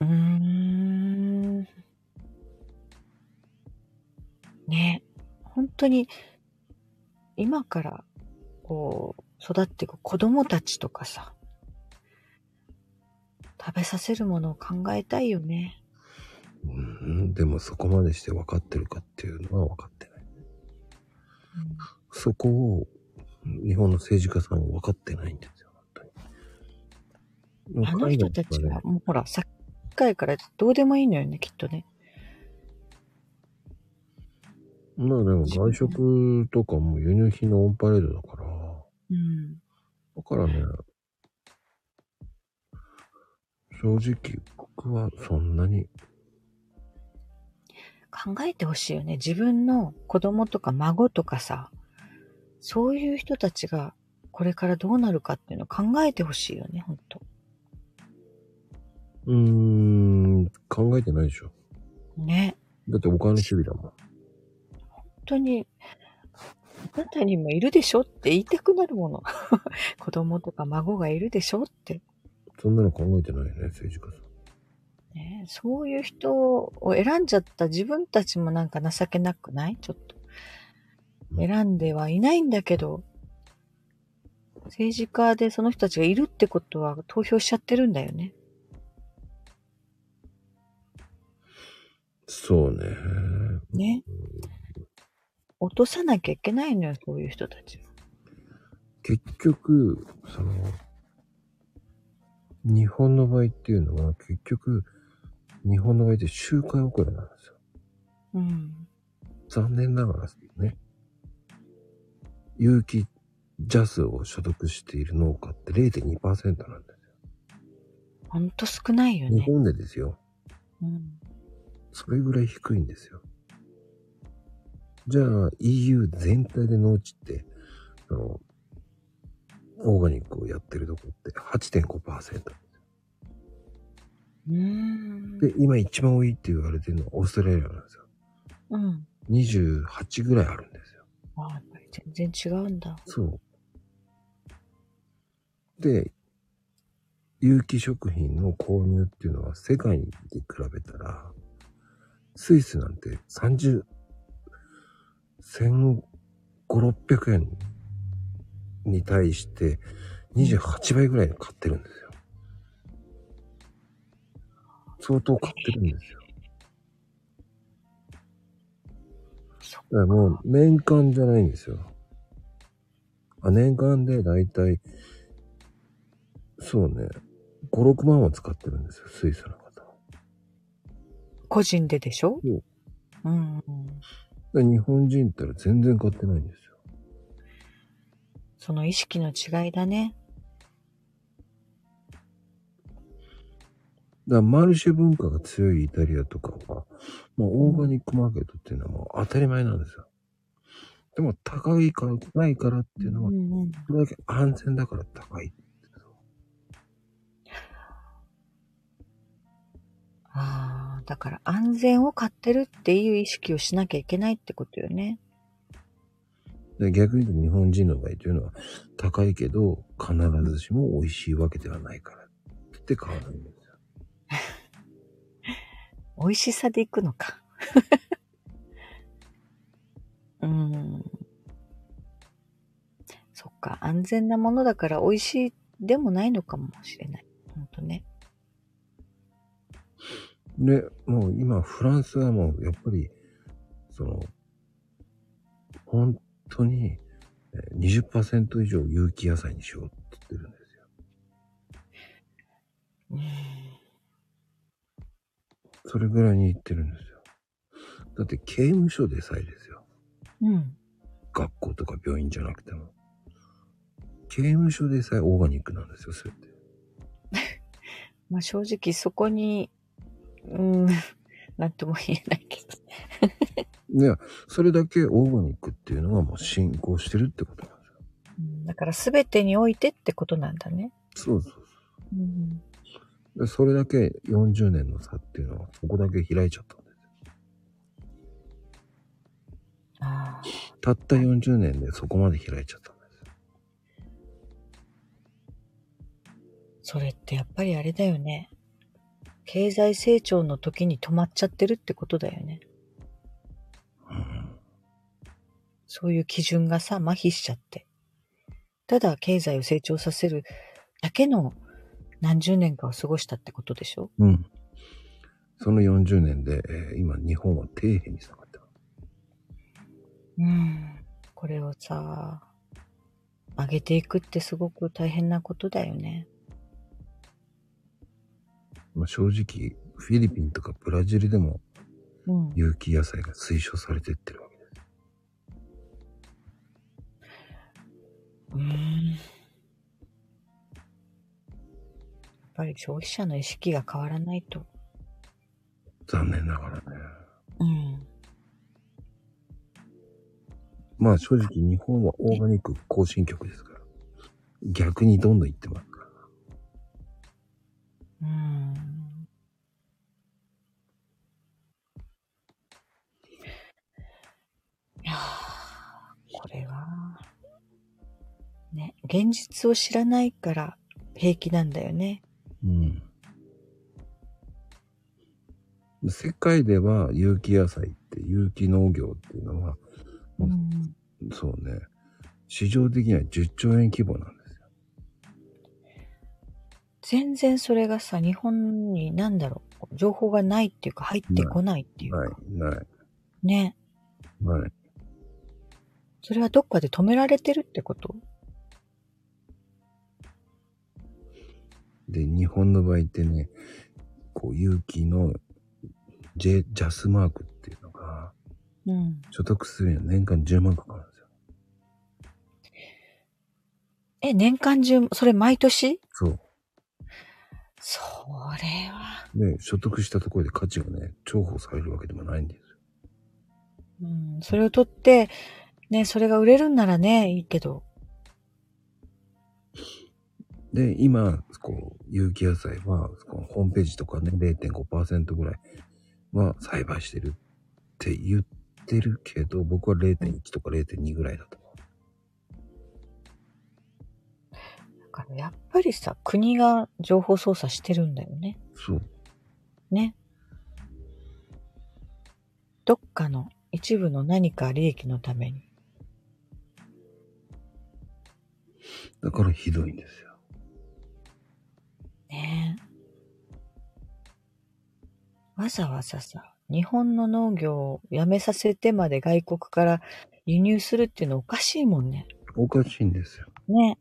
Speaker 4: ー、うーん。ね。本当に、今から、こう、育っていく子供たちとかさ、食べさせるものを考えたいよね。
Speaker 1: うん、でもそこまでして分かってるかっていうのは分かってない。そこを日本の政治家さんは分かってないんですよ、本当に。
Speaker 4: あの人たち
Speaker 1: 海外とかね
Speaker 4: は、もうほら、さっきからどうでもいいのよね、きっとね。
Speaker 1: まあでも外食とかも輸入品のオンパレードだから、
Speaker 4: うん。
Speaker 1: だからね、正直僕はそんなに、
Speaker 4: 考えてほしいよね。自分の子供とか孫とかさ、そういう人たちがこれからどうなるかっていうのを考えてほしいよね、本当
Speaker 1: うーん、考えてないでしょ。
Speaker 4: ね。
Speaker 1: だってお金の日々だもん。
Speaker 4: 本当に、あなたにもいるでしょって言いたくなるもの。 子供とか孫がいるでしょって。
Speaker 1: そんなの考えてないよね、政治家さん。
Speaker 4: ね、そういう人を選んじゃった自分たちもなんか情けなくないちょっと。選んではいないんだけど、政治家でその人たちがいるってことは投票しちゃってるんだよね。
Speaker 1: そうね。
Speaker 4: ね。落とさなきゃいけないのよ、そういう人たちは。
Speaker 1: 結局、その、日本の場合っていうのは、結局、日本の場合って周回遅れなんですよ。
Speaker 4: うん。
Speaker 1: 残念ながらね、有機ジャスを所属している農家って0.2%なんで
Speaker 4: ほんと少ないよ
Speaker 1: す。日
Speaker 4: ね。
Speaker 1: 本でですよ。
Speaker 4: うん。
Speaker 1: それぐらい低いんですよ。じゃあ EU 全体で農地って、あの、オーガニックをやってるとこって8.5%。
Speaker 4: うーん。
Speaker 1: で、今一番多いって言われてるのはオーストラリアなんですよ。
Speaker 4: うん。
Speaker 1: 28ぐらいあるんですよ。
Speaker 4: ああ、やっぱり全然違うんだ。
Speaker 1: そう。で、有機食品の購入っていうのは世界に比べたら、スイスなんて30、1500、600円に対して28倍ぐらいで買ってるんですよ。相当買ってるんですよ。
Speaker 4: そ
Speaker 1: だからもう年間じゃないんですよ。あ年間でだいたい、そうね、5、6万は使ってるんですよ、スイスの方は。
Speaker 4: 個人ででしょ
Speaker 1: そう
Speaker 4: うんうん。
Speaker 1: で日本人ったら全然買ってないんですよ。
Speaker 4: その意識の違いだね。
Speaker 1: だからマルシェ文化が強いイタリアとかは、まあ、オーガニックマーケットっていうのはもう当たり前なんですよ。でも高いから、ないからっていうのは
Speaker 4: う、んうん
Speaker 1: それだけ安全だから高い。
Speaker 4: ああ、だから安全を買ってるっていう意識をしなきゃいけないってことよね。
Speaker 1: で逆に言うと日本人の場合というのは、高いけど必ずしも美味しいわけではないからって言って買わないんですよ。
Speaker 4: 美味しさでいくのか。 うん。そっか、安全なものだから美味しいでもないのかもしれない。ほんとね。
Speaker 1: で、もう今フランスはもうやっぱり、その、本当にえー20%以上有機野菜にしようって言ってるんですよ。
Speaker 4: うん。
Speaker 1: それぐらいに言ってるんですよ。だって刑務所でさえですよ。
Speaker 4: うん。
Speaker 1: 学校とか病院じゃなくても。刑務所でさえオーガニックなんですよ、それって。
Speaker 4: まあ正直そこに、うん、 なんとも言えないけど。
Speaker 1: いや、それだけオーガニックっていうのがもう進行してるってことなんですよ。
Speaker 4: うんだから全てにおいてってことなんだね。
Speaker 1: そうそう
Speaker 4: うん。
Speaker 1: そうで。それだけ40年の差っていうのは、そこだけ開いちゃったんですよ。
Speaker 4: ああ。
Speaker 1: たった40年でそこまで開いちゃったんですよ。
Speaker 4: それってやっぱりあれだよね。経済成長の時に止まっちゃってるってことだよね。そういう基準がさ、麻痺しちゃって。ただ経済を成長させるだけの何十年かを過ごしたってことでしょ
Speaker 1: うん。その40年で、えー今日本は底辺に下がってます。
Speaker 4: うん。これをさ、上げていくってすごく大変なことだよね。
Speaker 1: まあ、正直、フィリピンとかブラジルでも
Speaker 4: うん。
Speaker 1: 有機野菜が推奨されてってるわけです。
Speaker 4: うん。やっぱり消費者の意識が変わらないと。
Speaker 1: 残念ながらね。
Speaker 4: うん。
Speaker 1: まあ正直日本はオーガニック後進局ですから。逆にどんどん行ってますから。
Speaker 4: うん。いやーこれは、ね、現実を知らないから平気なんだよね。
Speaker 1: うん。世界では有機野菜って有機農業っていうのは、うそうね、市場的には10兆円規模なんですよ。
Speaker 4: 全然それがさ、日本に何だろう、情報がないっていうか入ってこないっていうか、
Speaker 1: ない、ない、
Speaker 4: ね。
Speaker 1: ない。
Speaker 4: それはどっかで止められてるってこと
Speaker 1: で、日本の場合ってね、こう、有機の J、ジャスマークっていうのが、
Speaker 4: うん。
Speaker 1: 所得するには年間10万かかるんですよ。
Speaker 4: え、年間中、それ毎年
Speaker 1: そう。
Speaker 4: それは。
Speaker 1: で、所得したところで価値がね、重宝されるわけでもないんですよ。
Speaker 4: うん。それを取って、ね、それが売れるんならね、いいけど。
Speaker 1: で、今、こう、有機野菜は、このホームページとかね、0.5%ぐらいは栽培してるって言ってるけど、僕は0.1とか0.2ぐらいだと思う。
Speaker 4: だからやっぱりさ、国が情報操作してるんだよね。
Speaker 1: そう。
Speaker 4: ね。どっかの一部の何か利益のために。
Speaker 1: だからひどいんですよ。
Speaker 4: ねえ。わざわざさ、日本の農業をやめさせてまで外国から輸入するっていうのおかしいもんね。
Speaker 1: おかしいんですよ。
Speaker 4: ね。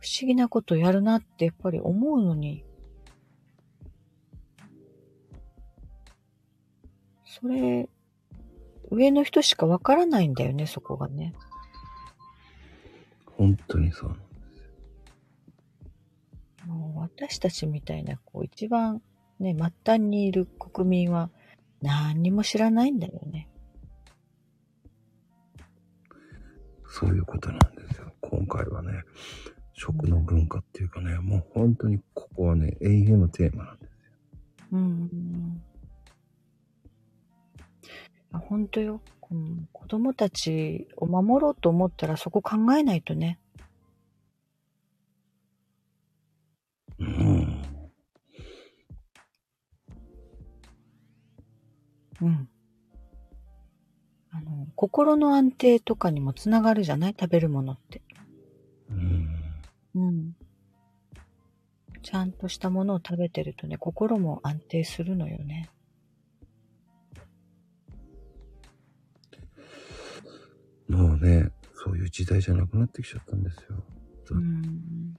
Speaker 4: 不思議なことやるなってやっぱり思うのに。それ、上の人しかわからないんだよね、そこがね。
Speaker 1: 本当にそう。
Speaker 4: もう私たちみたいな、こう、一番ね、末端にいる国民は何にも知らないんだよね。
Speaker 1: そういうことなんですよ。今回はね、食の文化っていうかね、もう本当にここはね、永遠のテーマなんです。
Speaker 4: うん。あ本当よ。この子供たちを守ろうと思ったらそこ考えないとね。
Speaker 1: うん。
Speaker 4: うん。あの、心の安定とかにもつながるじゃない食べるものって。
Speaker 1: うん。
Speaker 4: うん。ちゃんとしたものを食べてるとね、心も安定するのよね。
Speaker 1: もうね、そういう時代じゃなくなってきちゃったんですよ。うん
Speaker 4: ん。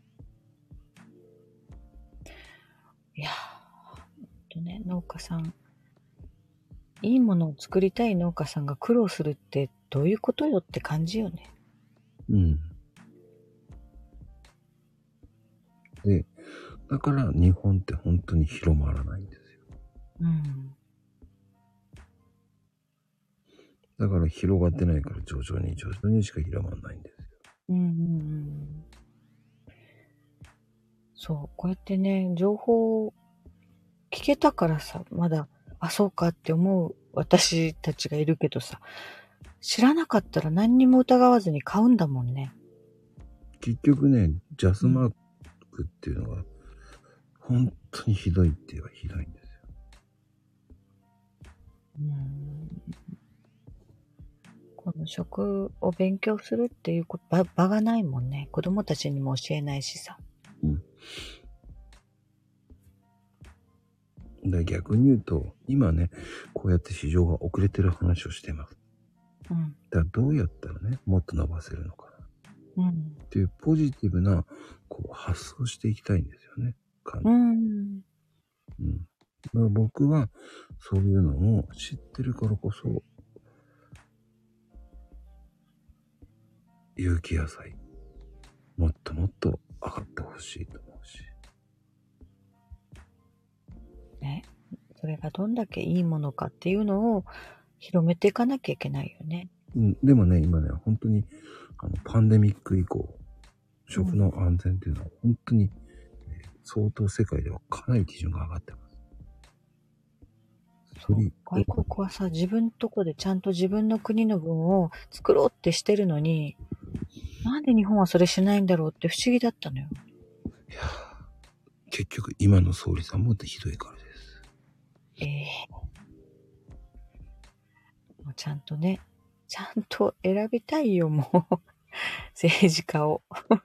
Speaker 4: いやー、ほんとね、農家さん、いいものを作りたい農家さんが苦労するってどういうことよって感じよね。
Speaker 1: うん。で、だから日本って本当に広まらないんですよ。
Speaker 4: うん。
Speaker 1: だから広がってないから徐々に徐々にしか広まらないんですよ。
Speaker 4: うんうんうんそう、こうやってね、情報を聞けたからさ、まだ、あ、そうかって思う私たちがいるけどさ、知らなかったら何にも疑わずに買うんだもんね。
Speaker 1: 結局ね、ジャスマークっていうのが本当にひどいって言えばひどいんですよ。
Speaker 4: うん。この食を勉強するっていうこ場場がないもんね。子供たちにも教えないしさ。
Speaker 1: で逆に言うと、今ね、こうやって市場が遅れてる話をしてます。
Speaker 4: うん。
Speaker 1: だからどうやったらね、もっと伸ばせるのかな
Speaker 4: うん。
Speaker 1: っていうポジティブな、こう、発想していきたいんですよね。感じ
Speaker 4: う
Speaker 1: う
Speaker 4: ん。
Speaker 1: ん。だから僕は、そういうのを知ってるからこそ、有機野菜、もっともっと上がってほしいと思うし。
Speaker 4: ね。それがどんだけいいものかっていうのを広めていかなきゃいけないよね。
Speaker 1: うん、でもね、今ね、本当に、あの、パンデミック以降、食の安全っていうのは、本当に、えー相当世界ではかなり基準が上がってます。
Speaker 4: そ
Speaker 1: そうれ
Speaker 4: 外国はさ、自分とこでちゃんと自分の国の分を作ろうってしてるのに、なんで日本はそれしないんだろうって不思議だったのよ。
Speaker 1: いやー結局、今の総理さんもひどいからです。
Speaker 4: ええもうちゃんとね、ちゃんと選びたいよ、もう。 政治家を。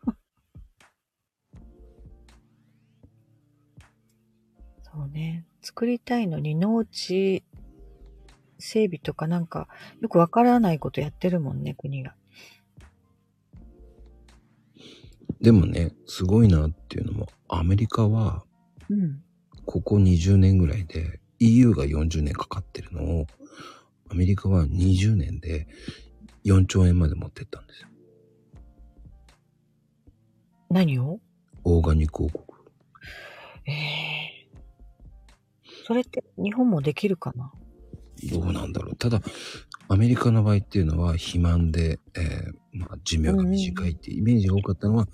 Speaker 4: そうね。作りたいのに農地整備とかなんかよくわからないことやってるもんね、国が。
Speaker 1: でもね、すごいなっていうのも、アメリカは、
Speaker 4: うん。
Speaker 1: ここ20年ぐらいで、EU が40年かかってるのを、アメリカは20年で4兆円まで持ってったんですよ。
Speaker 4: 何を
Speaker 1: オーガニック王国。
Speaker 4: ええそれって日本もできるかな
Speaker 1: どうなんだろう。ただ、アメリカの場合っていうのは、肥満で、えーまあ、寿命が短いってイメージが多かったのは、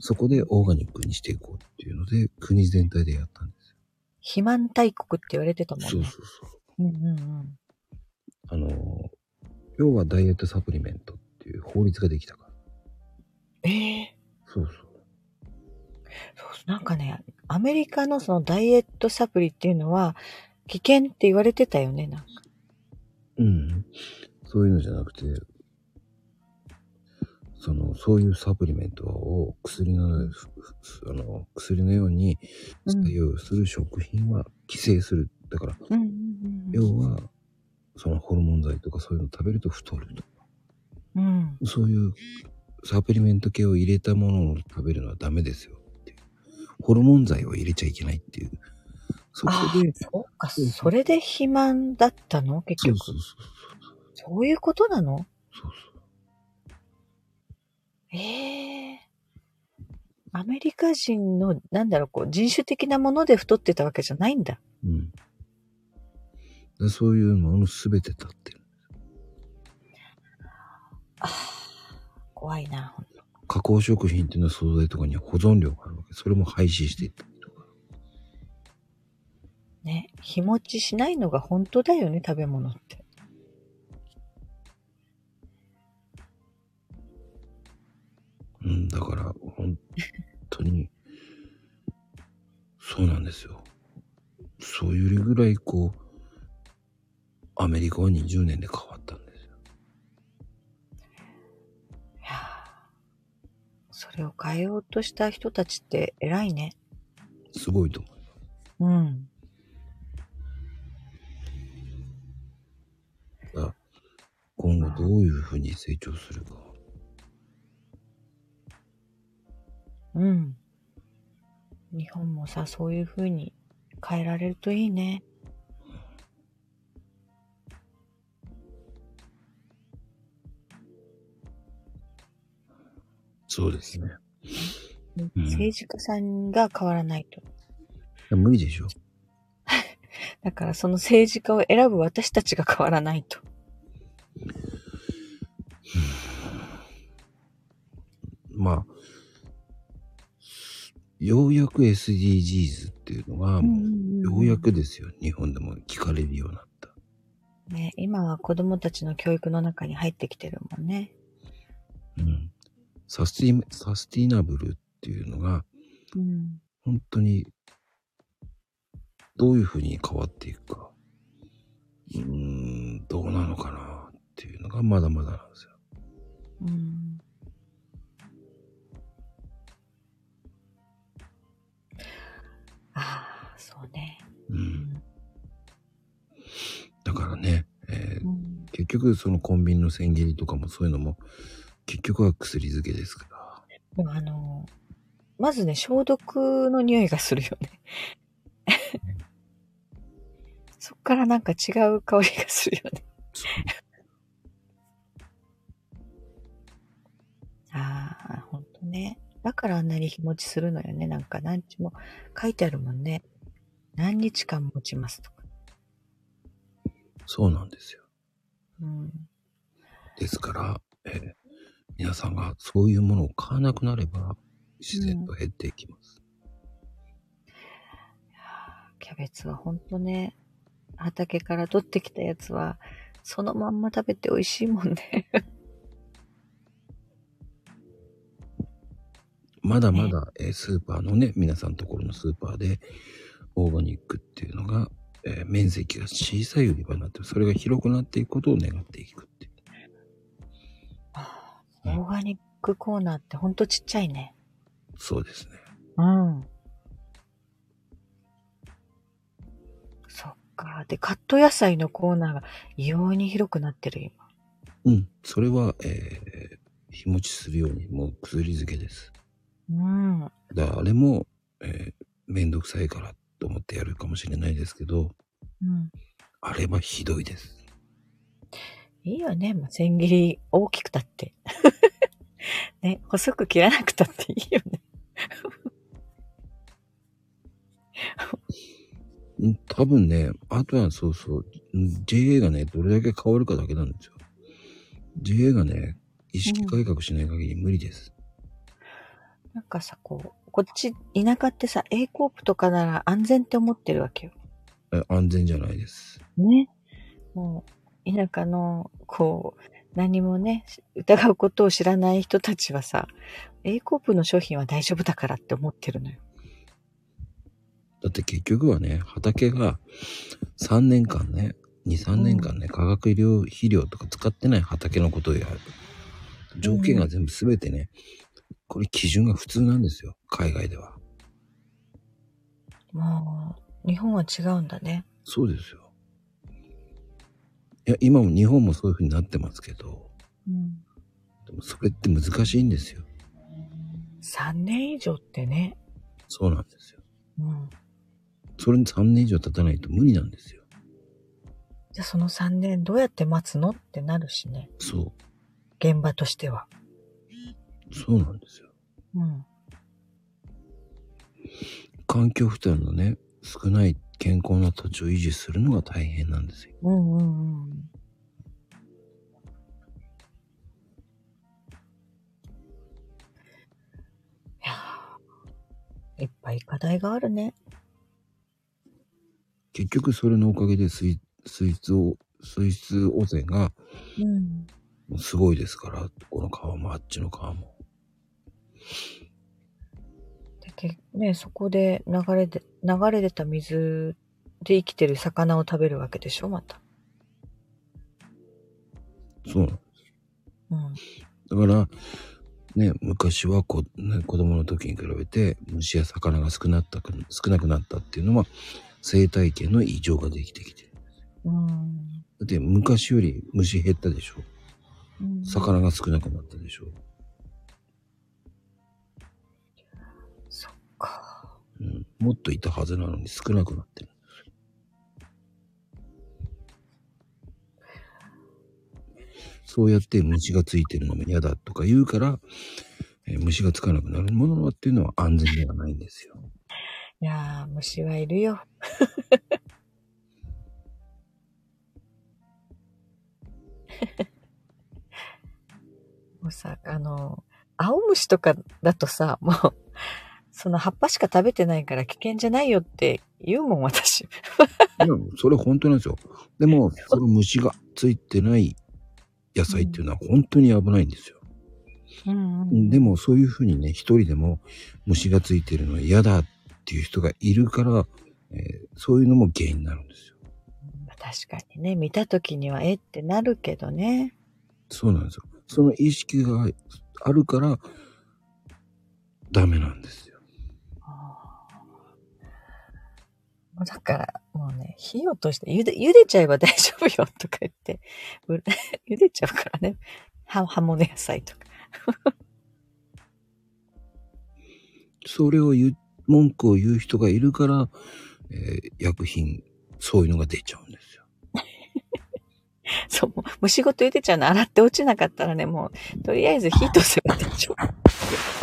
Speaker 1: そこでオーガニックにしていこうっていうので、国全体でやったんです
Speaker 4: 肥満大国って言われてたもんね。
Speaker 1: よ。そうそうそう。
Speaker 4: うんうんうん。
Speaker 1: あのー、要はダイエットサプリメントっていう法律ができたから。
Speaker 4: ええ
Speaker 1: そうそう。
Speaker 4: そうそうなんかね、アメリカのそのダイエットサプリっていうのは、危険って言われてたよね、なんか。
Speaker 1: うん。そういうのじゃなくて、その、そういうサプリメントを薬の、ふふあの、薬のように作用する食品は規制する。だから、
Speaker 4: うんうんうん
Speaker 1: 要はそのホルモン剤とかそういうの食べると太るとか
Speaker 4: うん。うん。
Speaker 1: そういうサプリメント系を入れたものを食べるのはダメですよっていうホルモン剤を入れちゃいけないっていうそこ
Speaker 4: あ
Speaker 1: で
Speaker 4: あ、そうか、それで肥満だったの結
Speaker 1: そう
Speaker 4: 局
Speaker 1: そうそう
Speaker 4: そういうことなの
Speaker 1: そう
Speaker 4: ええアメリカ人の、なんだろう、こう、人種的なもので太ってたわけじゃないんだ。
Speaker 1: そううんでそういうもの全て立ってる
Speaker 4: ああ、怖いな、ほんと
Speaker 1: 加工食品っていうのは惣菜とかには保存量があるわけそれも廃止していったりとか
Speaker 4: ね。日持ちしないのが本当だよね、食べ物って。
Speaker 1: うんだから本当にそうなんですよそういうぐらいこうアメリカは20年で変わったんですよ
Speaker 4: いやーそれを変えようとした人たちって偉いね。
Speaker 1: すごいと思う
Speaker 4: うん。
Speaker 1: 今後どういうふうに成長するか
Speaker 4: うん。日本もさ、そういう風に変えられるといいね。
Speaker 1: そうですねうん
Speaker 4: 政治家さんが変わらないと。
Speaker 1: 無理でしょ
Speaker 4: だからその政治家を選ぶ私たちが変わらないと。
Speaker 1: まあようやく SDGs っていうのがもうようやくですよ日本でも聞かれるようになった
Speaker 4: ね、今は子供たちの教育の中に入ってきてるもんね。
Speaker 1: うんサスティサスティナブルっていうのが
Speaker 4: うん。
Speaker 1: 本当にどういうふうに変わっていくか。うーん、どうなのかなっっていうのがまだまだなんですよ。
Speaker 4: うんああ、そうね。
Speaker 1: うん。だからね、えー
Speaker 4: うん
Speaker 1: 結局そのコンビニの千切りとかもそういうのも、結局は薬漬けですか
Speaker 4: でもあの、まずね、消毒の匂いがするよね。そっからなんか違う香りがするよ
Speaker 1: ら。
Speaker 4: ね。
Speaker 1: そう
Speaker 4: ああ、ほんとね。だからあんなに日持ちするのよね。なんか何日も書いてあるもんね。何日間持ちますとか。
Speaker 1: そうなんですよ。
Speaker 4: うん。
Speaker 1: ですから、えー皆さんがそういうものを買わなくなれば、自然と減っていきます。
Speaker 4: キャベツはほんとね、畑から取ってきたやつは、そのまんま食べて美味しいもんね。
Speaker 1: まだまだ、えースーパーのね、皆さんのところのスーパーで、オーガニックっていうのが、えー面積が小さい売り場になって、それが広くなっていくことを願っていくっていう。
Speaker 4: オーガニックコーナーってほんとちっちゃいね。
Speaker 1: そうですね。
Speaker 4: うん。そっか。で、カット野菜のコーナーが異様に広くなってる今。
Speaker 1: うん。それは、えー日持ちするように、もう薬漬けです。
Speaker 4: うん。
Speaker 1: 誰も、えー、めんどくさいからと思ってやるかもしれないですけど、
Speaker 4: うん。
Speaker 1: あれはひどいです。
Speaker 4: いいよね。まあ、千切り大きくたって。 ね、細く切らなくたっていいよね。
Speaker 1: ん多分ね、あとはそうそう、ん JA がね、どれだけ変わるかだけなんですよ。JA がね、意識改革しない限り無理です。
Speaker 4: なんかさ、こう、こっち、田舎ってさ、A コープとかなら安全って思ってるわけよ。
Speaker 1: え安全じゃないです。
Speaker 4: ね。もう、田舎の、こう、何もね、疑うことを知らない人たちはさ、A コープの商品は大丈夫だからって思ってるのよ。
Speaker 1: だって結局はね、畑が3年間ね、2、3年間ね、化学医療肥料とか使ってない畑のことをやる。条件が全部全てね、これ基準が普通なんですよ。海外では。
Speaker 4: もう、日本は違うんだね。
Speaker 1: そうですよ。いや、今も日本もそういう風になってますけど、
Speaker 4: うん。
Speaker 1: でもそれって難しいんですよ。
Speaker 4: 3年以上ってね。
Speaker 1: そうなんですよ。
Speaker 4: うん。
Speaker 1: それに3年以上経たないと無理なんですよ。
Speaker 4: じゃあその3年どうやって待つのってなるしね。
Speaker 1: そ
Speaker 4: 現場としては。
Speaker 1: う。そうなんですよ。
Speaker 4: うん。
Speaker 1: 環境負担のね、少ない健康な土地を維持するのが大変なんですよ。
Speaker 4: うんうんうん。いやーいっぱい課題があるね。
Speaker 1: 結局それのおかげで水、水質を、水質汚染が
Speaker 4: うん。
Speaker 1: もうすごいですから、この川もあっちの川も。
Speaker 4: だけね、そこで流れで、流れ出た水で生きてる魚を食べるわけでしょ、また。
Speaker 1: そうなん
Speaker 4: うん。
Speaker 1: だから、ね、昔はこ、ね、子供の時に比べて虫や魚が少なったく少なくなったっていうのは生態系の異常ができてきてる。
Speaker 4: うん。
Speaker 1: だって昔より虫減ったでしょ
Speaker 4: うん
Speaker 1: 魚が少なくなったでしょ、
Speaker 4: そっか。
Speaker 1: うん、もっといたはずなのに少なくなってる。そうやって虫がついてるのも嫌だとか言うから、えー虫がつかなくなるものはっていうのは安全ではないんですよ。
Speaker 4: いやー、虫はいる よ。もうさ、あの、青虫とかだとさ、もう、その葉っぱしか食べてないから危険じゃないよって言うもん、私。
Speaker 1: いや、それ本当なんですよ。でも、その虫がついてない野菜っていうのは本当に危ないんですよ。
Speaker 4: うん、
Speaker 1: でも、そういうふうにね、一人でも虫がついてるのは嫌だっていう人がいるから、えーそういうのも原因になるんですよ。
Speaker 4: 確確かにね、見た時には、えってなるけどね。
Speaker 1: そうなんですよ。その意識があるから、ダメなんですよ。
Speaker 4: あーだから、もうね、火を通して、茹で、茹でちゃえば大丈夫よとか言って、う 茹でちゃうからね。は葉物野菜とか。
Speaker 1: それを言う、文句を言う人がいるから、えー薬品、そういうのが出ちゃうんですよ。
Speaker 4: そう、もうもう仕事茹でちゃうの洗って落ちなかったらね、もう、とりあえず火通せば大丈
Speaker 1: あ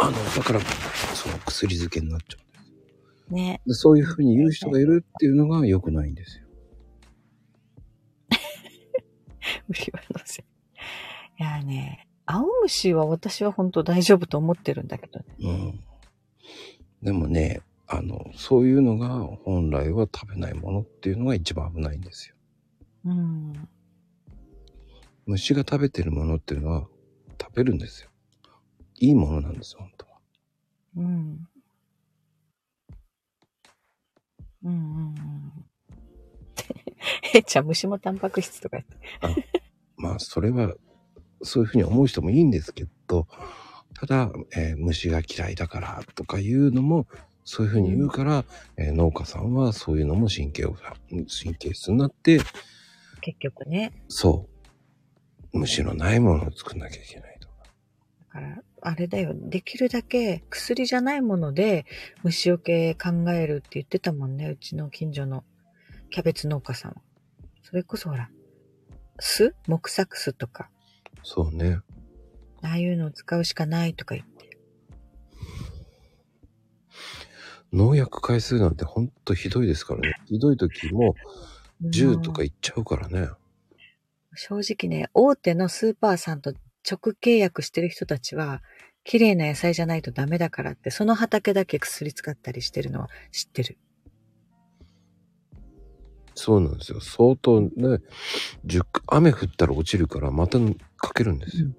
Speaker 1: の、だから、その薬漬けになっちゃうんです
Speaker 4: 夫。ね。
Speaker 1: で。そういうふうに言う人がいるっていうのが良くないんですよ。
Speaker 4: 無理はのせい。いやね、青虫は私は本当大丈夫と思ってるんだけどね。
Speaker 1: うん。でもね、あの、そういうのが本来は食べないものっていうのが一番危ないんですよ。
Speaker 4: うん。
Speaker 1: 虫が食べてるものっていうのは食べるんですよ。いいものなんですよ、本当は。
Speaker 4: うん。うんうんうん。えっちゃん、虫もタンパク質とか言って。
Speaker 1: まあ、それは、そういうふうに思う人もいいんですけど、ただ、えー虫が嫌いだからとかいうのも、そういうふうに言うから、えー農家さんはそういうのも神経を、神経質になって、
Speaker 4: 結局ね。
Speaker 1: そう、虫のないものを作んなきゃいけないとか。
Speaker 4: だから、あれだよ。できるだけ薬じゃないもので虫除け考えるって言ってたもんね。うちの近所のキャベツ農家さんは。それこそほら、酢木作酢とか、
Speaker 1: そうね。
Speaker 4: ああいうのを使うしかないとか言って。
Speaker 1: 農薬回数なんてほんとひどいですからね。ひどい時も10とかいっちゃうからね。
Speaker 4: 正直ね、大手のスーパーさんと直契約してる人たちは、綺麗な野菜じゃないとダメだからって、その畑だけ薬使ったりしてるのは知ってる。
Speaker 1: そうなんですよ。相当ね、10雨降ったら落ちるから、またかけるんですよ。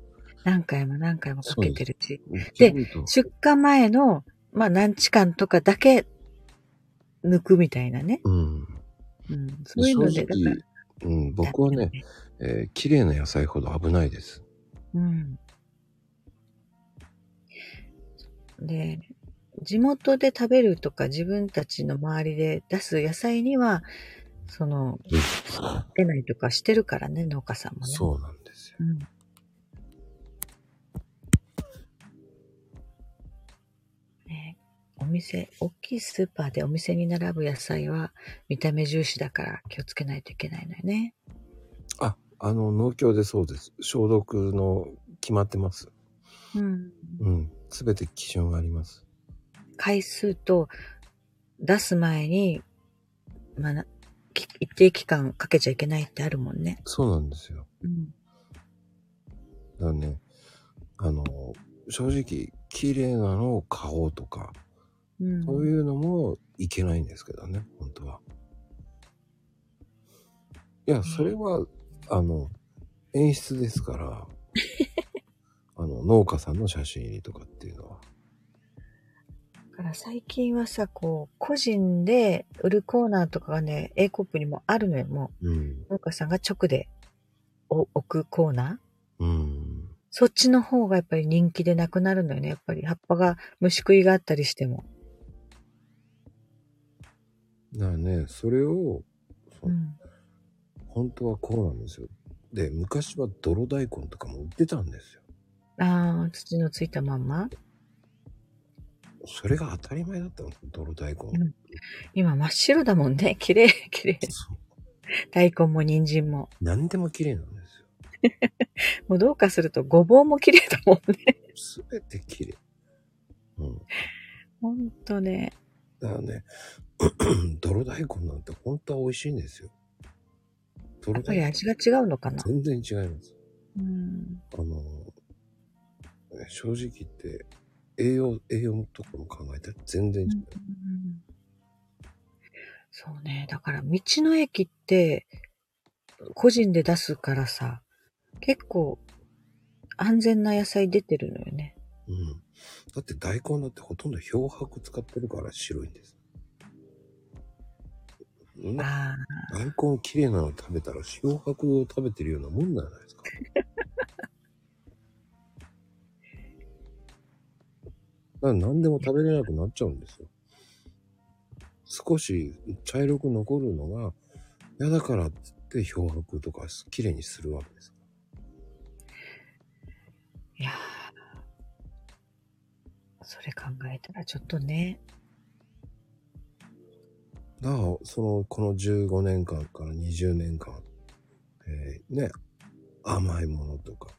Speaker 4: 何回も何回もかけてるし、
Speaker 1: でと
Speaker 4: 出荷前の、まあ何日間とかだけ抜くみたいなね。
Speaker 1: うん。
Speaker 4: うん、そういう
Speaker 1: 正
Speaker 4: ので、だから
Speaker 1: 直、うん、僕はね、、えー綺麗な野菜ほど危ないです。
Speaker 4: うん。で、地元で食べるとか自分たちの周りで出す野菜には、その、出ないとかしてるからね、農家さんもね。
Speaker 1: そうなんですよ。
Speaker 4: うん。ねお店、大きいスーパーでお店に並ぶ野菜は見た目重視だから気をつけないといけないのよね。
Speaker 1: あ、あの、農協でそうです。消毒の決まってます。
Speaker 4: うん。
Speaker 1: うん。すべて基準があります。
Speaker 4: 回数と出す前に、まあな、き一定期間かけちゃいけないってあるもんね。
Speaker 1: そうなんですよ。
Speaker 4: うん。
Speaker 1: だからね、あの、正直、綺麗なのを買おうとか、
Speaker 4: うん、
Speaker 1: そういうのもいけないんですけどね、本当は。いや、それは、あの、演出です から、あの、農家さんの写真入りとかっていうのは。
Speaker 4: だから最近はさ、こう、個人で売るコーナーとかがね、A コップにもあるのよ、も
Speaker 1: うん
Speaker 4: う。。農家さんが直でお置くコーナー
Speaker 1: うん。
Speaker 4: そっちの方がやっぱり人気でなくなるのよね。やっぱり葉っぱが虫食いがあったりしても。
Speaker 1: だからね、それを、そ
Speaker 4: うん。
Speaker 1: 本当はこうなんですよ。で、昔は泥大根とかも売ってたんですよ。
Speaker 4: ああ、土のついたまんま。
Speaker 1: それが当たり前だったの、泥大根。
Speaker 4: うん今真っ白だもんね。綺麗、綺麗。
Speaker 1: そう
Speaker 4: 大根も人参も。
Speaker 1: 何でも綺麗なんですよ。
Speaker 4: もうどうかするとごぼうも綺麗だもん ね。
Speaker 1: すべて綺麗。うん。
Speaker 4: ほんとね。
Speaker 1: だからね、 泥大根なんて本当は美味しいんですよ。
Speaker 4: や
Speaker 1: 泥
Speaker 4: っぱり
Speaker 1: 大根
Speaker 4: 味が違うのかな。
Speaker 1: 全然違います。
Speaker 4: うん。
Speaker 1: あの、ね正直言って、栄養、栄養とかも考えたら全然違う。
Speaker 4: そうね。だから道の駅って個人で出すからさ、結構安全な野菜出てるのよね。
Speaker 1: うん。だって大根だってほとんど漂白使ってるから白いんです。うん
Speaker 4: あ
Speaker 1: アイコン綺麗なの食べたら塩白を食べてるようなもんなんじゃないですか。だから何でも食べれなくなっちゃうんですよ。少し茶色く残るのが嫌だからって言って漂白とか綺麗にするわけです。
Speaker 4: ーいやーそれ考えたらちょっとね。
Speaker 1: だから、その、この15年間から20年間、えーね、甘いものとか、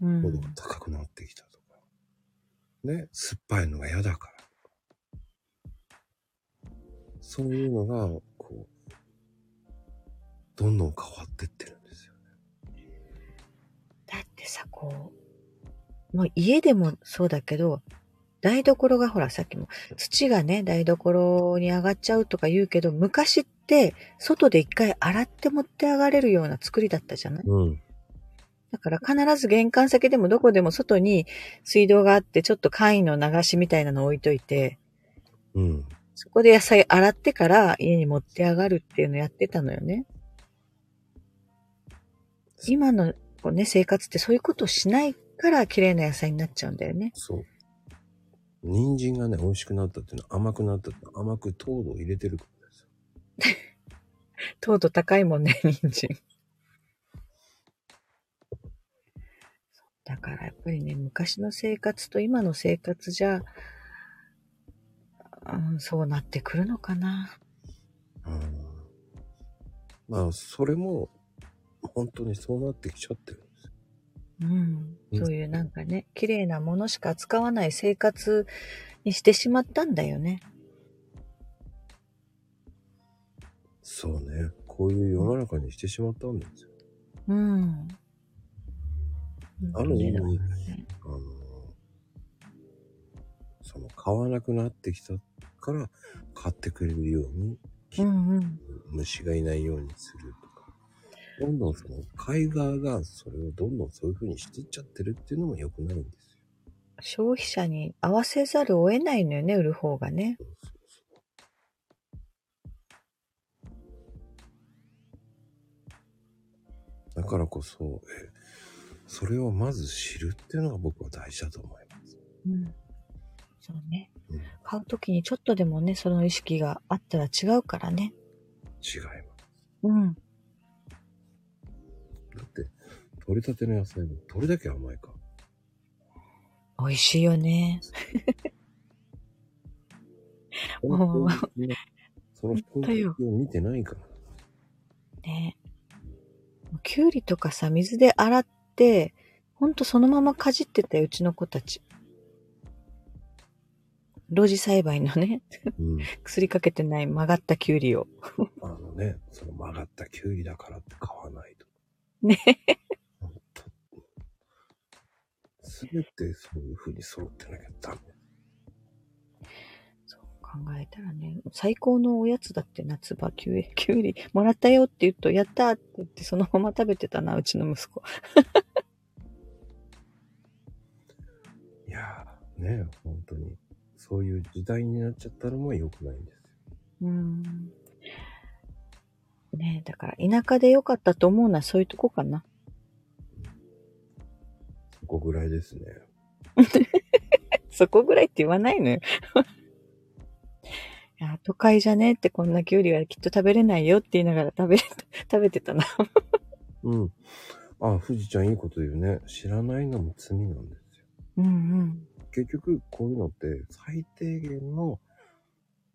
Speaker 4: う
Speaker 1: 濃度
Speaker 4: ん
Speaker 1: が。高くなってきたとか、ね、酸っぱいのが嫌だから。そういうのが、こう、どんどん変わってってるんですよ。
Speaker 4: だってさ、こう、もう家でもそうだけど、台所がほらさっきも土がね、台所に上がっちゃうとか言うけど、昔って外で一回洗って持って上がれるような作りだったじゃない
Speaker 1: うん。
Speaker 4: だから必ず玄関先でもどこでも外に水道があって、ちょっと簡易の流しみたいなの置いといて、
Speaker 1: うん。
Speaker 4: そこで野菜洗ってから家に持って上がるっていうのやってたのよね。今のこうね、生活ってそういうことをしないから綺麗な野菜になっちゃうんだよね。
Speaker 1: そう。人参がね、美味しくなったっていうのは甘くなったっていうのは甘く糖度を入れてるからですよ。
Speaker 4: 糖度高いもんね、 人参。だからやっぱりね、昔の生活と今の生活じゃ、うん、そうなってくるのかな。
Speaker 1: うん。まあ、それも、本当にそうなってきちゃってるんですよ。
Speaker 4: うん。
Speaker 1: うん
Speaker 4: そういうなんかね、綺麗なものしか扱わない生活にしてしまったんだよね。
Speaker 1: そうね。こういう世の中にしてしまったんですよ。
Speaker 4: うん。
Speaker 1: ある意
Speaker 4: ね
Speaker 1: 味、あの、その買わなくなってきたから買ってくれるように、
Speaker 4: うんうん。
Speaker 1: 虫がいないようにするとか、どんどんその買い側がそれをどんどんそういう風にしていっちゃってるっていうのも良くないんですよ。
Speaker 4: 消費者に合わせざるを得ないのよね、売る方がね。
Speaker 1: そうそうそうだからこそ、えそれをまず知るっていうのが僕は大事だと思います。
Speaker 4: うん。そうね。
Speaker 1: うん、違い
Speaker 4: 買うときにちょっとでもね、その意識があったら違うからね。
Speaker 1: ます。
Speaker 4: うん。
Speaker 1: だって、取れたての野菜もどれだけ甘いか。
Speaker 4: 美味しいよね。もう
Speaker 1: 本当にその人
Speaker 4: 当よ
Speaker 1: を見てないから。
Speaker 4: ね。きゅうりとかさ、水で洗って、ほんとそのままかじってたよ、うちの子たち。露地栽培のね、
Speaker 1: うん。
Speaker 4: 薬かけてない曲がったきゅうりを。
Speaker 1: あのね、その曲がったキュウリだからって買わないと。
Speaker 4: ね。
Speaker 1: 本当。すべてそういう風に揃ってなきゃダメ。
Speaker 4: そう考えたらね、最高のおやつだって夏場、きゅうり、きゅうり、もらったよって言うと、やったーって言って、そのまま食べてたな、うちの息子。
Speaker 1: いやー、ね、本当に。そういう時代になっちゃったのも良くないんですよ。
Speaker 4: うん。ねえ、だから田舎で良かったと思うのはそういうとこかな。
Speaker 1: そこぐらいですね。
Speaker 4: そこぐらいって言わないのよ。 いや、都会じゃねえってこんなキュウリはきっと食べれないよって言いながら食べれ、食べてたな。
Speaker 1: うん。あ、富士ちゃんいいこと言うね。知らないのも罪なんですよ。
Speaker 4: うんうん。
Speaker 1: 結局こういうのって最低限の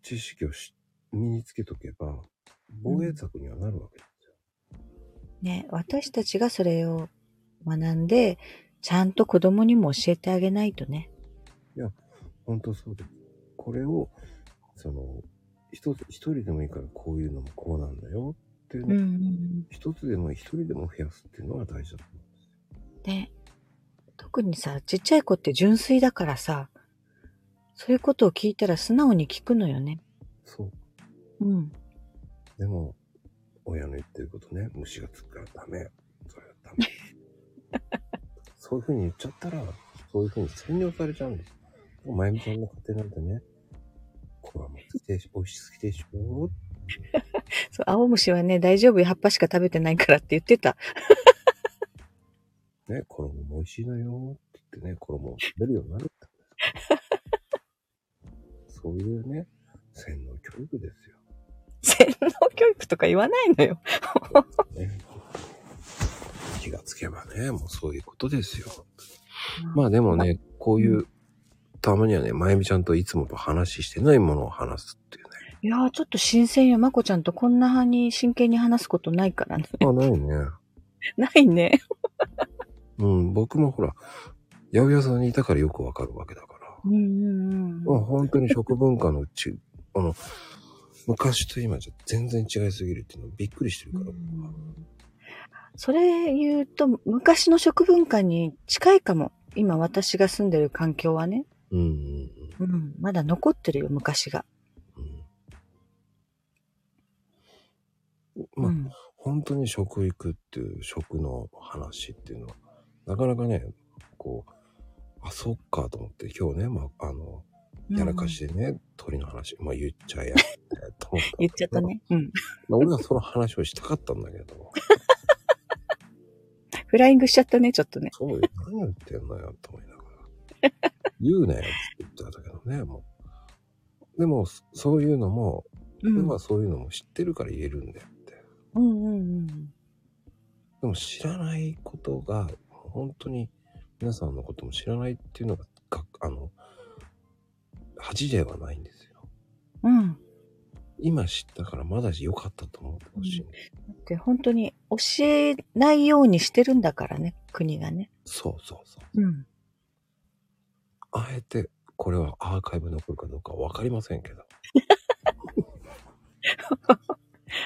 Speaker 1: 知識をし身につけとけば防衛策にはなるわけですよ。
Speaker 4: ねえ私たちがそれを学んで、ちゃんと子供にも教えてあげないとね。
Speaker 1: 本当そうです。これをその一つ一人でもいいからこういうのもこうなんだよっていうのを
Speaker 4: ん。
Speaker 1: 一つでも一人でも増やすっていうのが大事だと思う。
Speaker 4: ね特にさ、ちっちゃい子って純粋だからさ、そういうことを聞いたら素直に聞くのよね。
Speaker 1: そう。
Speaker 4: うん。
Speaker 1: でも親の言ってることね虫がつくからダメそれはダメそういうふうに言っちゃったらそういうふうに占領されちゃうんですまゆみさんの家庭なんてねこれはもう否定し押し付けでしょうっ
Speaker 4: そう、青虫はね、大丈夫よ葉っぱしか食べてないからって言ってた。
Speaker 1: ね、衣も美味しいのよって言ってね、衣を食べるようになるって。そういうね、洗脳教育ですよ。
Speaker 4: 洗脳教育とか言わないのよ。
Speaker 1: ね、気がつけばね、もうそういうことですよ。まあでもね、こういう、たまにはね、まゆみちゃんといつもと話してないものを話すっていうね。
Speaker 4: いやー、ちょっと新鮮よ。まこちゃんとこんなに真剣に話すことないからね。
Speaker 1: まあないね。
Speaker 4: ないね。
Speaker 1: うん、僕もほら、八百屋さんにいたからよくわかるわけだから。
Speaker 4: うんうん
Speaker 1: ま
Speaker 4: う
Speaker 1: あ
Speaker 4: ん。
Speaker 1: 本当に食文化のうち、 あの、昔と今じゃ全然違いすぎるっていうのびっくりしてるから。
Speaker 4: それ言うと、昔の食文化に近いかも。今私が住んでる環境はね。
Speaker 1: うんうんうん
Speaker 4: うん。まだ残ってるよ、昔が。
Speaker 1: うん。ま
Speaker 4: う
Speaker 1: あ、
Speaker 4: ん。
Speaker 1: 本当に食育っていう食の話っていうのは、なかなかね、こう、あ、そっかと思って今日ね、まあ、あの、やらかし。でね、鳥の話、まあ言っちゃえや、と思った。
Speaker 4: 言っちゃったね。うん。
Speaker 1: まあ。俺はその話をしたかったんだけど、
Speaker 4: フライングしちゃったね、ちょっとね。
Speaker 1: そうよ、何言ってんのよ、と思いな がら。言うなよって言ってたんだけどね、もう。でも、そそういうのも、
Speaker 4: うん。うん
Speaker 1: 今そういうのも知ってるから言えるんだよって。
Speaker 4: うんうん。
Speaker 1: でも知らないことが、本当に皆さんのことも知らないっていうのが、があの、恥ではないんですよ。
Speaker 4: うん。
Speaker 1: 今知ったからまだ良かったと思ってほしい、
Speaker 4: だって本当に教えないようにしてるんだからね、国がね。
Speaker 1: そうそうそう。
Speaker 4: うん。
Speaker 1: あえて、これはアーカイブ残るかどうかわかりませんけど。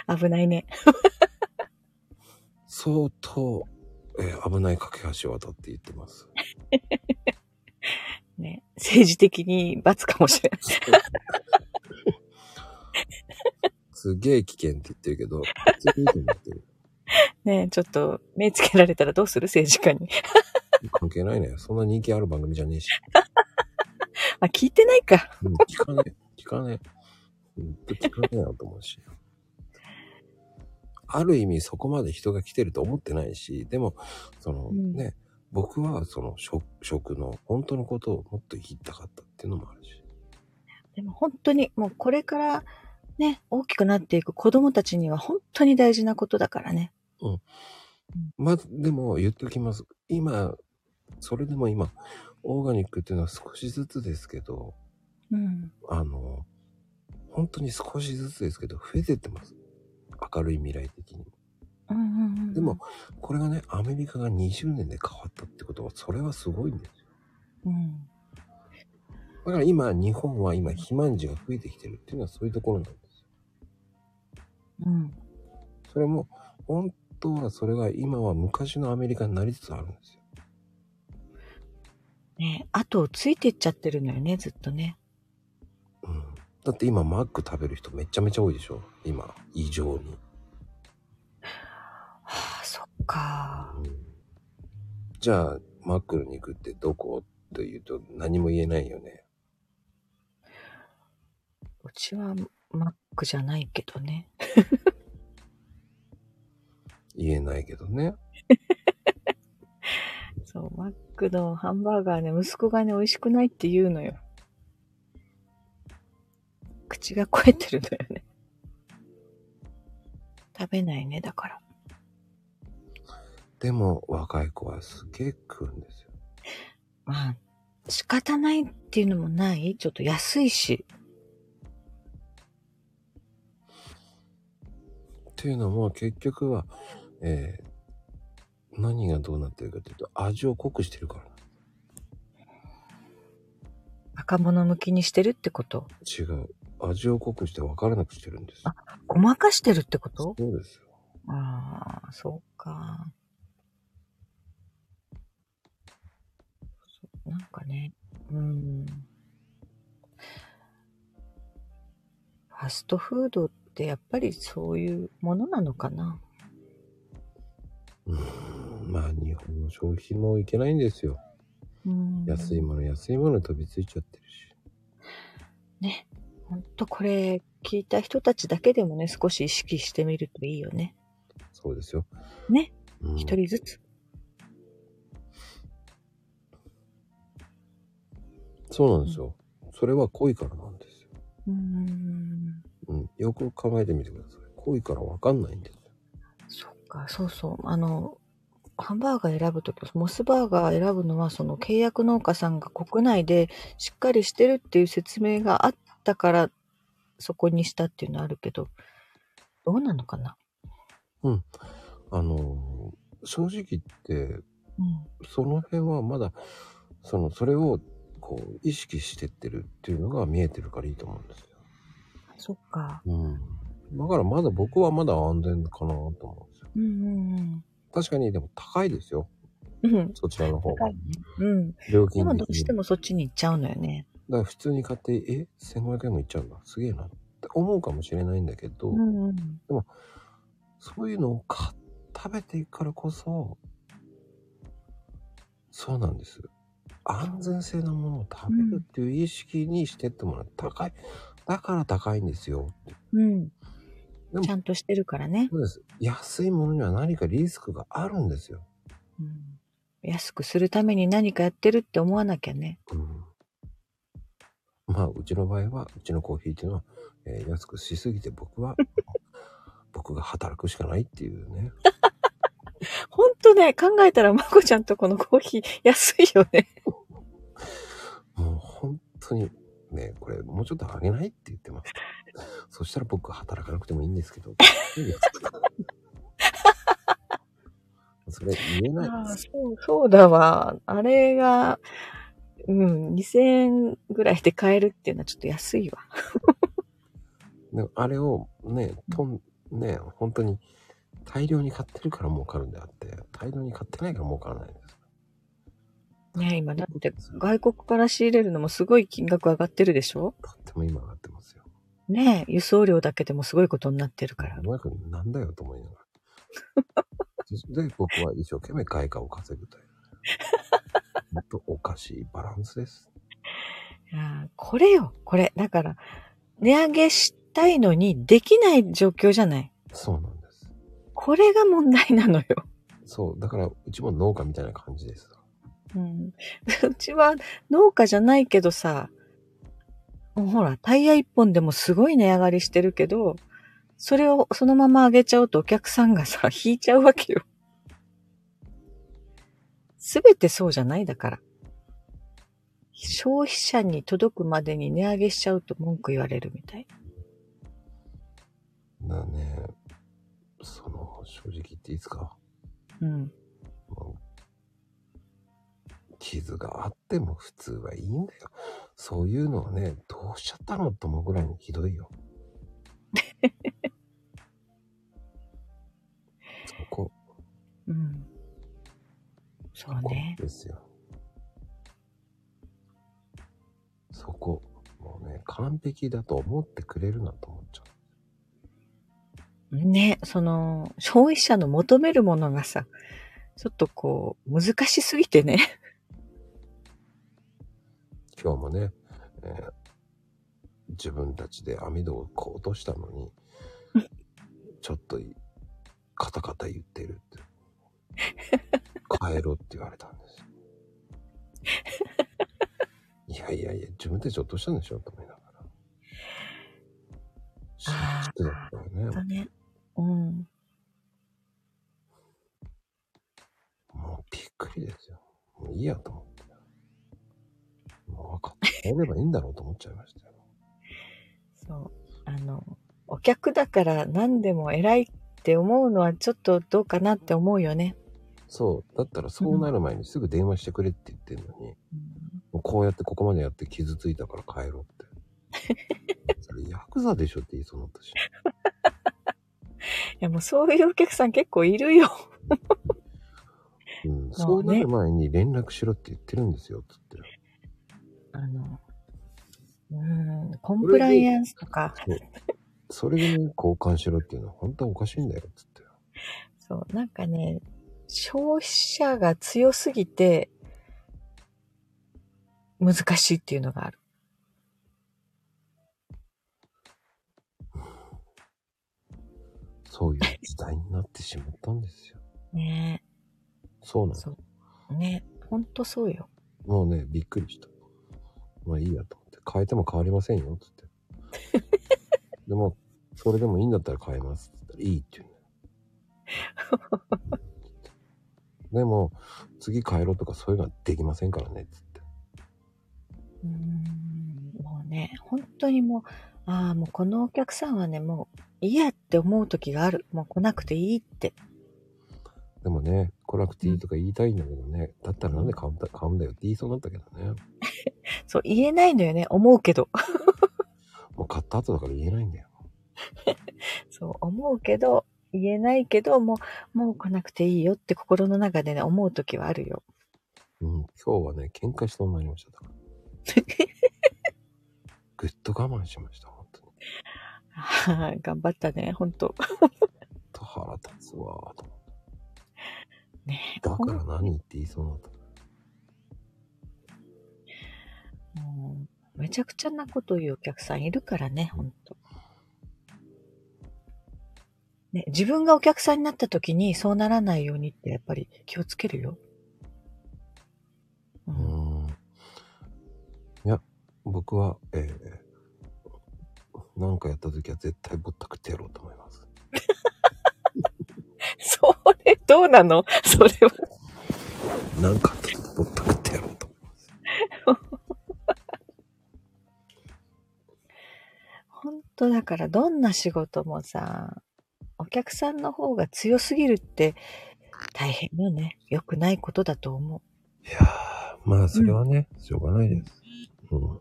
Speaker 4: 危ないね。
Speaker 1: 相当、えー危ない架け橋を渡って言ってます。
Speaker 4: ね。政治的に罰かもしれない。
Speaker 1: すげえ危険って言ってるけど、別にいいと思ってる
Speaker 4: ねちょっと目つけられたらどうする政治家に。
Speaker 1: 関係ないね。そんな人気ある番組じゃねえし。
Speaker 4: あ、聞いてないか。
Speaker 1: うん、聞かねえ、聞かねえ。うん、聞かねえなと思うし。ある意味そこまで人が来てると思ってないし、でも、その
Speaker 4: うん
Speaker 1: ね、僕はその食、食の本当のことをもっと言いたかったっていうのもあるし。
Speaker 4: でも本当にもうこれからね、大きくなっていく子供たちには本当に大事なことだからね。
Speaker 1: まず、でも言っときます。今、それでも今、オーガニックっていうのは少しずつですけど、
Speaker 4: うん。
Speaker 1: あの、本当に少しずつですけど、増えてってます。明るい未来的に。
Speaker 4: うんうんうん。
Speaker 1: でも、、これがね、アメリカが20年で変わったってことは、それはすごいんですよ。
Speaker 4: うん。
Speaker 1: だから今、日本は今、肥満児が増えてきてるっていうのはそういうところなんですよ。
Speaker 4: うん。
Speaker 1: それも、本当はそれが今は昔のアメリカになりつつあるんですよ。
Speaker 4: ね後をついていっちゃってるのよね、ずっとね。
Speaker 1: うん。だって今、マック食べる人めちゃめちゃ多いでしょ今、異常に。
Speaker 4: はあ、そっか。
Speaker 1: うんじゃあ、マックに行くってどこって言うと何も言えないよね。
Speaker 4: うちはマックじゃないけどね。
Speaker 1: 言えないけどね。
Speaker 4: そう、マックのハンバーガーね、息子がね、美味しくないって言うのよ。口が肥えてるのよね。食べないね、だから。
Speaker 1: でも、若い子はすげえ食うんですよ。
Speaker 4: まあ、仕方ないっていうのもないちょっと安いし。
Speaker 1: っていうのも結局は、えー何がどうなってるかというと味を濃くしてるからな
Speaker 4: 若者向きにしてるってこと
Speaker 1: 違う味を濃くして分からなくしてるんですよ
Speaker 4: ごまかしてるってこと
Speaker 1: そうですよ
Speaker 4: ああ、そうか。そうなんかね、うん。ファストフードってやっぱりそういうものなのかな。
Speaker 1: うーんまあ日本の消費もいけないんですよ
Speaker 4: うん
Speaker 1: 安いもの安いもの飛びついちゃってるし
Speaker 4: ね。ほんとこれ、聞いた人たちだけでもね、少し意識してみるといいよね。
Speaker 1: そうですよ。
Speaker 4: ね。
Speaker 1: うん
Speaker 4: 一人ずつ。
Speaker 1: そうなんですよ。それは恋からなんですよ。
Speaker 4: うーん。
Speaker 1: うん。よく考えてみてください。恋からわかんないんですよ。
Speaker 4: そっか、そうそう。あの、ハンバーガー選ぶとき、モスバーガー選ぶのは、その契約農家さんが国内でしっかりしてるっていう説明があったから、そこにしたっていうのはあるけど、どうなのかな
Speaker 1: あのー、正直言って、
Speaker 4: うん。
Speaker 1: その辺はまだ、その、それを、こう、意識してってるっていうのが見えてるからいいと思うんですよ。
Speaker 4: そっか。
Speaker 1: うん。だからまだ僕はまだ安全かなと思うんですよ。
Speaker 4: うんうん
Speaker 1: 確かにでも高いですよ。
Speaker 4: うん。うん。
Speaker 1: そちらの方が。
Speaker 4: うん。
Speaker 1: 料
Speaker 4: で
Speaker 1: 金
Speaker 4: も
Speaker 1: 的
Speaker 4: どうして
Speaker 1: に。
Speaker 4: もそっちに行っちゃうのよね。
Speaker 1: だから普通に買って、え ?1500 円もいっちゃうんだ。すげえなって思うかもしれないんだけど、
Speaker 4: んうん。
Speaker 1: そういうのを買っ食べていくからこそ、そうなんです。安全性のものを食べるっていう意識にしてってもらう。高い。だから高いんですよ。
Speaker 4: うん
Speaker 1: でも
Speaker 4: ちゃんとしてるからね、
Speaker 1: そうです。安いものには何かリスクがあるんですよ。
Speaker 4: うん安くするために何かやってるって思わなきゃね。
Speaker 1: うんまあ、うちの場合は、うちのコーヒーっていうのは、えー安くしすぎて僕は、僕が働くしかないっていうね。
Speaker 4: ほんとね、考えたらまこちゃんとこのコーヒー安いよね。
Speaker 1: もう本当に、ね、これもうちょっと上げないって言って ます。そしたら僕は働かなくてもいいんですけど。それ言えないです。
Speaker 4: そう、そうだわ。あれが、うん、2000円ぐらいで買えるっていうのはちょっと安いわ。
Speaker 1: でもあれをね、とん、ね、本当に大量に買ってるから儲かるんであって、大量に買ってないから儲からないんです。
Speaker 4: ね今だって外国から仕入れるのもすごい金額上がってるでしょ
Speaker 1: とっても今上がってますよ。
Speaker 4: ねえ、輸送料だけでもすごいことになってるから。
Speaker 1: お前これなんだよと思いなが ら。で、僕は一生懸命外貨を稼ぐという。もっとおかしいバランスです。
Speaker 4: あーこれよ、これ。だから、値上げしたいのにできない状況じゃない。
Speaker 1: そうなんです。
Speaker 4: これが問題なのよ。
Speaker 1: そう、だからうちも農家みたいな感じです。
Speaker 4: うん、 うちは農家じゃないけどさ、ほら、タイヤ一本でもすごい値上がりしてるけど、それをそのまま上げちゃうとお客さんがさ、 引いちゃうわけよ。すべてそうじゃないだから。消費者に届くまでに値上げしちゃうと文句言われるみたい。
Speaker 1: だね、その、正直言っていいですか。
Speaker 4: うん。
Speaker 1: もう傷があっても普通はいいんだよ。そういうのはね、どうしちゃったのと思うぐらいにひどい よ。そこ、
Speaker 4: うん。そう
Speaker 1: こ
Speaker 4: ね。
Speaker 1: ですよ。そこ、もうね、完璧だと思ってくれるなと思っちゃう。
Speaker 4: ね、その、消費者の求めるものがさ、ちょっとこう、難しすぎてね。
Speaker 1: 今日もね、えー自分たちで網戸をこう落としたのに、ちょっとい、カタカタ言ってるって。帰ろうって言われたんですよ。 いやいやいや、自分たち落としたんでしょと思いながら。シ
Speaker 4: あー
Speaker 1: ックだったよね。
Speaker 4: ね。うん。
Speaker 1: もうびっくりですよ。もういいやと思って。もう分かって帰ればいいんだろうと思っちゃいましたよ。
Speaker 4: そう。あの、お客だから何でも偉いって思うのはちょっとどうかなって思うよね。
Speaker 1: そう。だったらそうなる前にすぐ電話してくれって言ってんのに、もうこうやってここまでやって傷ついたから帰ろうって。それヤクザでしょって言いそうになったし。
Speaker 4: いや、もうそういうお客さん結構いるよ。
Speaker 1: うん、そ
Speaker 4: そううね
Speaker 1: なる前に連絡しろって言ってるんですよ、つって。
Speaker 4: あの、うん、コンプライアンスとか、
Speaker 1: それでね、交換しろっていうのは本当はおかしいんだよ、つって。
Speaker 4: そう、なんかね、消費者が強すぎて、難しいっていうのがある。
Speaker 1: そういう時代になってしまったんですよ。
Speaker 4: ね
Speaker 1: そうな
Speaker 4: え。
Speaker 1: の。
Speaker 4: そう。ねほんとそうよ。
Speaker 1: もうね、びっくりした。まあいいやと思って、変えても変わりませんよ、 つって。でも、それでもいいんだったら変えます、つったら、いいって言 うの。でも、次変えろとかそういうのはできませんからね、つって。
Speaker 4: うーん。もうね、本当にもう、ああ、もうこのお客さんはね、もう、いいやって思う時がある。もう来なくていいって。
Speaker 1: でもね、来なくていいとか言いたいんだけどね、だったらなんで買うんだ買うんだよって言いそうになったけどね。
Speaker 4: そう、言えないのよね。思うけど。
Speaker 1: もう買った後だから言えないんだよ。
Speaker 4: そう、思うけど、言えないけど、もう、もう来なくていいよって心の中でね、思う時はあるよ。
Speaker 1: うん、今日はね、喧嘩しそうになりました。だからぐっと我慢しました、本当に。
Speaker 4: はい頑張ったね、本当
Speaker 1: と腹立つわーと思って。
Speaker 4: ね
Speaker 1: だから何って言いそうになった。
Speaker 4: もうめちゃくちゃなこと言うお客さんいるからね、ほんと。ね、自分がお客さんになった時にそうならないようにってやっぱり気をつけるよ。う、
Speaker 1: うんーん。いや、僕は、えー、なんかやった時は絶対ぼったくってやろうと思います。
Speaker 4: それどうなのそれは。
Speaker 1: なんかあった時ぼったくってやろうと思います。
Speaker 4: 本当だからどんな仕事もさ、お客さんの方が強すぎるって大変よね。良くないことだと思う。
Speaker 1: いやー、まあそれはね、しょうがないです。うん。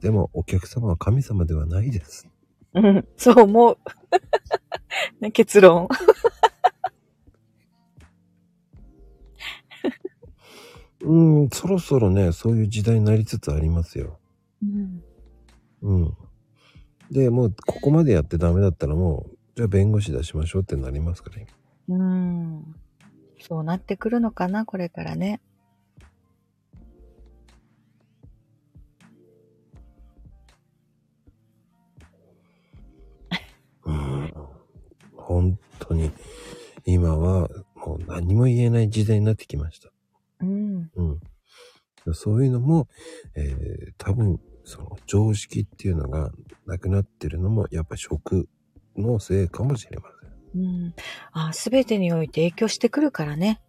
Speaker 1: でもお客様は神様ではないです。
Speaker 4: うん、そう思う。 ね、結論。
Speaker 1: うん、そろそろね、そういう時代になりつつありますよ。
Speaker 4: うん、
Speaker 1: うん。で、もうここまでやってダメだったらもう、じゃあ弁護士出しましょうってなりますから、今
Speaker 4: うん。そうなってくるのかな、これからね。
Speaker 1: うん。本当に、今はもう何も言えない時代になってきました。
Speaker 4: うん。
Speaker 1: うん。そういうのも、えー、多分、その常識っていうのがなくなってるのも、やっぱ食のせいかもしれません。
Speaker 4: うん。あ、すべてにおいて影響してくるからね。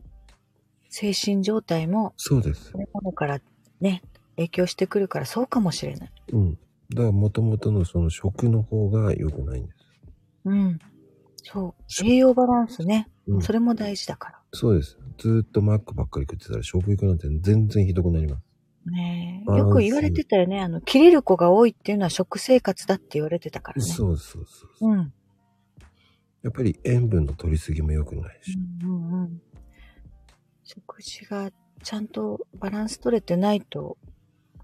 Speaker 4: 精神状態も、
Speaker 1: そうです
Speaker 4: そ。れものからね、影響してくるからそうかもしれない。
Speaker 1: うん。だから、もともとのその食の方が良くないんです。
Speaker 4: うん。そう。
Speaker 1: そう
Speaker 4: 栄養バランスね。
Speaker 1: うん
Speaker 4: それも大事だか
Speaker 1: そうです。ずーっとマックばっかり食ってたら食育なんて全然ひどくなります。
Speaker 4: ら。ね
Speaker 1: バランス
Speaker 4: よく言われてたよね。あの、切れる子が多いっていうのは食生活だって言われてたからね。
Speaker 1: そうそうそうそう。
Speaker 4: うん。うん
Speaker 1: やっぱり塩分の取りすぎも良くないし。
Speaker 4: うんうん。食事がちゃんとバランス取れてないと、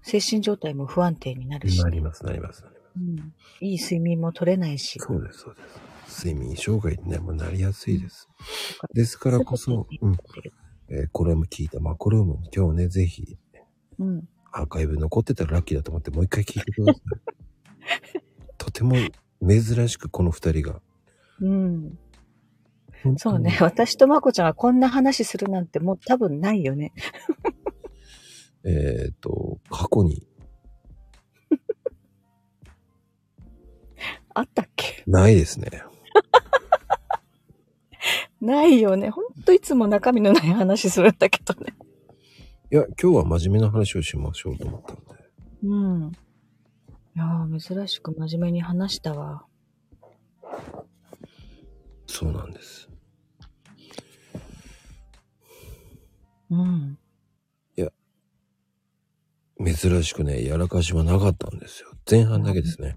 Speaker 4: 精神状態も不安定になるし。
Speaker 1: なります、なります、なりま
Speaker 4: うんいい睡眠も取れないし
Speaker 1: す。。そうです、そうです。睡眠障害にね、もうなりやすいです。ですからこそ、うん、えーこれも聞いたマコルーム、今日ね、ぜひ、
Speaker 4: うん。
Speaker 1: アーカイブ残ってたらラッキーだと思ってもう一回聞いてください。 とても珍しくこの二人が。
Speaker 4: うん。そうね。。私とまこちゃんはこんな話するなんてもう多分ないよね。
Speaker 1: えっ、と、過去に
Speaker 4: あったっけ
Speaker 1: ないですね。
Speaker 4: ないよね。ほんといつも中身のない話するんだけどね。
Speaker 1: いや、今日は真面目な話をしましょうと思ったんで。
Speaker 4: うん。いやー珍しく真面目に話したわ。
Speaker 1: そうなんです。
Speaker 4: うん。
Speaker 1: 珍しくね、やらかしはなかったんですよ。前半だけですね。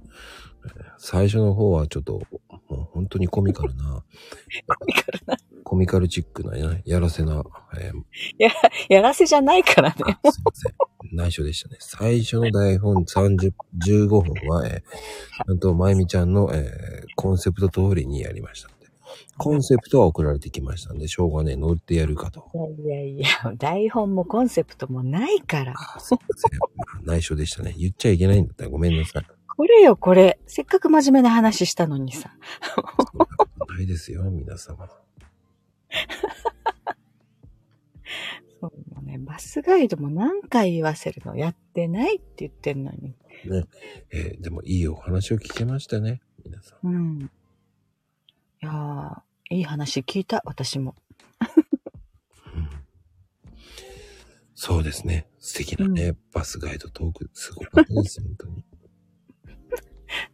Speaker 1: 最初の方はちょっと、もう本当にコミカルな、
Speaker 4: だからな
Speaker 1: コミカルチックなね、やらせな、えー
Speaker 4: やらせじゃないからね。
Speaker 1: あすいません。内緒でしたね。最初の台本30、15分は、えーちゃんとまゆみちゃんの、えーコンセプト通りにやりましたんで。コンセプトは送られてきましたんで、しょうがね、乗ってやるかと。
Speaker 4: いやいやいや、台本もコンセプトもないから。
Speaker 1: あすいません。まあ内緒でしたね。言っちゃいけないんだったらごめんなさい。
Speaker 4: これよ、これ。せっかく真面目な話したのにさ。
Speaker 1: ないですよ、皆様。
Speaker 4: そうもうね、バスガイドも何回言わせるのやってないって言ってんのに。
Speaker 1: えーでもいいお話を聞けましたね、皆さん。
Speaker 4: うん。いやー、いい話聞いた、私も。
Speaker 1: うんそうですね。素敵なね、バスガイドトーク、すごかったです、本当に。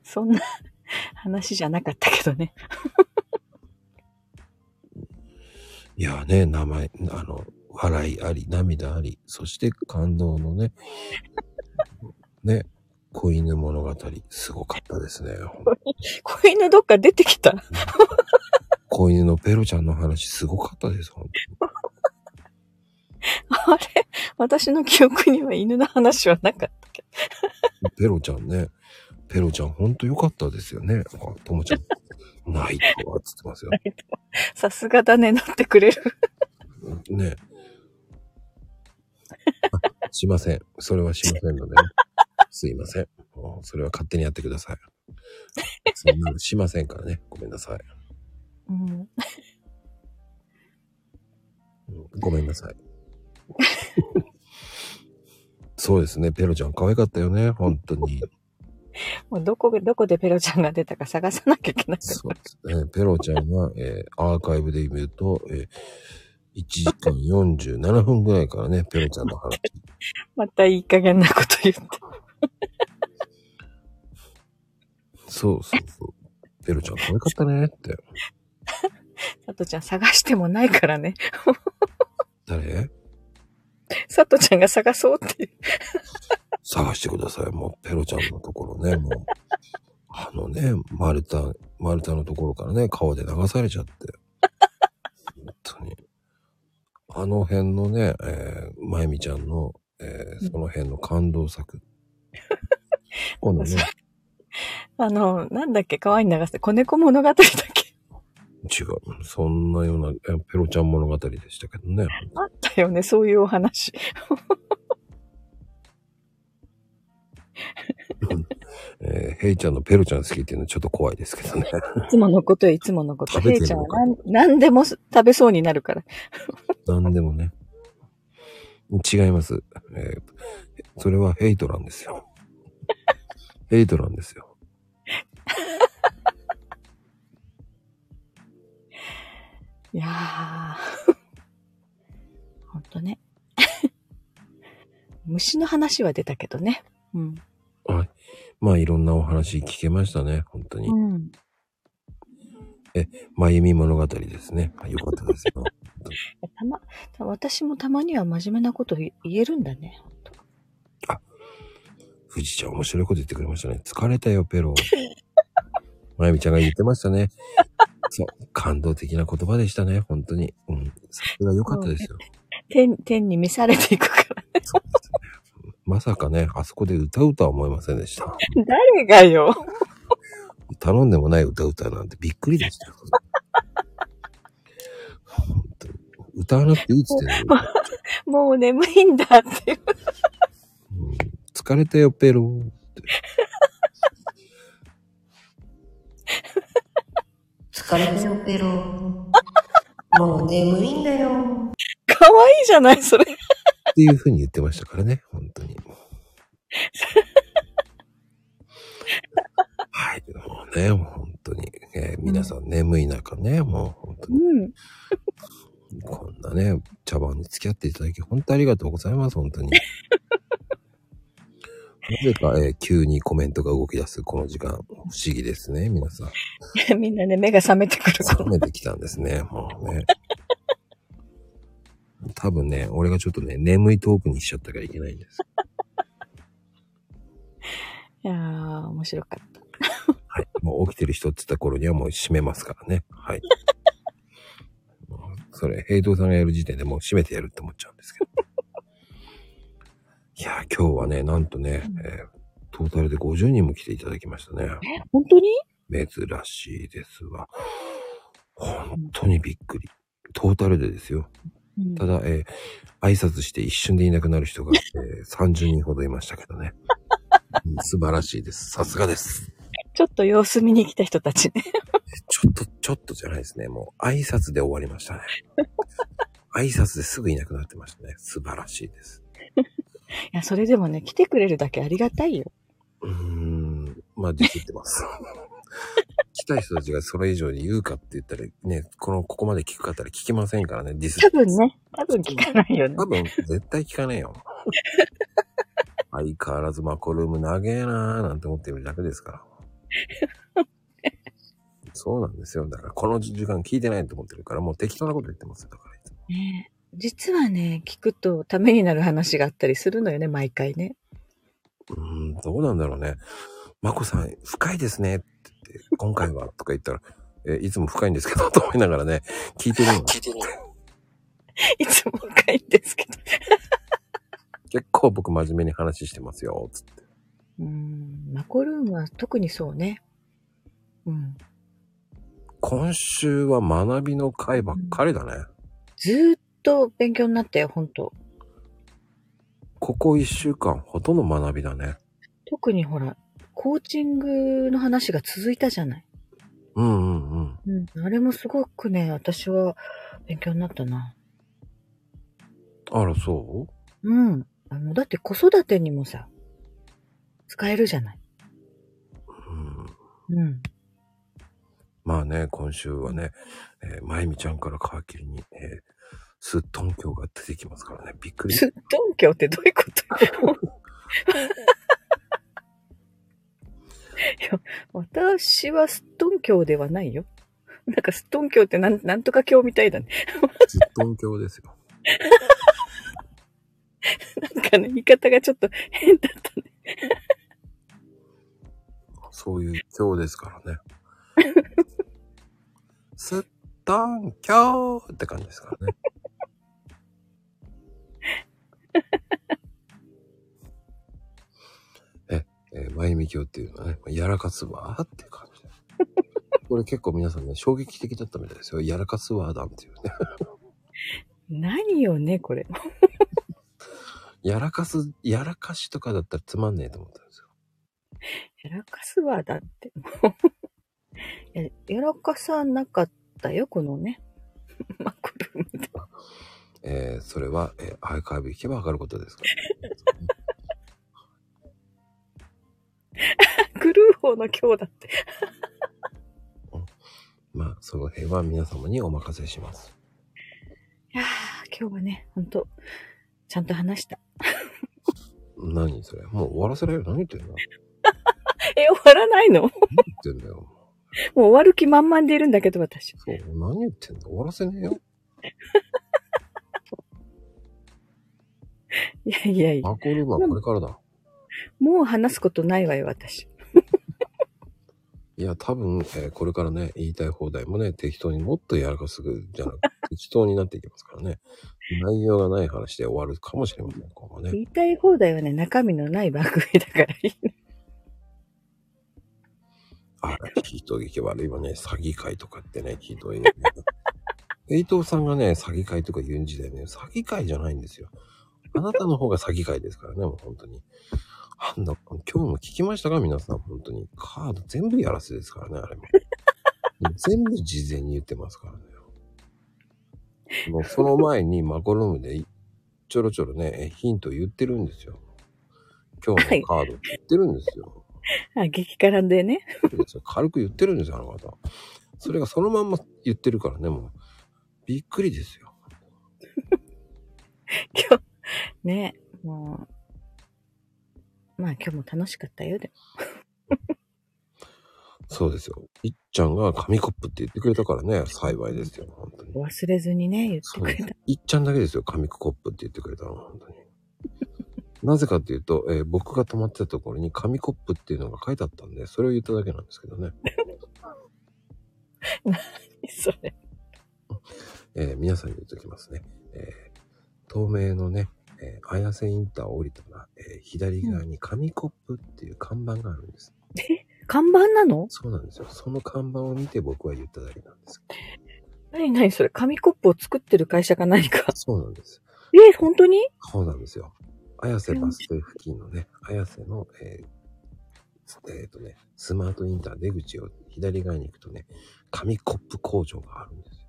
Speaker 4: そんな 話じゃなかったけどね。
Speaker 1: いやーね、名前、あの、笑いあり、涙あり、そして感動のね、ね、子犬物語、すごかったですね。
Speaker 4: 子犬どっか出てきた。
Speaker 1: 子犬のペロちゃんの話、すごかったです、本
Speaker 4: あれ私の記憶には犬の話はなかったけ
Speaker 1: 当に。
Speaker 4: ど。
Speaker 1: ペロちゃんね、ペロちゃん、本当良かったですよね。あともちゃん、ないとは、つってますよ。
Speaker 4: さすがだね、なってくれる。
Speaker 1: ね。あしません。それはしませんので、ね。すいません。もうそれは勝手にやってください。そんなのしませんからね。ごめんなさい。
Speaker 4: うん。
Speaker 1: うんごめんなさい。そうですね。ペロちゃん可愛かったよね。本当に。
Speaker 4: もうどこ、どこでペロちゃんが出たか探さなきゃいけない。
Speaker 1: そうですね。ペロちゃんは、えーアーカイブで見ると、えー1時間47分ぐらいからね、ペロちゃんの話。
Speaker 4: またいい加減なこと言って。
Speaker 1: そうそうそう。ペロちゃん可愛かったねって。
Speaker 4: さとちゃん探してもないからね。
Speaker 1: 誰
Speaker 4: さとちゃんが探そうっていう。
Speaker 1: 探してください。もうペロちゃんのところね、もう。あのね、丸太、丸太のところからね、川で流されちゃって。本当に。あの辺のね、えー、まゆみちゃんの、えーその辺の感動 作。今度ね、
Speaker 4: あの、なんだっけ、川に流して、子猫物語だっけ
Speaker 1: 違う。そんなような、えーペロちゃん物語でしたけどね。
Speaker 4: あったよね、そういうお話。
Speaker 1: えー、ヘイちゃんのペロちゃん好きっていうのちょっと怖いですけどね。
Speaker 4: いつものことよ、いつものこと。
Speaker 1: 食べて
Speaker 4: ヘイ
Speaker 1: る
Speaker 4: ちゃん
Speaker 1: の
Speaker 4: は
Speaker 1: か
Speaker 4: 何何でも食べそうになるから。
Speaker 1: なんでもね。違います。えーそれはヘイトなんですよ。ヘイトなんですよ。
Speaker 4: いやー。ほんとね。 虫の話は出たけどね。うん。
Speaker 1: はい。まあいろんなお話聞けましたね。本当に。
Speaker 4: うん。
Speaker 1: まゆみ物語ですね。よかったですよ。
Speaker 4: たま、私もたまには真面目なこと言言えるんだね。ほんと
Speaker 1: 富士ちゃん面白いこと言ってくれましたね。疲れたよ、ペロ。まゆみちゃんが言ってましたね。そう。感動的な言葉でしたね。本当に。うん。さすが良かったですよ。
Speaker 4: 天、天に見されていくから。
Speaker 1: まさかね、あそこで歌うとは思いませんでした。
Speaker 4: 誰がよ。
Speaker 1: 頼んでもない歌歌うなんてびっくりでしたよ。本当に歌わなくていいっつってんのに
Speaker 4: もう眠いんだっていう。
Speaker 1: うん疲れたよ、ペローって。
Speaker 3: 疲れてよ、ペロ。もう眠いんだよ。
Speaker 4: 可愛いじゃない、それ。
Speaker 1: っていうふうに言ってましたからね、本当に。はい、もうね、もう本当に、えー皆さん眠い中ね、もう本当に、
Speaker 4: うん。
Speaker 1: こんなね、茶番に付き合っていただき、本当ありがとうございます、本当に。 なぜか、えー急にコメントが動き出すこの時間、不思議ですね、皆さん。
Speaker 4: みんなね、目が覚めてくるから
Speaker 1: 冷。めてきたんですね、もうね。多分ね、俺がちょっとね、眠いトークにしちゃったからいけないんです。
Speaker 4: いやー、面白かった。
Speaker 1: はい。もう起きてる人って言った頃にはもう閉めますからね。 はい。もうそれ、平等さんがやる時点でもう閉めてやるって思っちゃうんですけど。いやー、今日はね、なんとね、えートータルで50人も来ていただきましたね。
Speaker 4: 本当に
Speaker 1: 珍しいですわ。本当にびっくり。トータルでですよ。
Speaker 4: うん
Speaker 1: ただ、えー挨拶して一瞬でいなくなる人が、えー30人ほどいましたけどね。 うん素晴らしいです。さすがです。
Speaker 4: ちょっと様子見に来た人たちね。
Speaker 1: ちょっと、ちょっとじゃないですね。もう挨拶で終わりましたね。挨拶ですぐいなくなってましたね。素晴らしいです。
Speaker 4: いや、それでもね、来てくれるだけありがたいよ。
Speaker 1: うーん。まあ、ディスってます。来た人たちがそれ以上に言うかって言ったらね、この、ここまで聞くかったら聞きませんからね、ディス
Speaker 4: 多分ね、多分聞かないよね
Speaker 1: 多。分、絶対聞かねえよ。相変わらずマコルーム長えなーなんて思ってるだけですから。そうなんですよ。だから、この時間聞いてないと思ってるから、もう適当なこと言ってますよ。だからいつも
Speaker 4: ね実はね、聞くとためになる話があったりするのよね、毎回ね。
Speaker 1: うーん、どうなんだろうね。マコさん、深いですねって言って、今回はとか言ったら、え、いつも深いんですけど、と思いながらね、聞いてるの。聞いてる
Speaker 4: いつも深いんですけど。
Speaker 1: 結構僕真面目に話してますよ、つって。
Speaker 4: うーん、マコルームは特にそうね。うん。
Speaker 1: 今週は学びの会ばっかりだね。
Speaker 4: ずーっと勉強になったよ、ほんと。
Speaker 1: ここ一週間、ほとんど学びだね。
Speaker 4: 特にほら、コーチングの話が続いたじゃない。
Speaker 1: うんうんうん。
Speaker 4: うん。あれもすごくね、私は勉強になったな。
Speaker 1: あら、そう
Speaker 4: うん。あの、だって子育てにもさ、使えるじゃない。
Speaker 1: うん、
Speaker 4: うん。
Speaker 1: まあね、今週はね、えーまゆみちゃんから皮切りに、えー、すっとんきょうが出てきますからね、びっ くり。
Speaker 4: すっとんきょうってどういうこといや、私はすっとんきょうではないよ。なんかすっとんきょうってなんなんとかきょうみたいだね。
Speaker 1: すっとんきょうですよ。
Speaker 4: なんかね、言い方がちょっと変だったね。
Speaker 1: そういうきょうですからね。 すっとんきょうって感じですからね。 え、えー、まゆみきょうっていうのはね、やらかすわーっていう感じで。これ結構皆さんね、衝撃的だったみたいですよ。やらかすわーだっていうね。
Speaker 4: 何よね、これ。
Speaker 1: やらかす、やらかしとかだったらつまんねえと思ったんですよ。
Speaker 4: やらかすわ、だって。 ややらかさなかったよ、このね。 マコルームで。
Speaker 1: えー、それは、えーアーカイブ行けばわかることですから、
Speaker 4: クルーホーの今日だって。
Speaker 1: まあ、その辺は皆様にお任せします。
Speaker 4: いやー、今日はね、ほんと、ちゃんと話した。
Speaker 1: 何それもう終わらせられる何言ってんだ何
Speaker 4: え、終わらないのも
Speaker 1: 言ってんだよ。
Speaker 4: う終わる気満々でいるんだけど、私。
Speaker 1: そう、何言ってんだ終わらせねえよ。
Speaker 4: いやいやいや、
Speaker 1: マコルームはこれからだ。
Speaker 4: もう話すことないわよ、私。
Speaker 1: いや、多分、えーこれからね、言いたい放題もね、適当にもっとやらかすじゃなくて、適当になっていきますからね。内容がない話で終わるかもしれません、今後ね。
Speaker 4: 言いたい放題はね、中身のない番組だからいいの。
Speaker 1: あら、人聞き悪いわね。詐欺会とかってね、ひどいよね。伊藤さんがね、詐欺会とか言うん時代ね、詐欺会じゃないんですよ。あなたの方が詐欺会ですからね、もう本当に。あんな、今日も聞きましたか皆さん、本当に。カード全部やらせですからね、あれも。全部事前に言ってますからね。もうその前にマコルームでいちょろちょろね、ヒント言ってるんですよ。今日のカードって言ってるんですよ。
Speaker 4: あ、激辛でね。
Speaker 1: そうですよ軽く言ってるんですよ、あの方。それがそのまんま言ってるからね、もう。びっくりですよ。
Speaker 4: 今日、ね、もう。まあ今日も楽しかったよ、で
Speaker 1: そうですよ。いっちゃんが紙コップって言ってくれたからね、幸いですよ、本当に。
Speaker 4: も。忘れずにね、言っ
Speaker 1: そ
Speaker 4: て
Speaker 1: う
Speaker 4: く
Speaker 1: で
Speaker 4: れ
Speaker 1: す
Speaker 4: た。。
Speaker 1: いっちゃんだけですよ、紙コップって言ってくれたの、本当に。なぜかっていうと、えー僕が泊まってたところに紙コップっていうのが書いてあったんで、それを言っただけなんですけどね。
Speaker 4: それ。
Speaker 1: えー皆さんに言っときますね。えー透明のね、えー綾瀬インターを降りたら、えー左側に紙コップっていう看板があるんです。
Speaker 4: 看板なの
Speaker 1: そうなんですよ。その看板を見て僕は言っただけなんですけど。
Speaker 4: 何何それ紙コップを作ってる会社か何か。
Speaker 1: そうなんです。
Speaker 4: え、本当に
Speaker 1: そうなんですよ。綾瀬バス停付近のね、綾瀬の、えーえっ、とね、スマートインター出口を左側に行くとね、紙コップ工場があるんです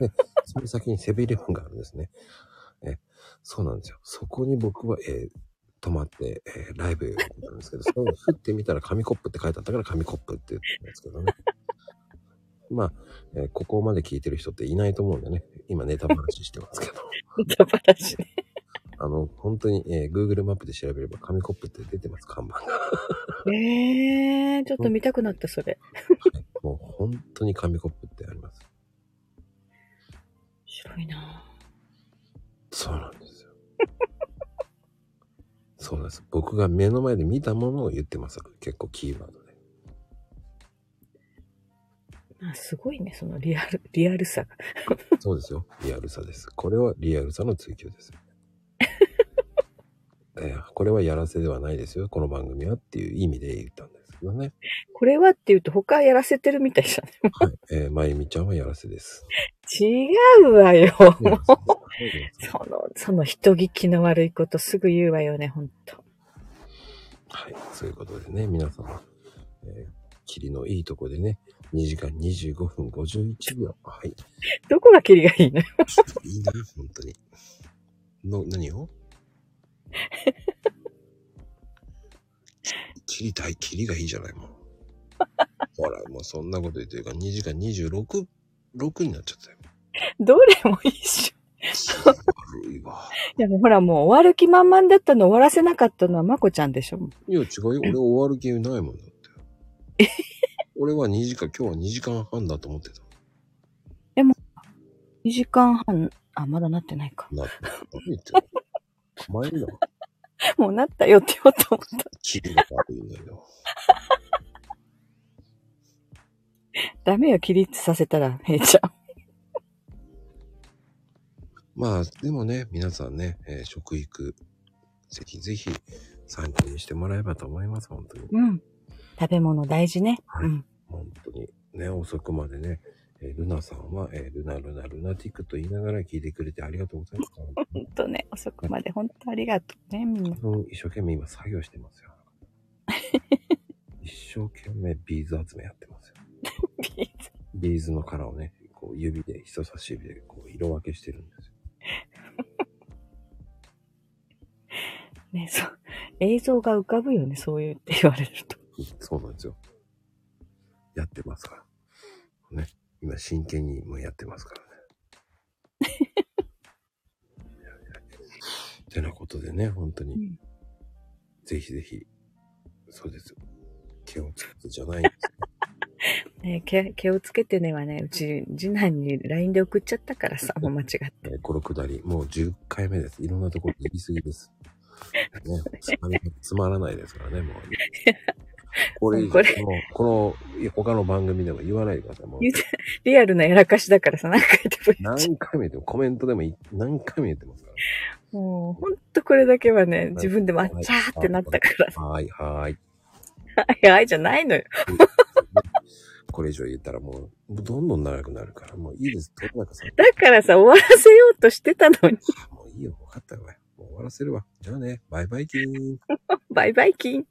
Speaker 1: よ。で、その先にセブンイレブンがあるんですね。え、そうなんですよ。そこに僕は、えー泊まって、えーライブなんですけど、その振ってみたら紙コップって書いてあったから紙コップって言ったんですけどね。まあ、えーここまで聞いてる人っていないと思うんでね、今ネタ話してますけど。
Speaker 4: ネタバラシね。
Speaker 1: あの、本当に、えー Google マップで調べれば紙コップって出てます、看板が。
Speaker 4: えー、ちょっと見たくなった、それ。
Speaker 1: もう本当に紙コップってあります。
Speaker 4: 白いな
Speaker 1: そうなんですよ。 そうなんです。僕が目の前で見たものを言ってます。結構キーワードで。
Speaker 4: ぁあすごいね、そのリアル、リアルさが。
Speaker 1: そうですよ。リアルさです。これはリアルさの追求です。 えーこれはやらせではないですよ。この番組はっていう意味で言ったんですけどね。
Speaker 4: これはって言うと他やらせてるみたいじゃない
Speaker 1: はい。えーまゆみちゃんはやらせです。
Speaker 4: 違うわよ。
Speaker 1: やらせです
Speaker 4: その、その人聞きの悪いことすぐ言うわよね、ほんと。
Speaker 1: はい、そういうことでね、皆様、えー、霧のいいとこでね、2時間25分51秒。はい。
Speaker 4: どこがキリがいいのよ
Speaker 1: いいな、 本当に。の、何を 切りたい、切りがいいじゃない、もう。 ほら、もうそんなこと言ってるから、2時間26、6になっちゃったよ。
Speaker 4: どれもいいっしょ。
Speaker 1: 悪いわ。
Speaker 4: でもほらもう終わる気満々だったの終わらせなかったのはまこちゃんでしょ。
Speaker 1: いや、違うよ。俺終わる気ないもんだって。俺は2時間、今日は2時間半だと思ってた。
Speaker 4: 2時間半、あ、まだなってないか。
Speaker 1: な、何言ってんの構えるな。
Speaker 4: もうなったよって言おうと思っ
Speaker 1: キリが悪いのよ。
Speaker 4: た。ダメよ、キリッとさせたら、へいちゃん。
Speaker 1: まあ、でもね、皆さんね、えー食育、ぜひぜひ参考にしてもらえばと思います、本当に。
Speaker 4: うん。食べ物大事ね。
Speaker 1: はい
Speaker 4: うん。
Speaker 1: 本当に。ね、遅くまでね、えールナさんは、えールナルナルナティックと言いながら聞いてくれてありがとうございます。
Speaker 4: ほんとね、遅くまでほんとありがとうね、みんな。
Speaker 1: うん一生懸命今作業してますよ。一生懸命ビーズ集めやってますよ。
Speaker 4: ビーズ
Speaker 1: ビーズの殻をね、こう指で、人差し指でこう色分けしてるんですよ。
Speaker 4: ね、そう。映像が浮かぶよね、そういうって言われると。
Speaker 1: そうなんですよ。やってますから。ね。今真剣にもうやってますからね。 いやいやてなことでね、本当に。
Speaker 4: うん
Speaker 1: ぜひぜひ。そうですよ。気をつけてじゃないんですよ。
Speaker 4: ね毛、毛をつけてねはね、うち、次男に LINE で送っちゃったからさ、もう間違って。
Speaker 1: え ーこのくだり、もう10回目です。いろんなところ行き過ぎです。ね、つまりつまらないですから ね、もう。これ以上、
Speaker 4: これ
Speaker 1: もうこの、いや他の番組でも言わないでください。もう
Speaker 4: 言ってリアルなやらかしだからさ、何回でも言っちゃ
Speaker 1: 何回も言っても、コメントでもい何回も言ってますから。
Speaker 4: う。もう、ほんとこれだけはね、自分でもあっちゃーってなったからさ、
Speaker 1: はーい、はーい。
Speaker 4: はい、はい、じゃないのよ。
Speaker 1: これ以上言ったらもう、どんどん長くなるから、もういいです。とにかくさ、
Speaker 4: だからさ、終わらせようとしてたのに、
Speaker 1: もういいよ。分かったよ、おいもう終わらせるわ。じゃあね、バイバイキーン。
Speaker 4: バイバイキン。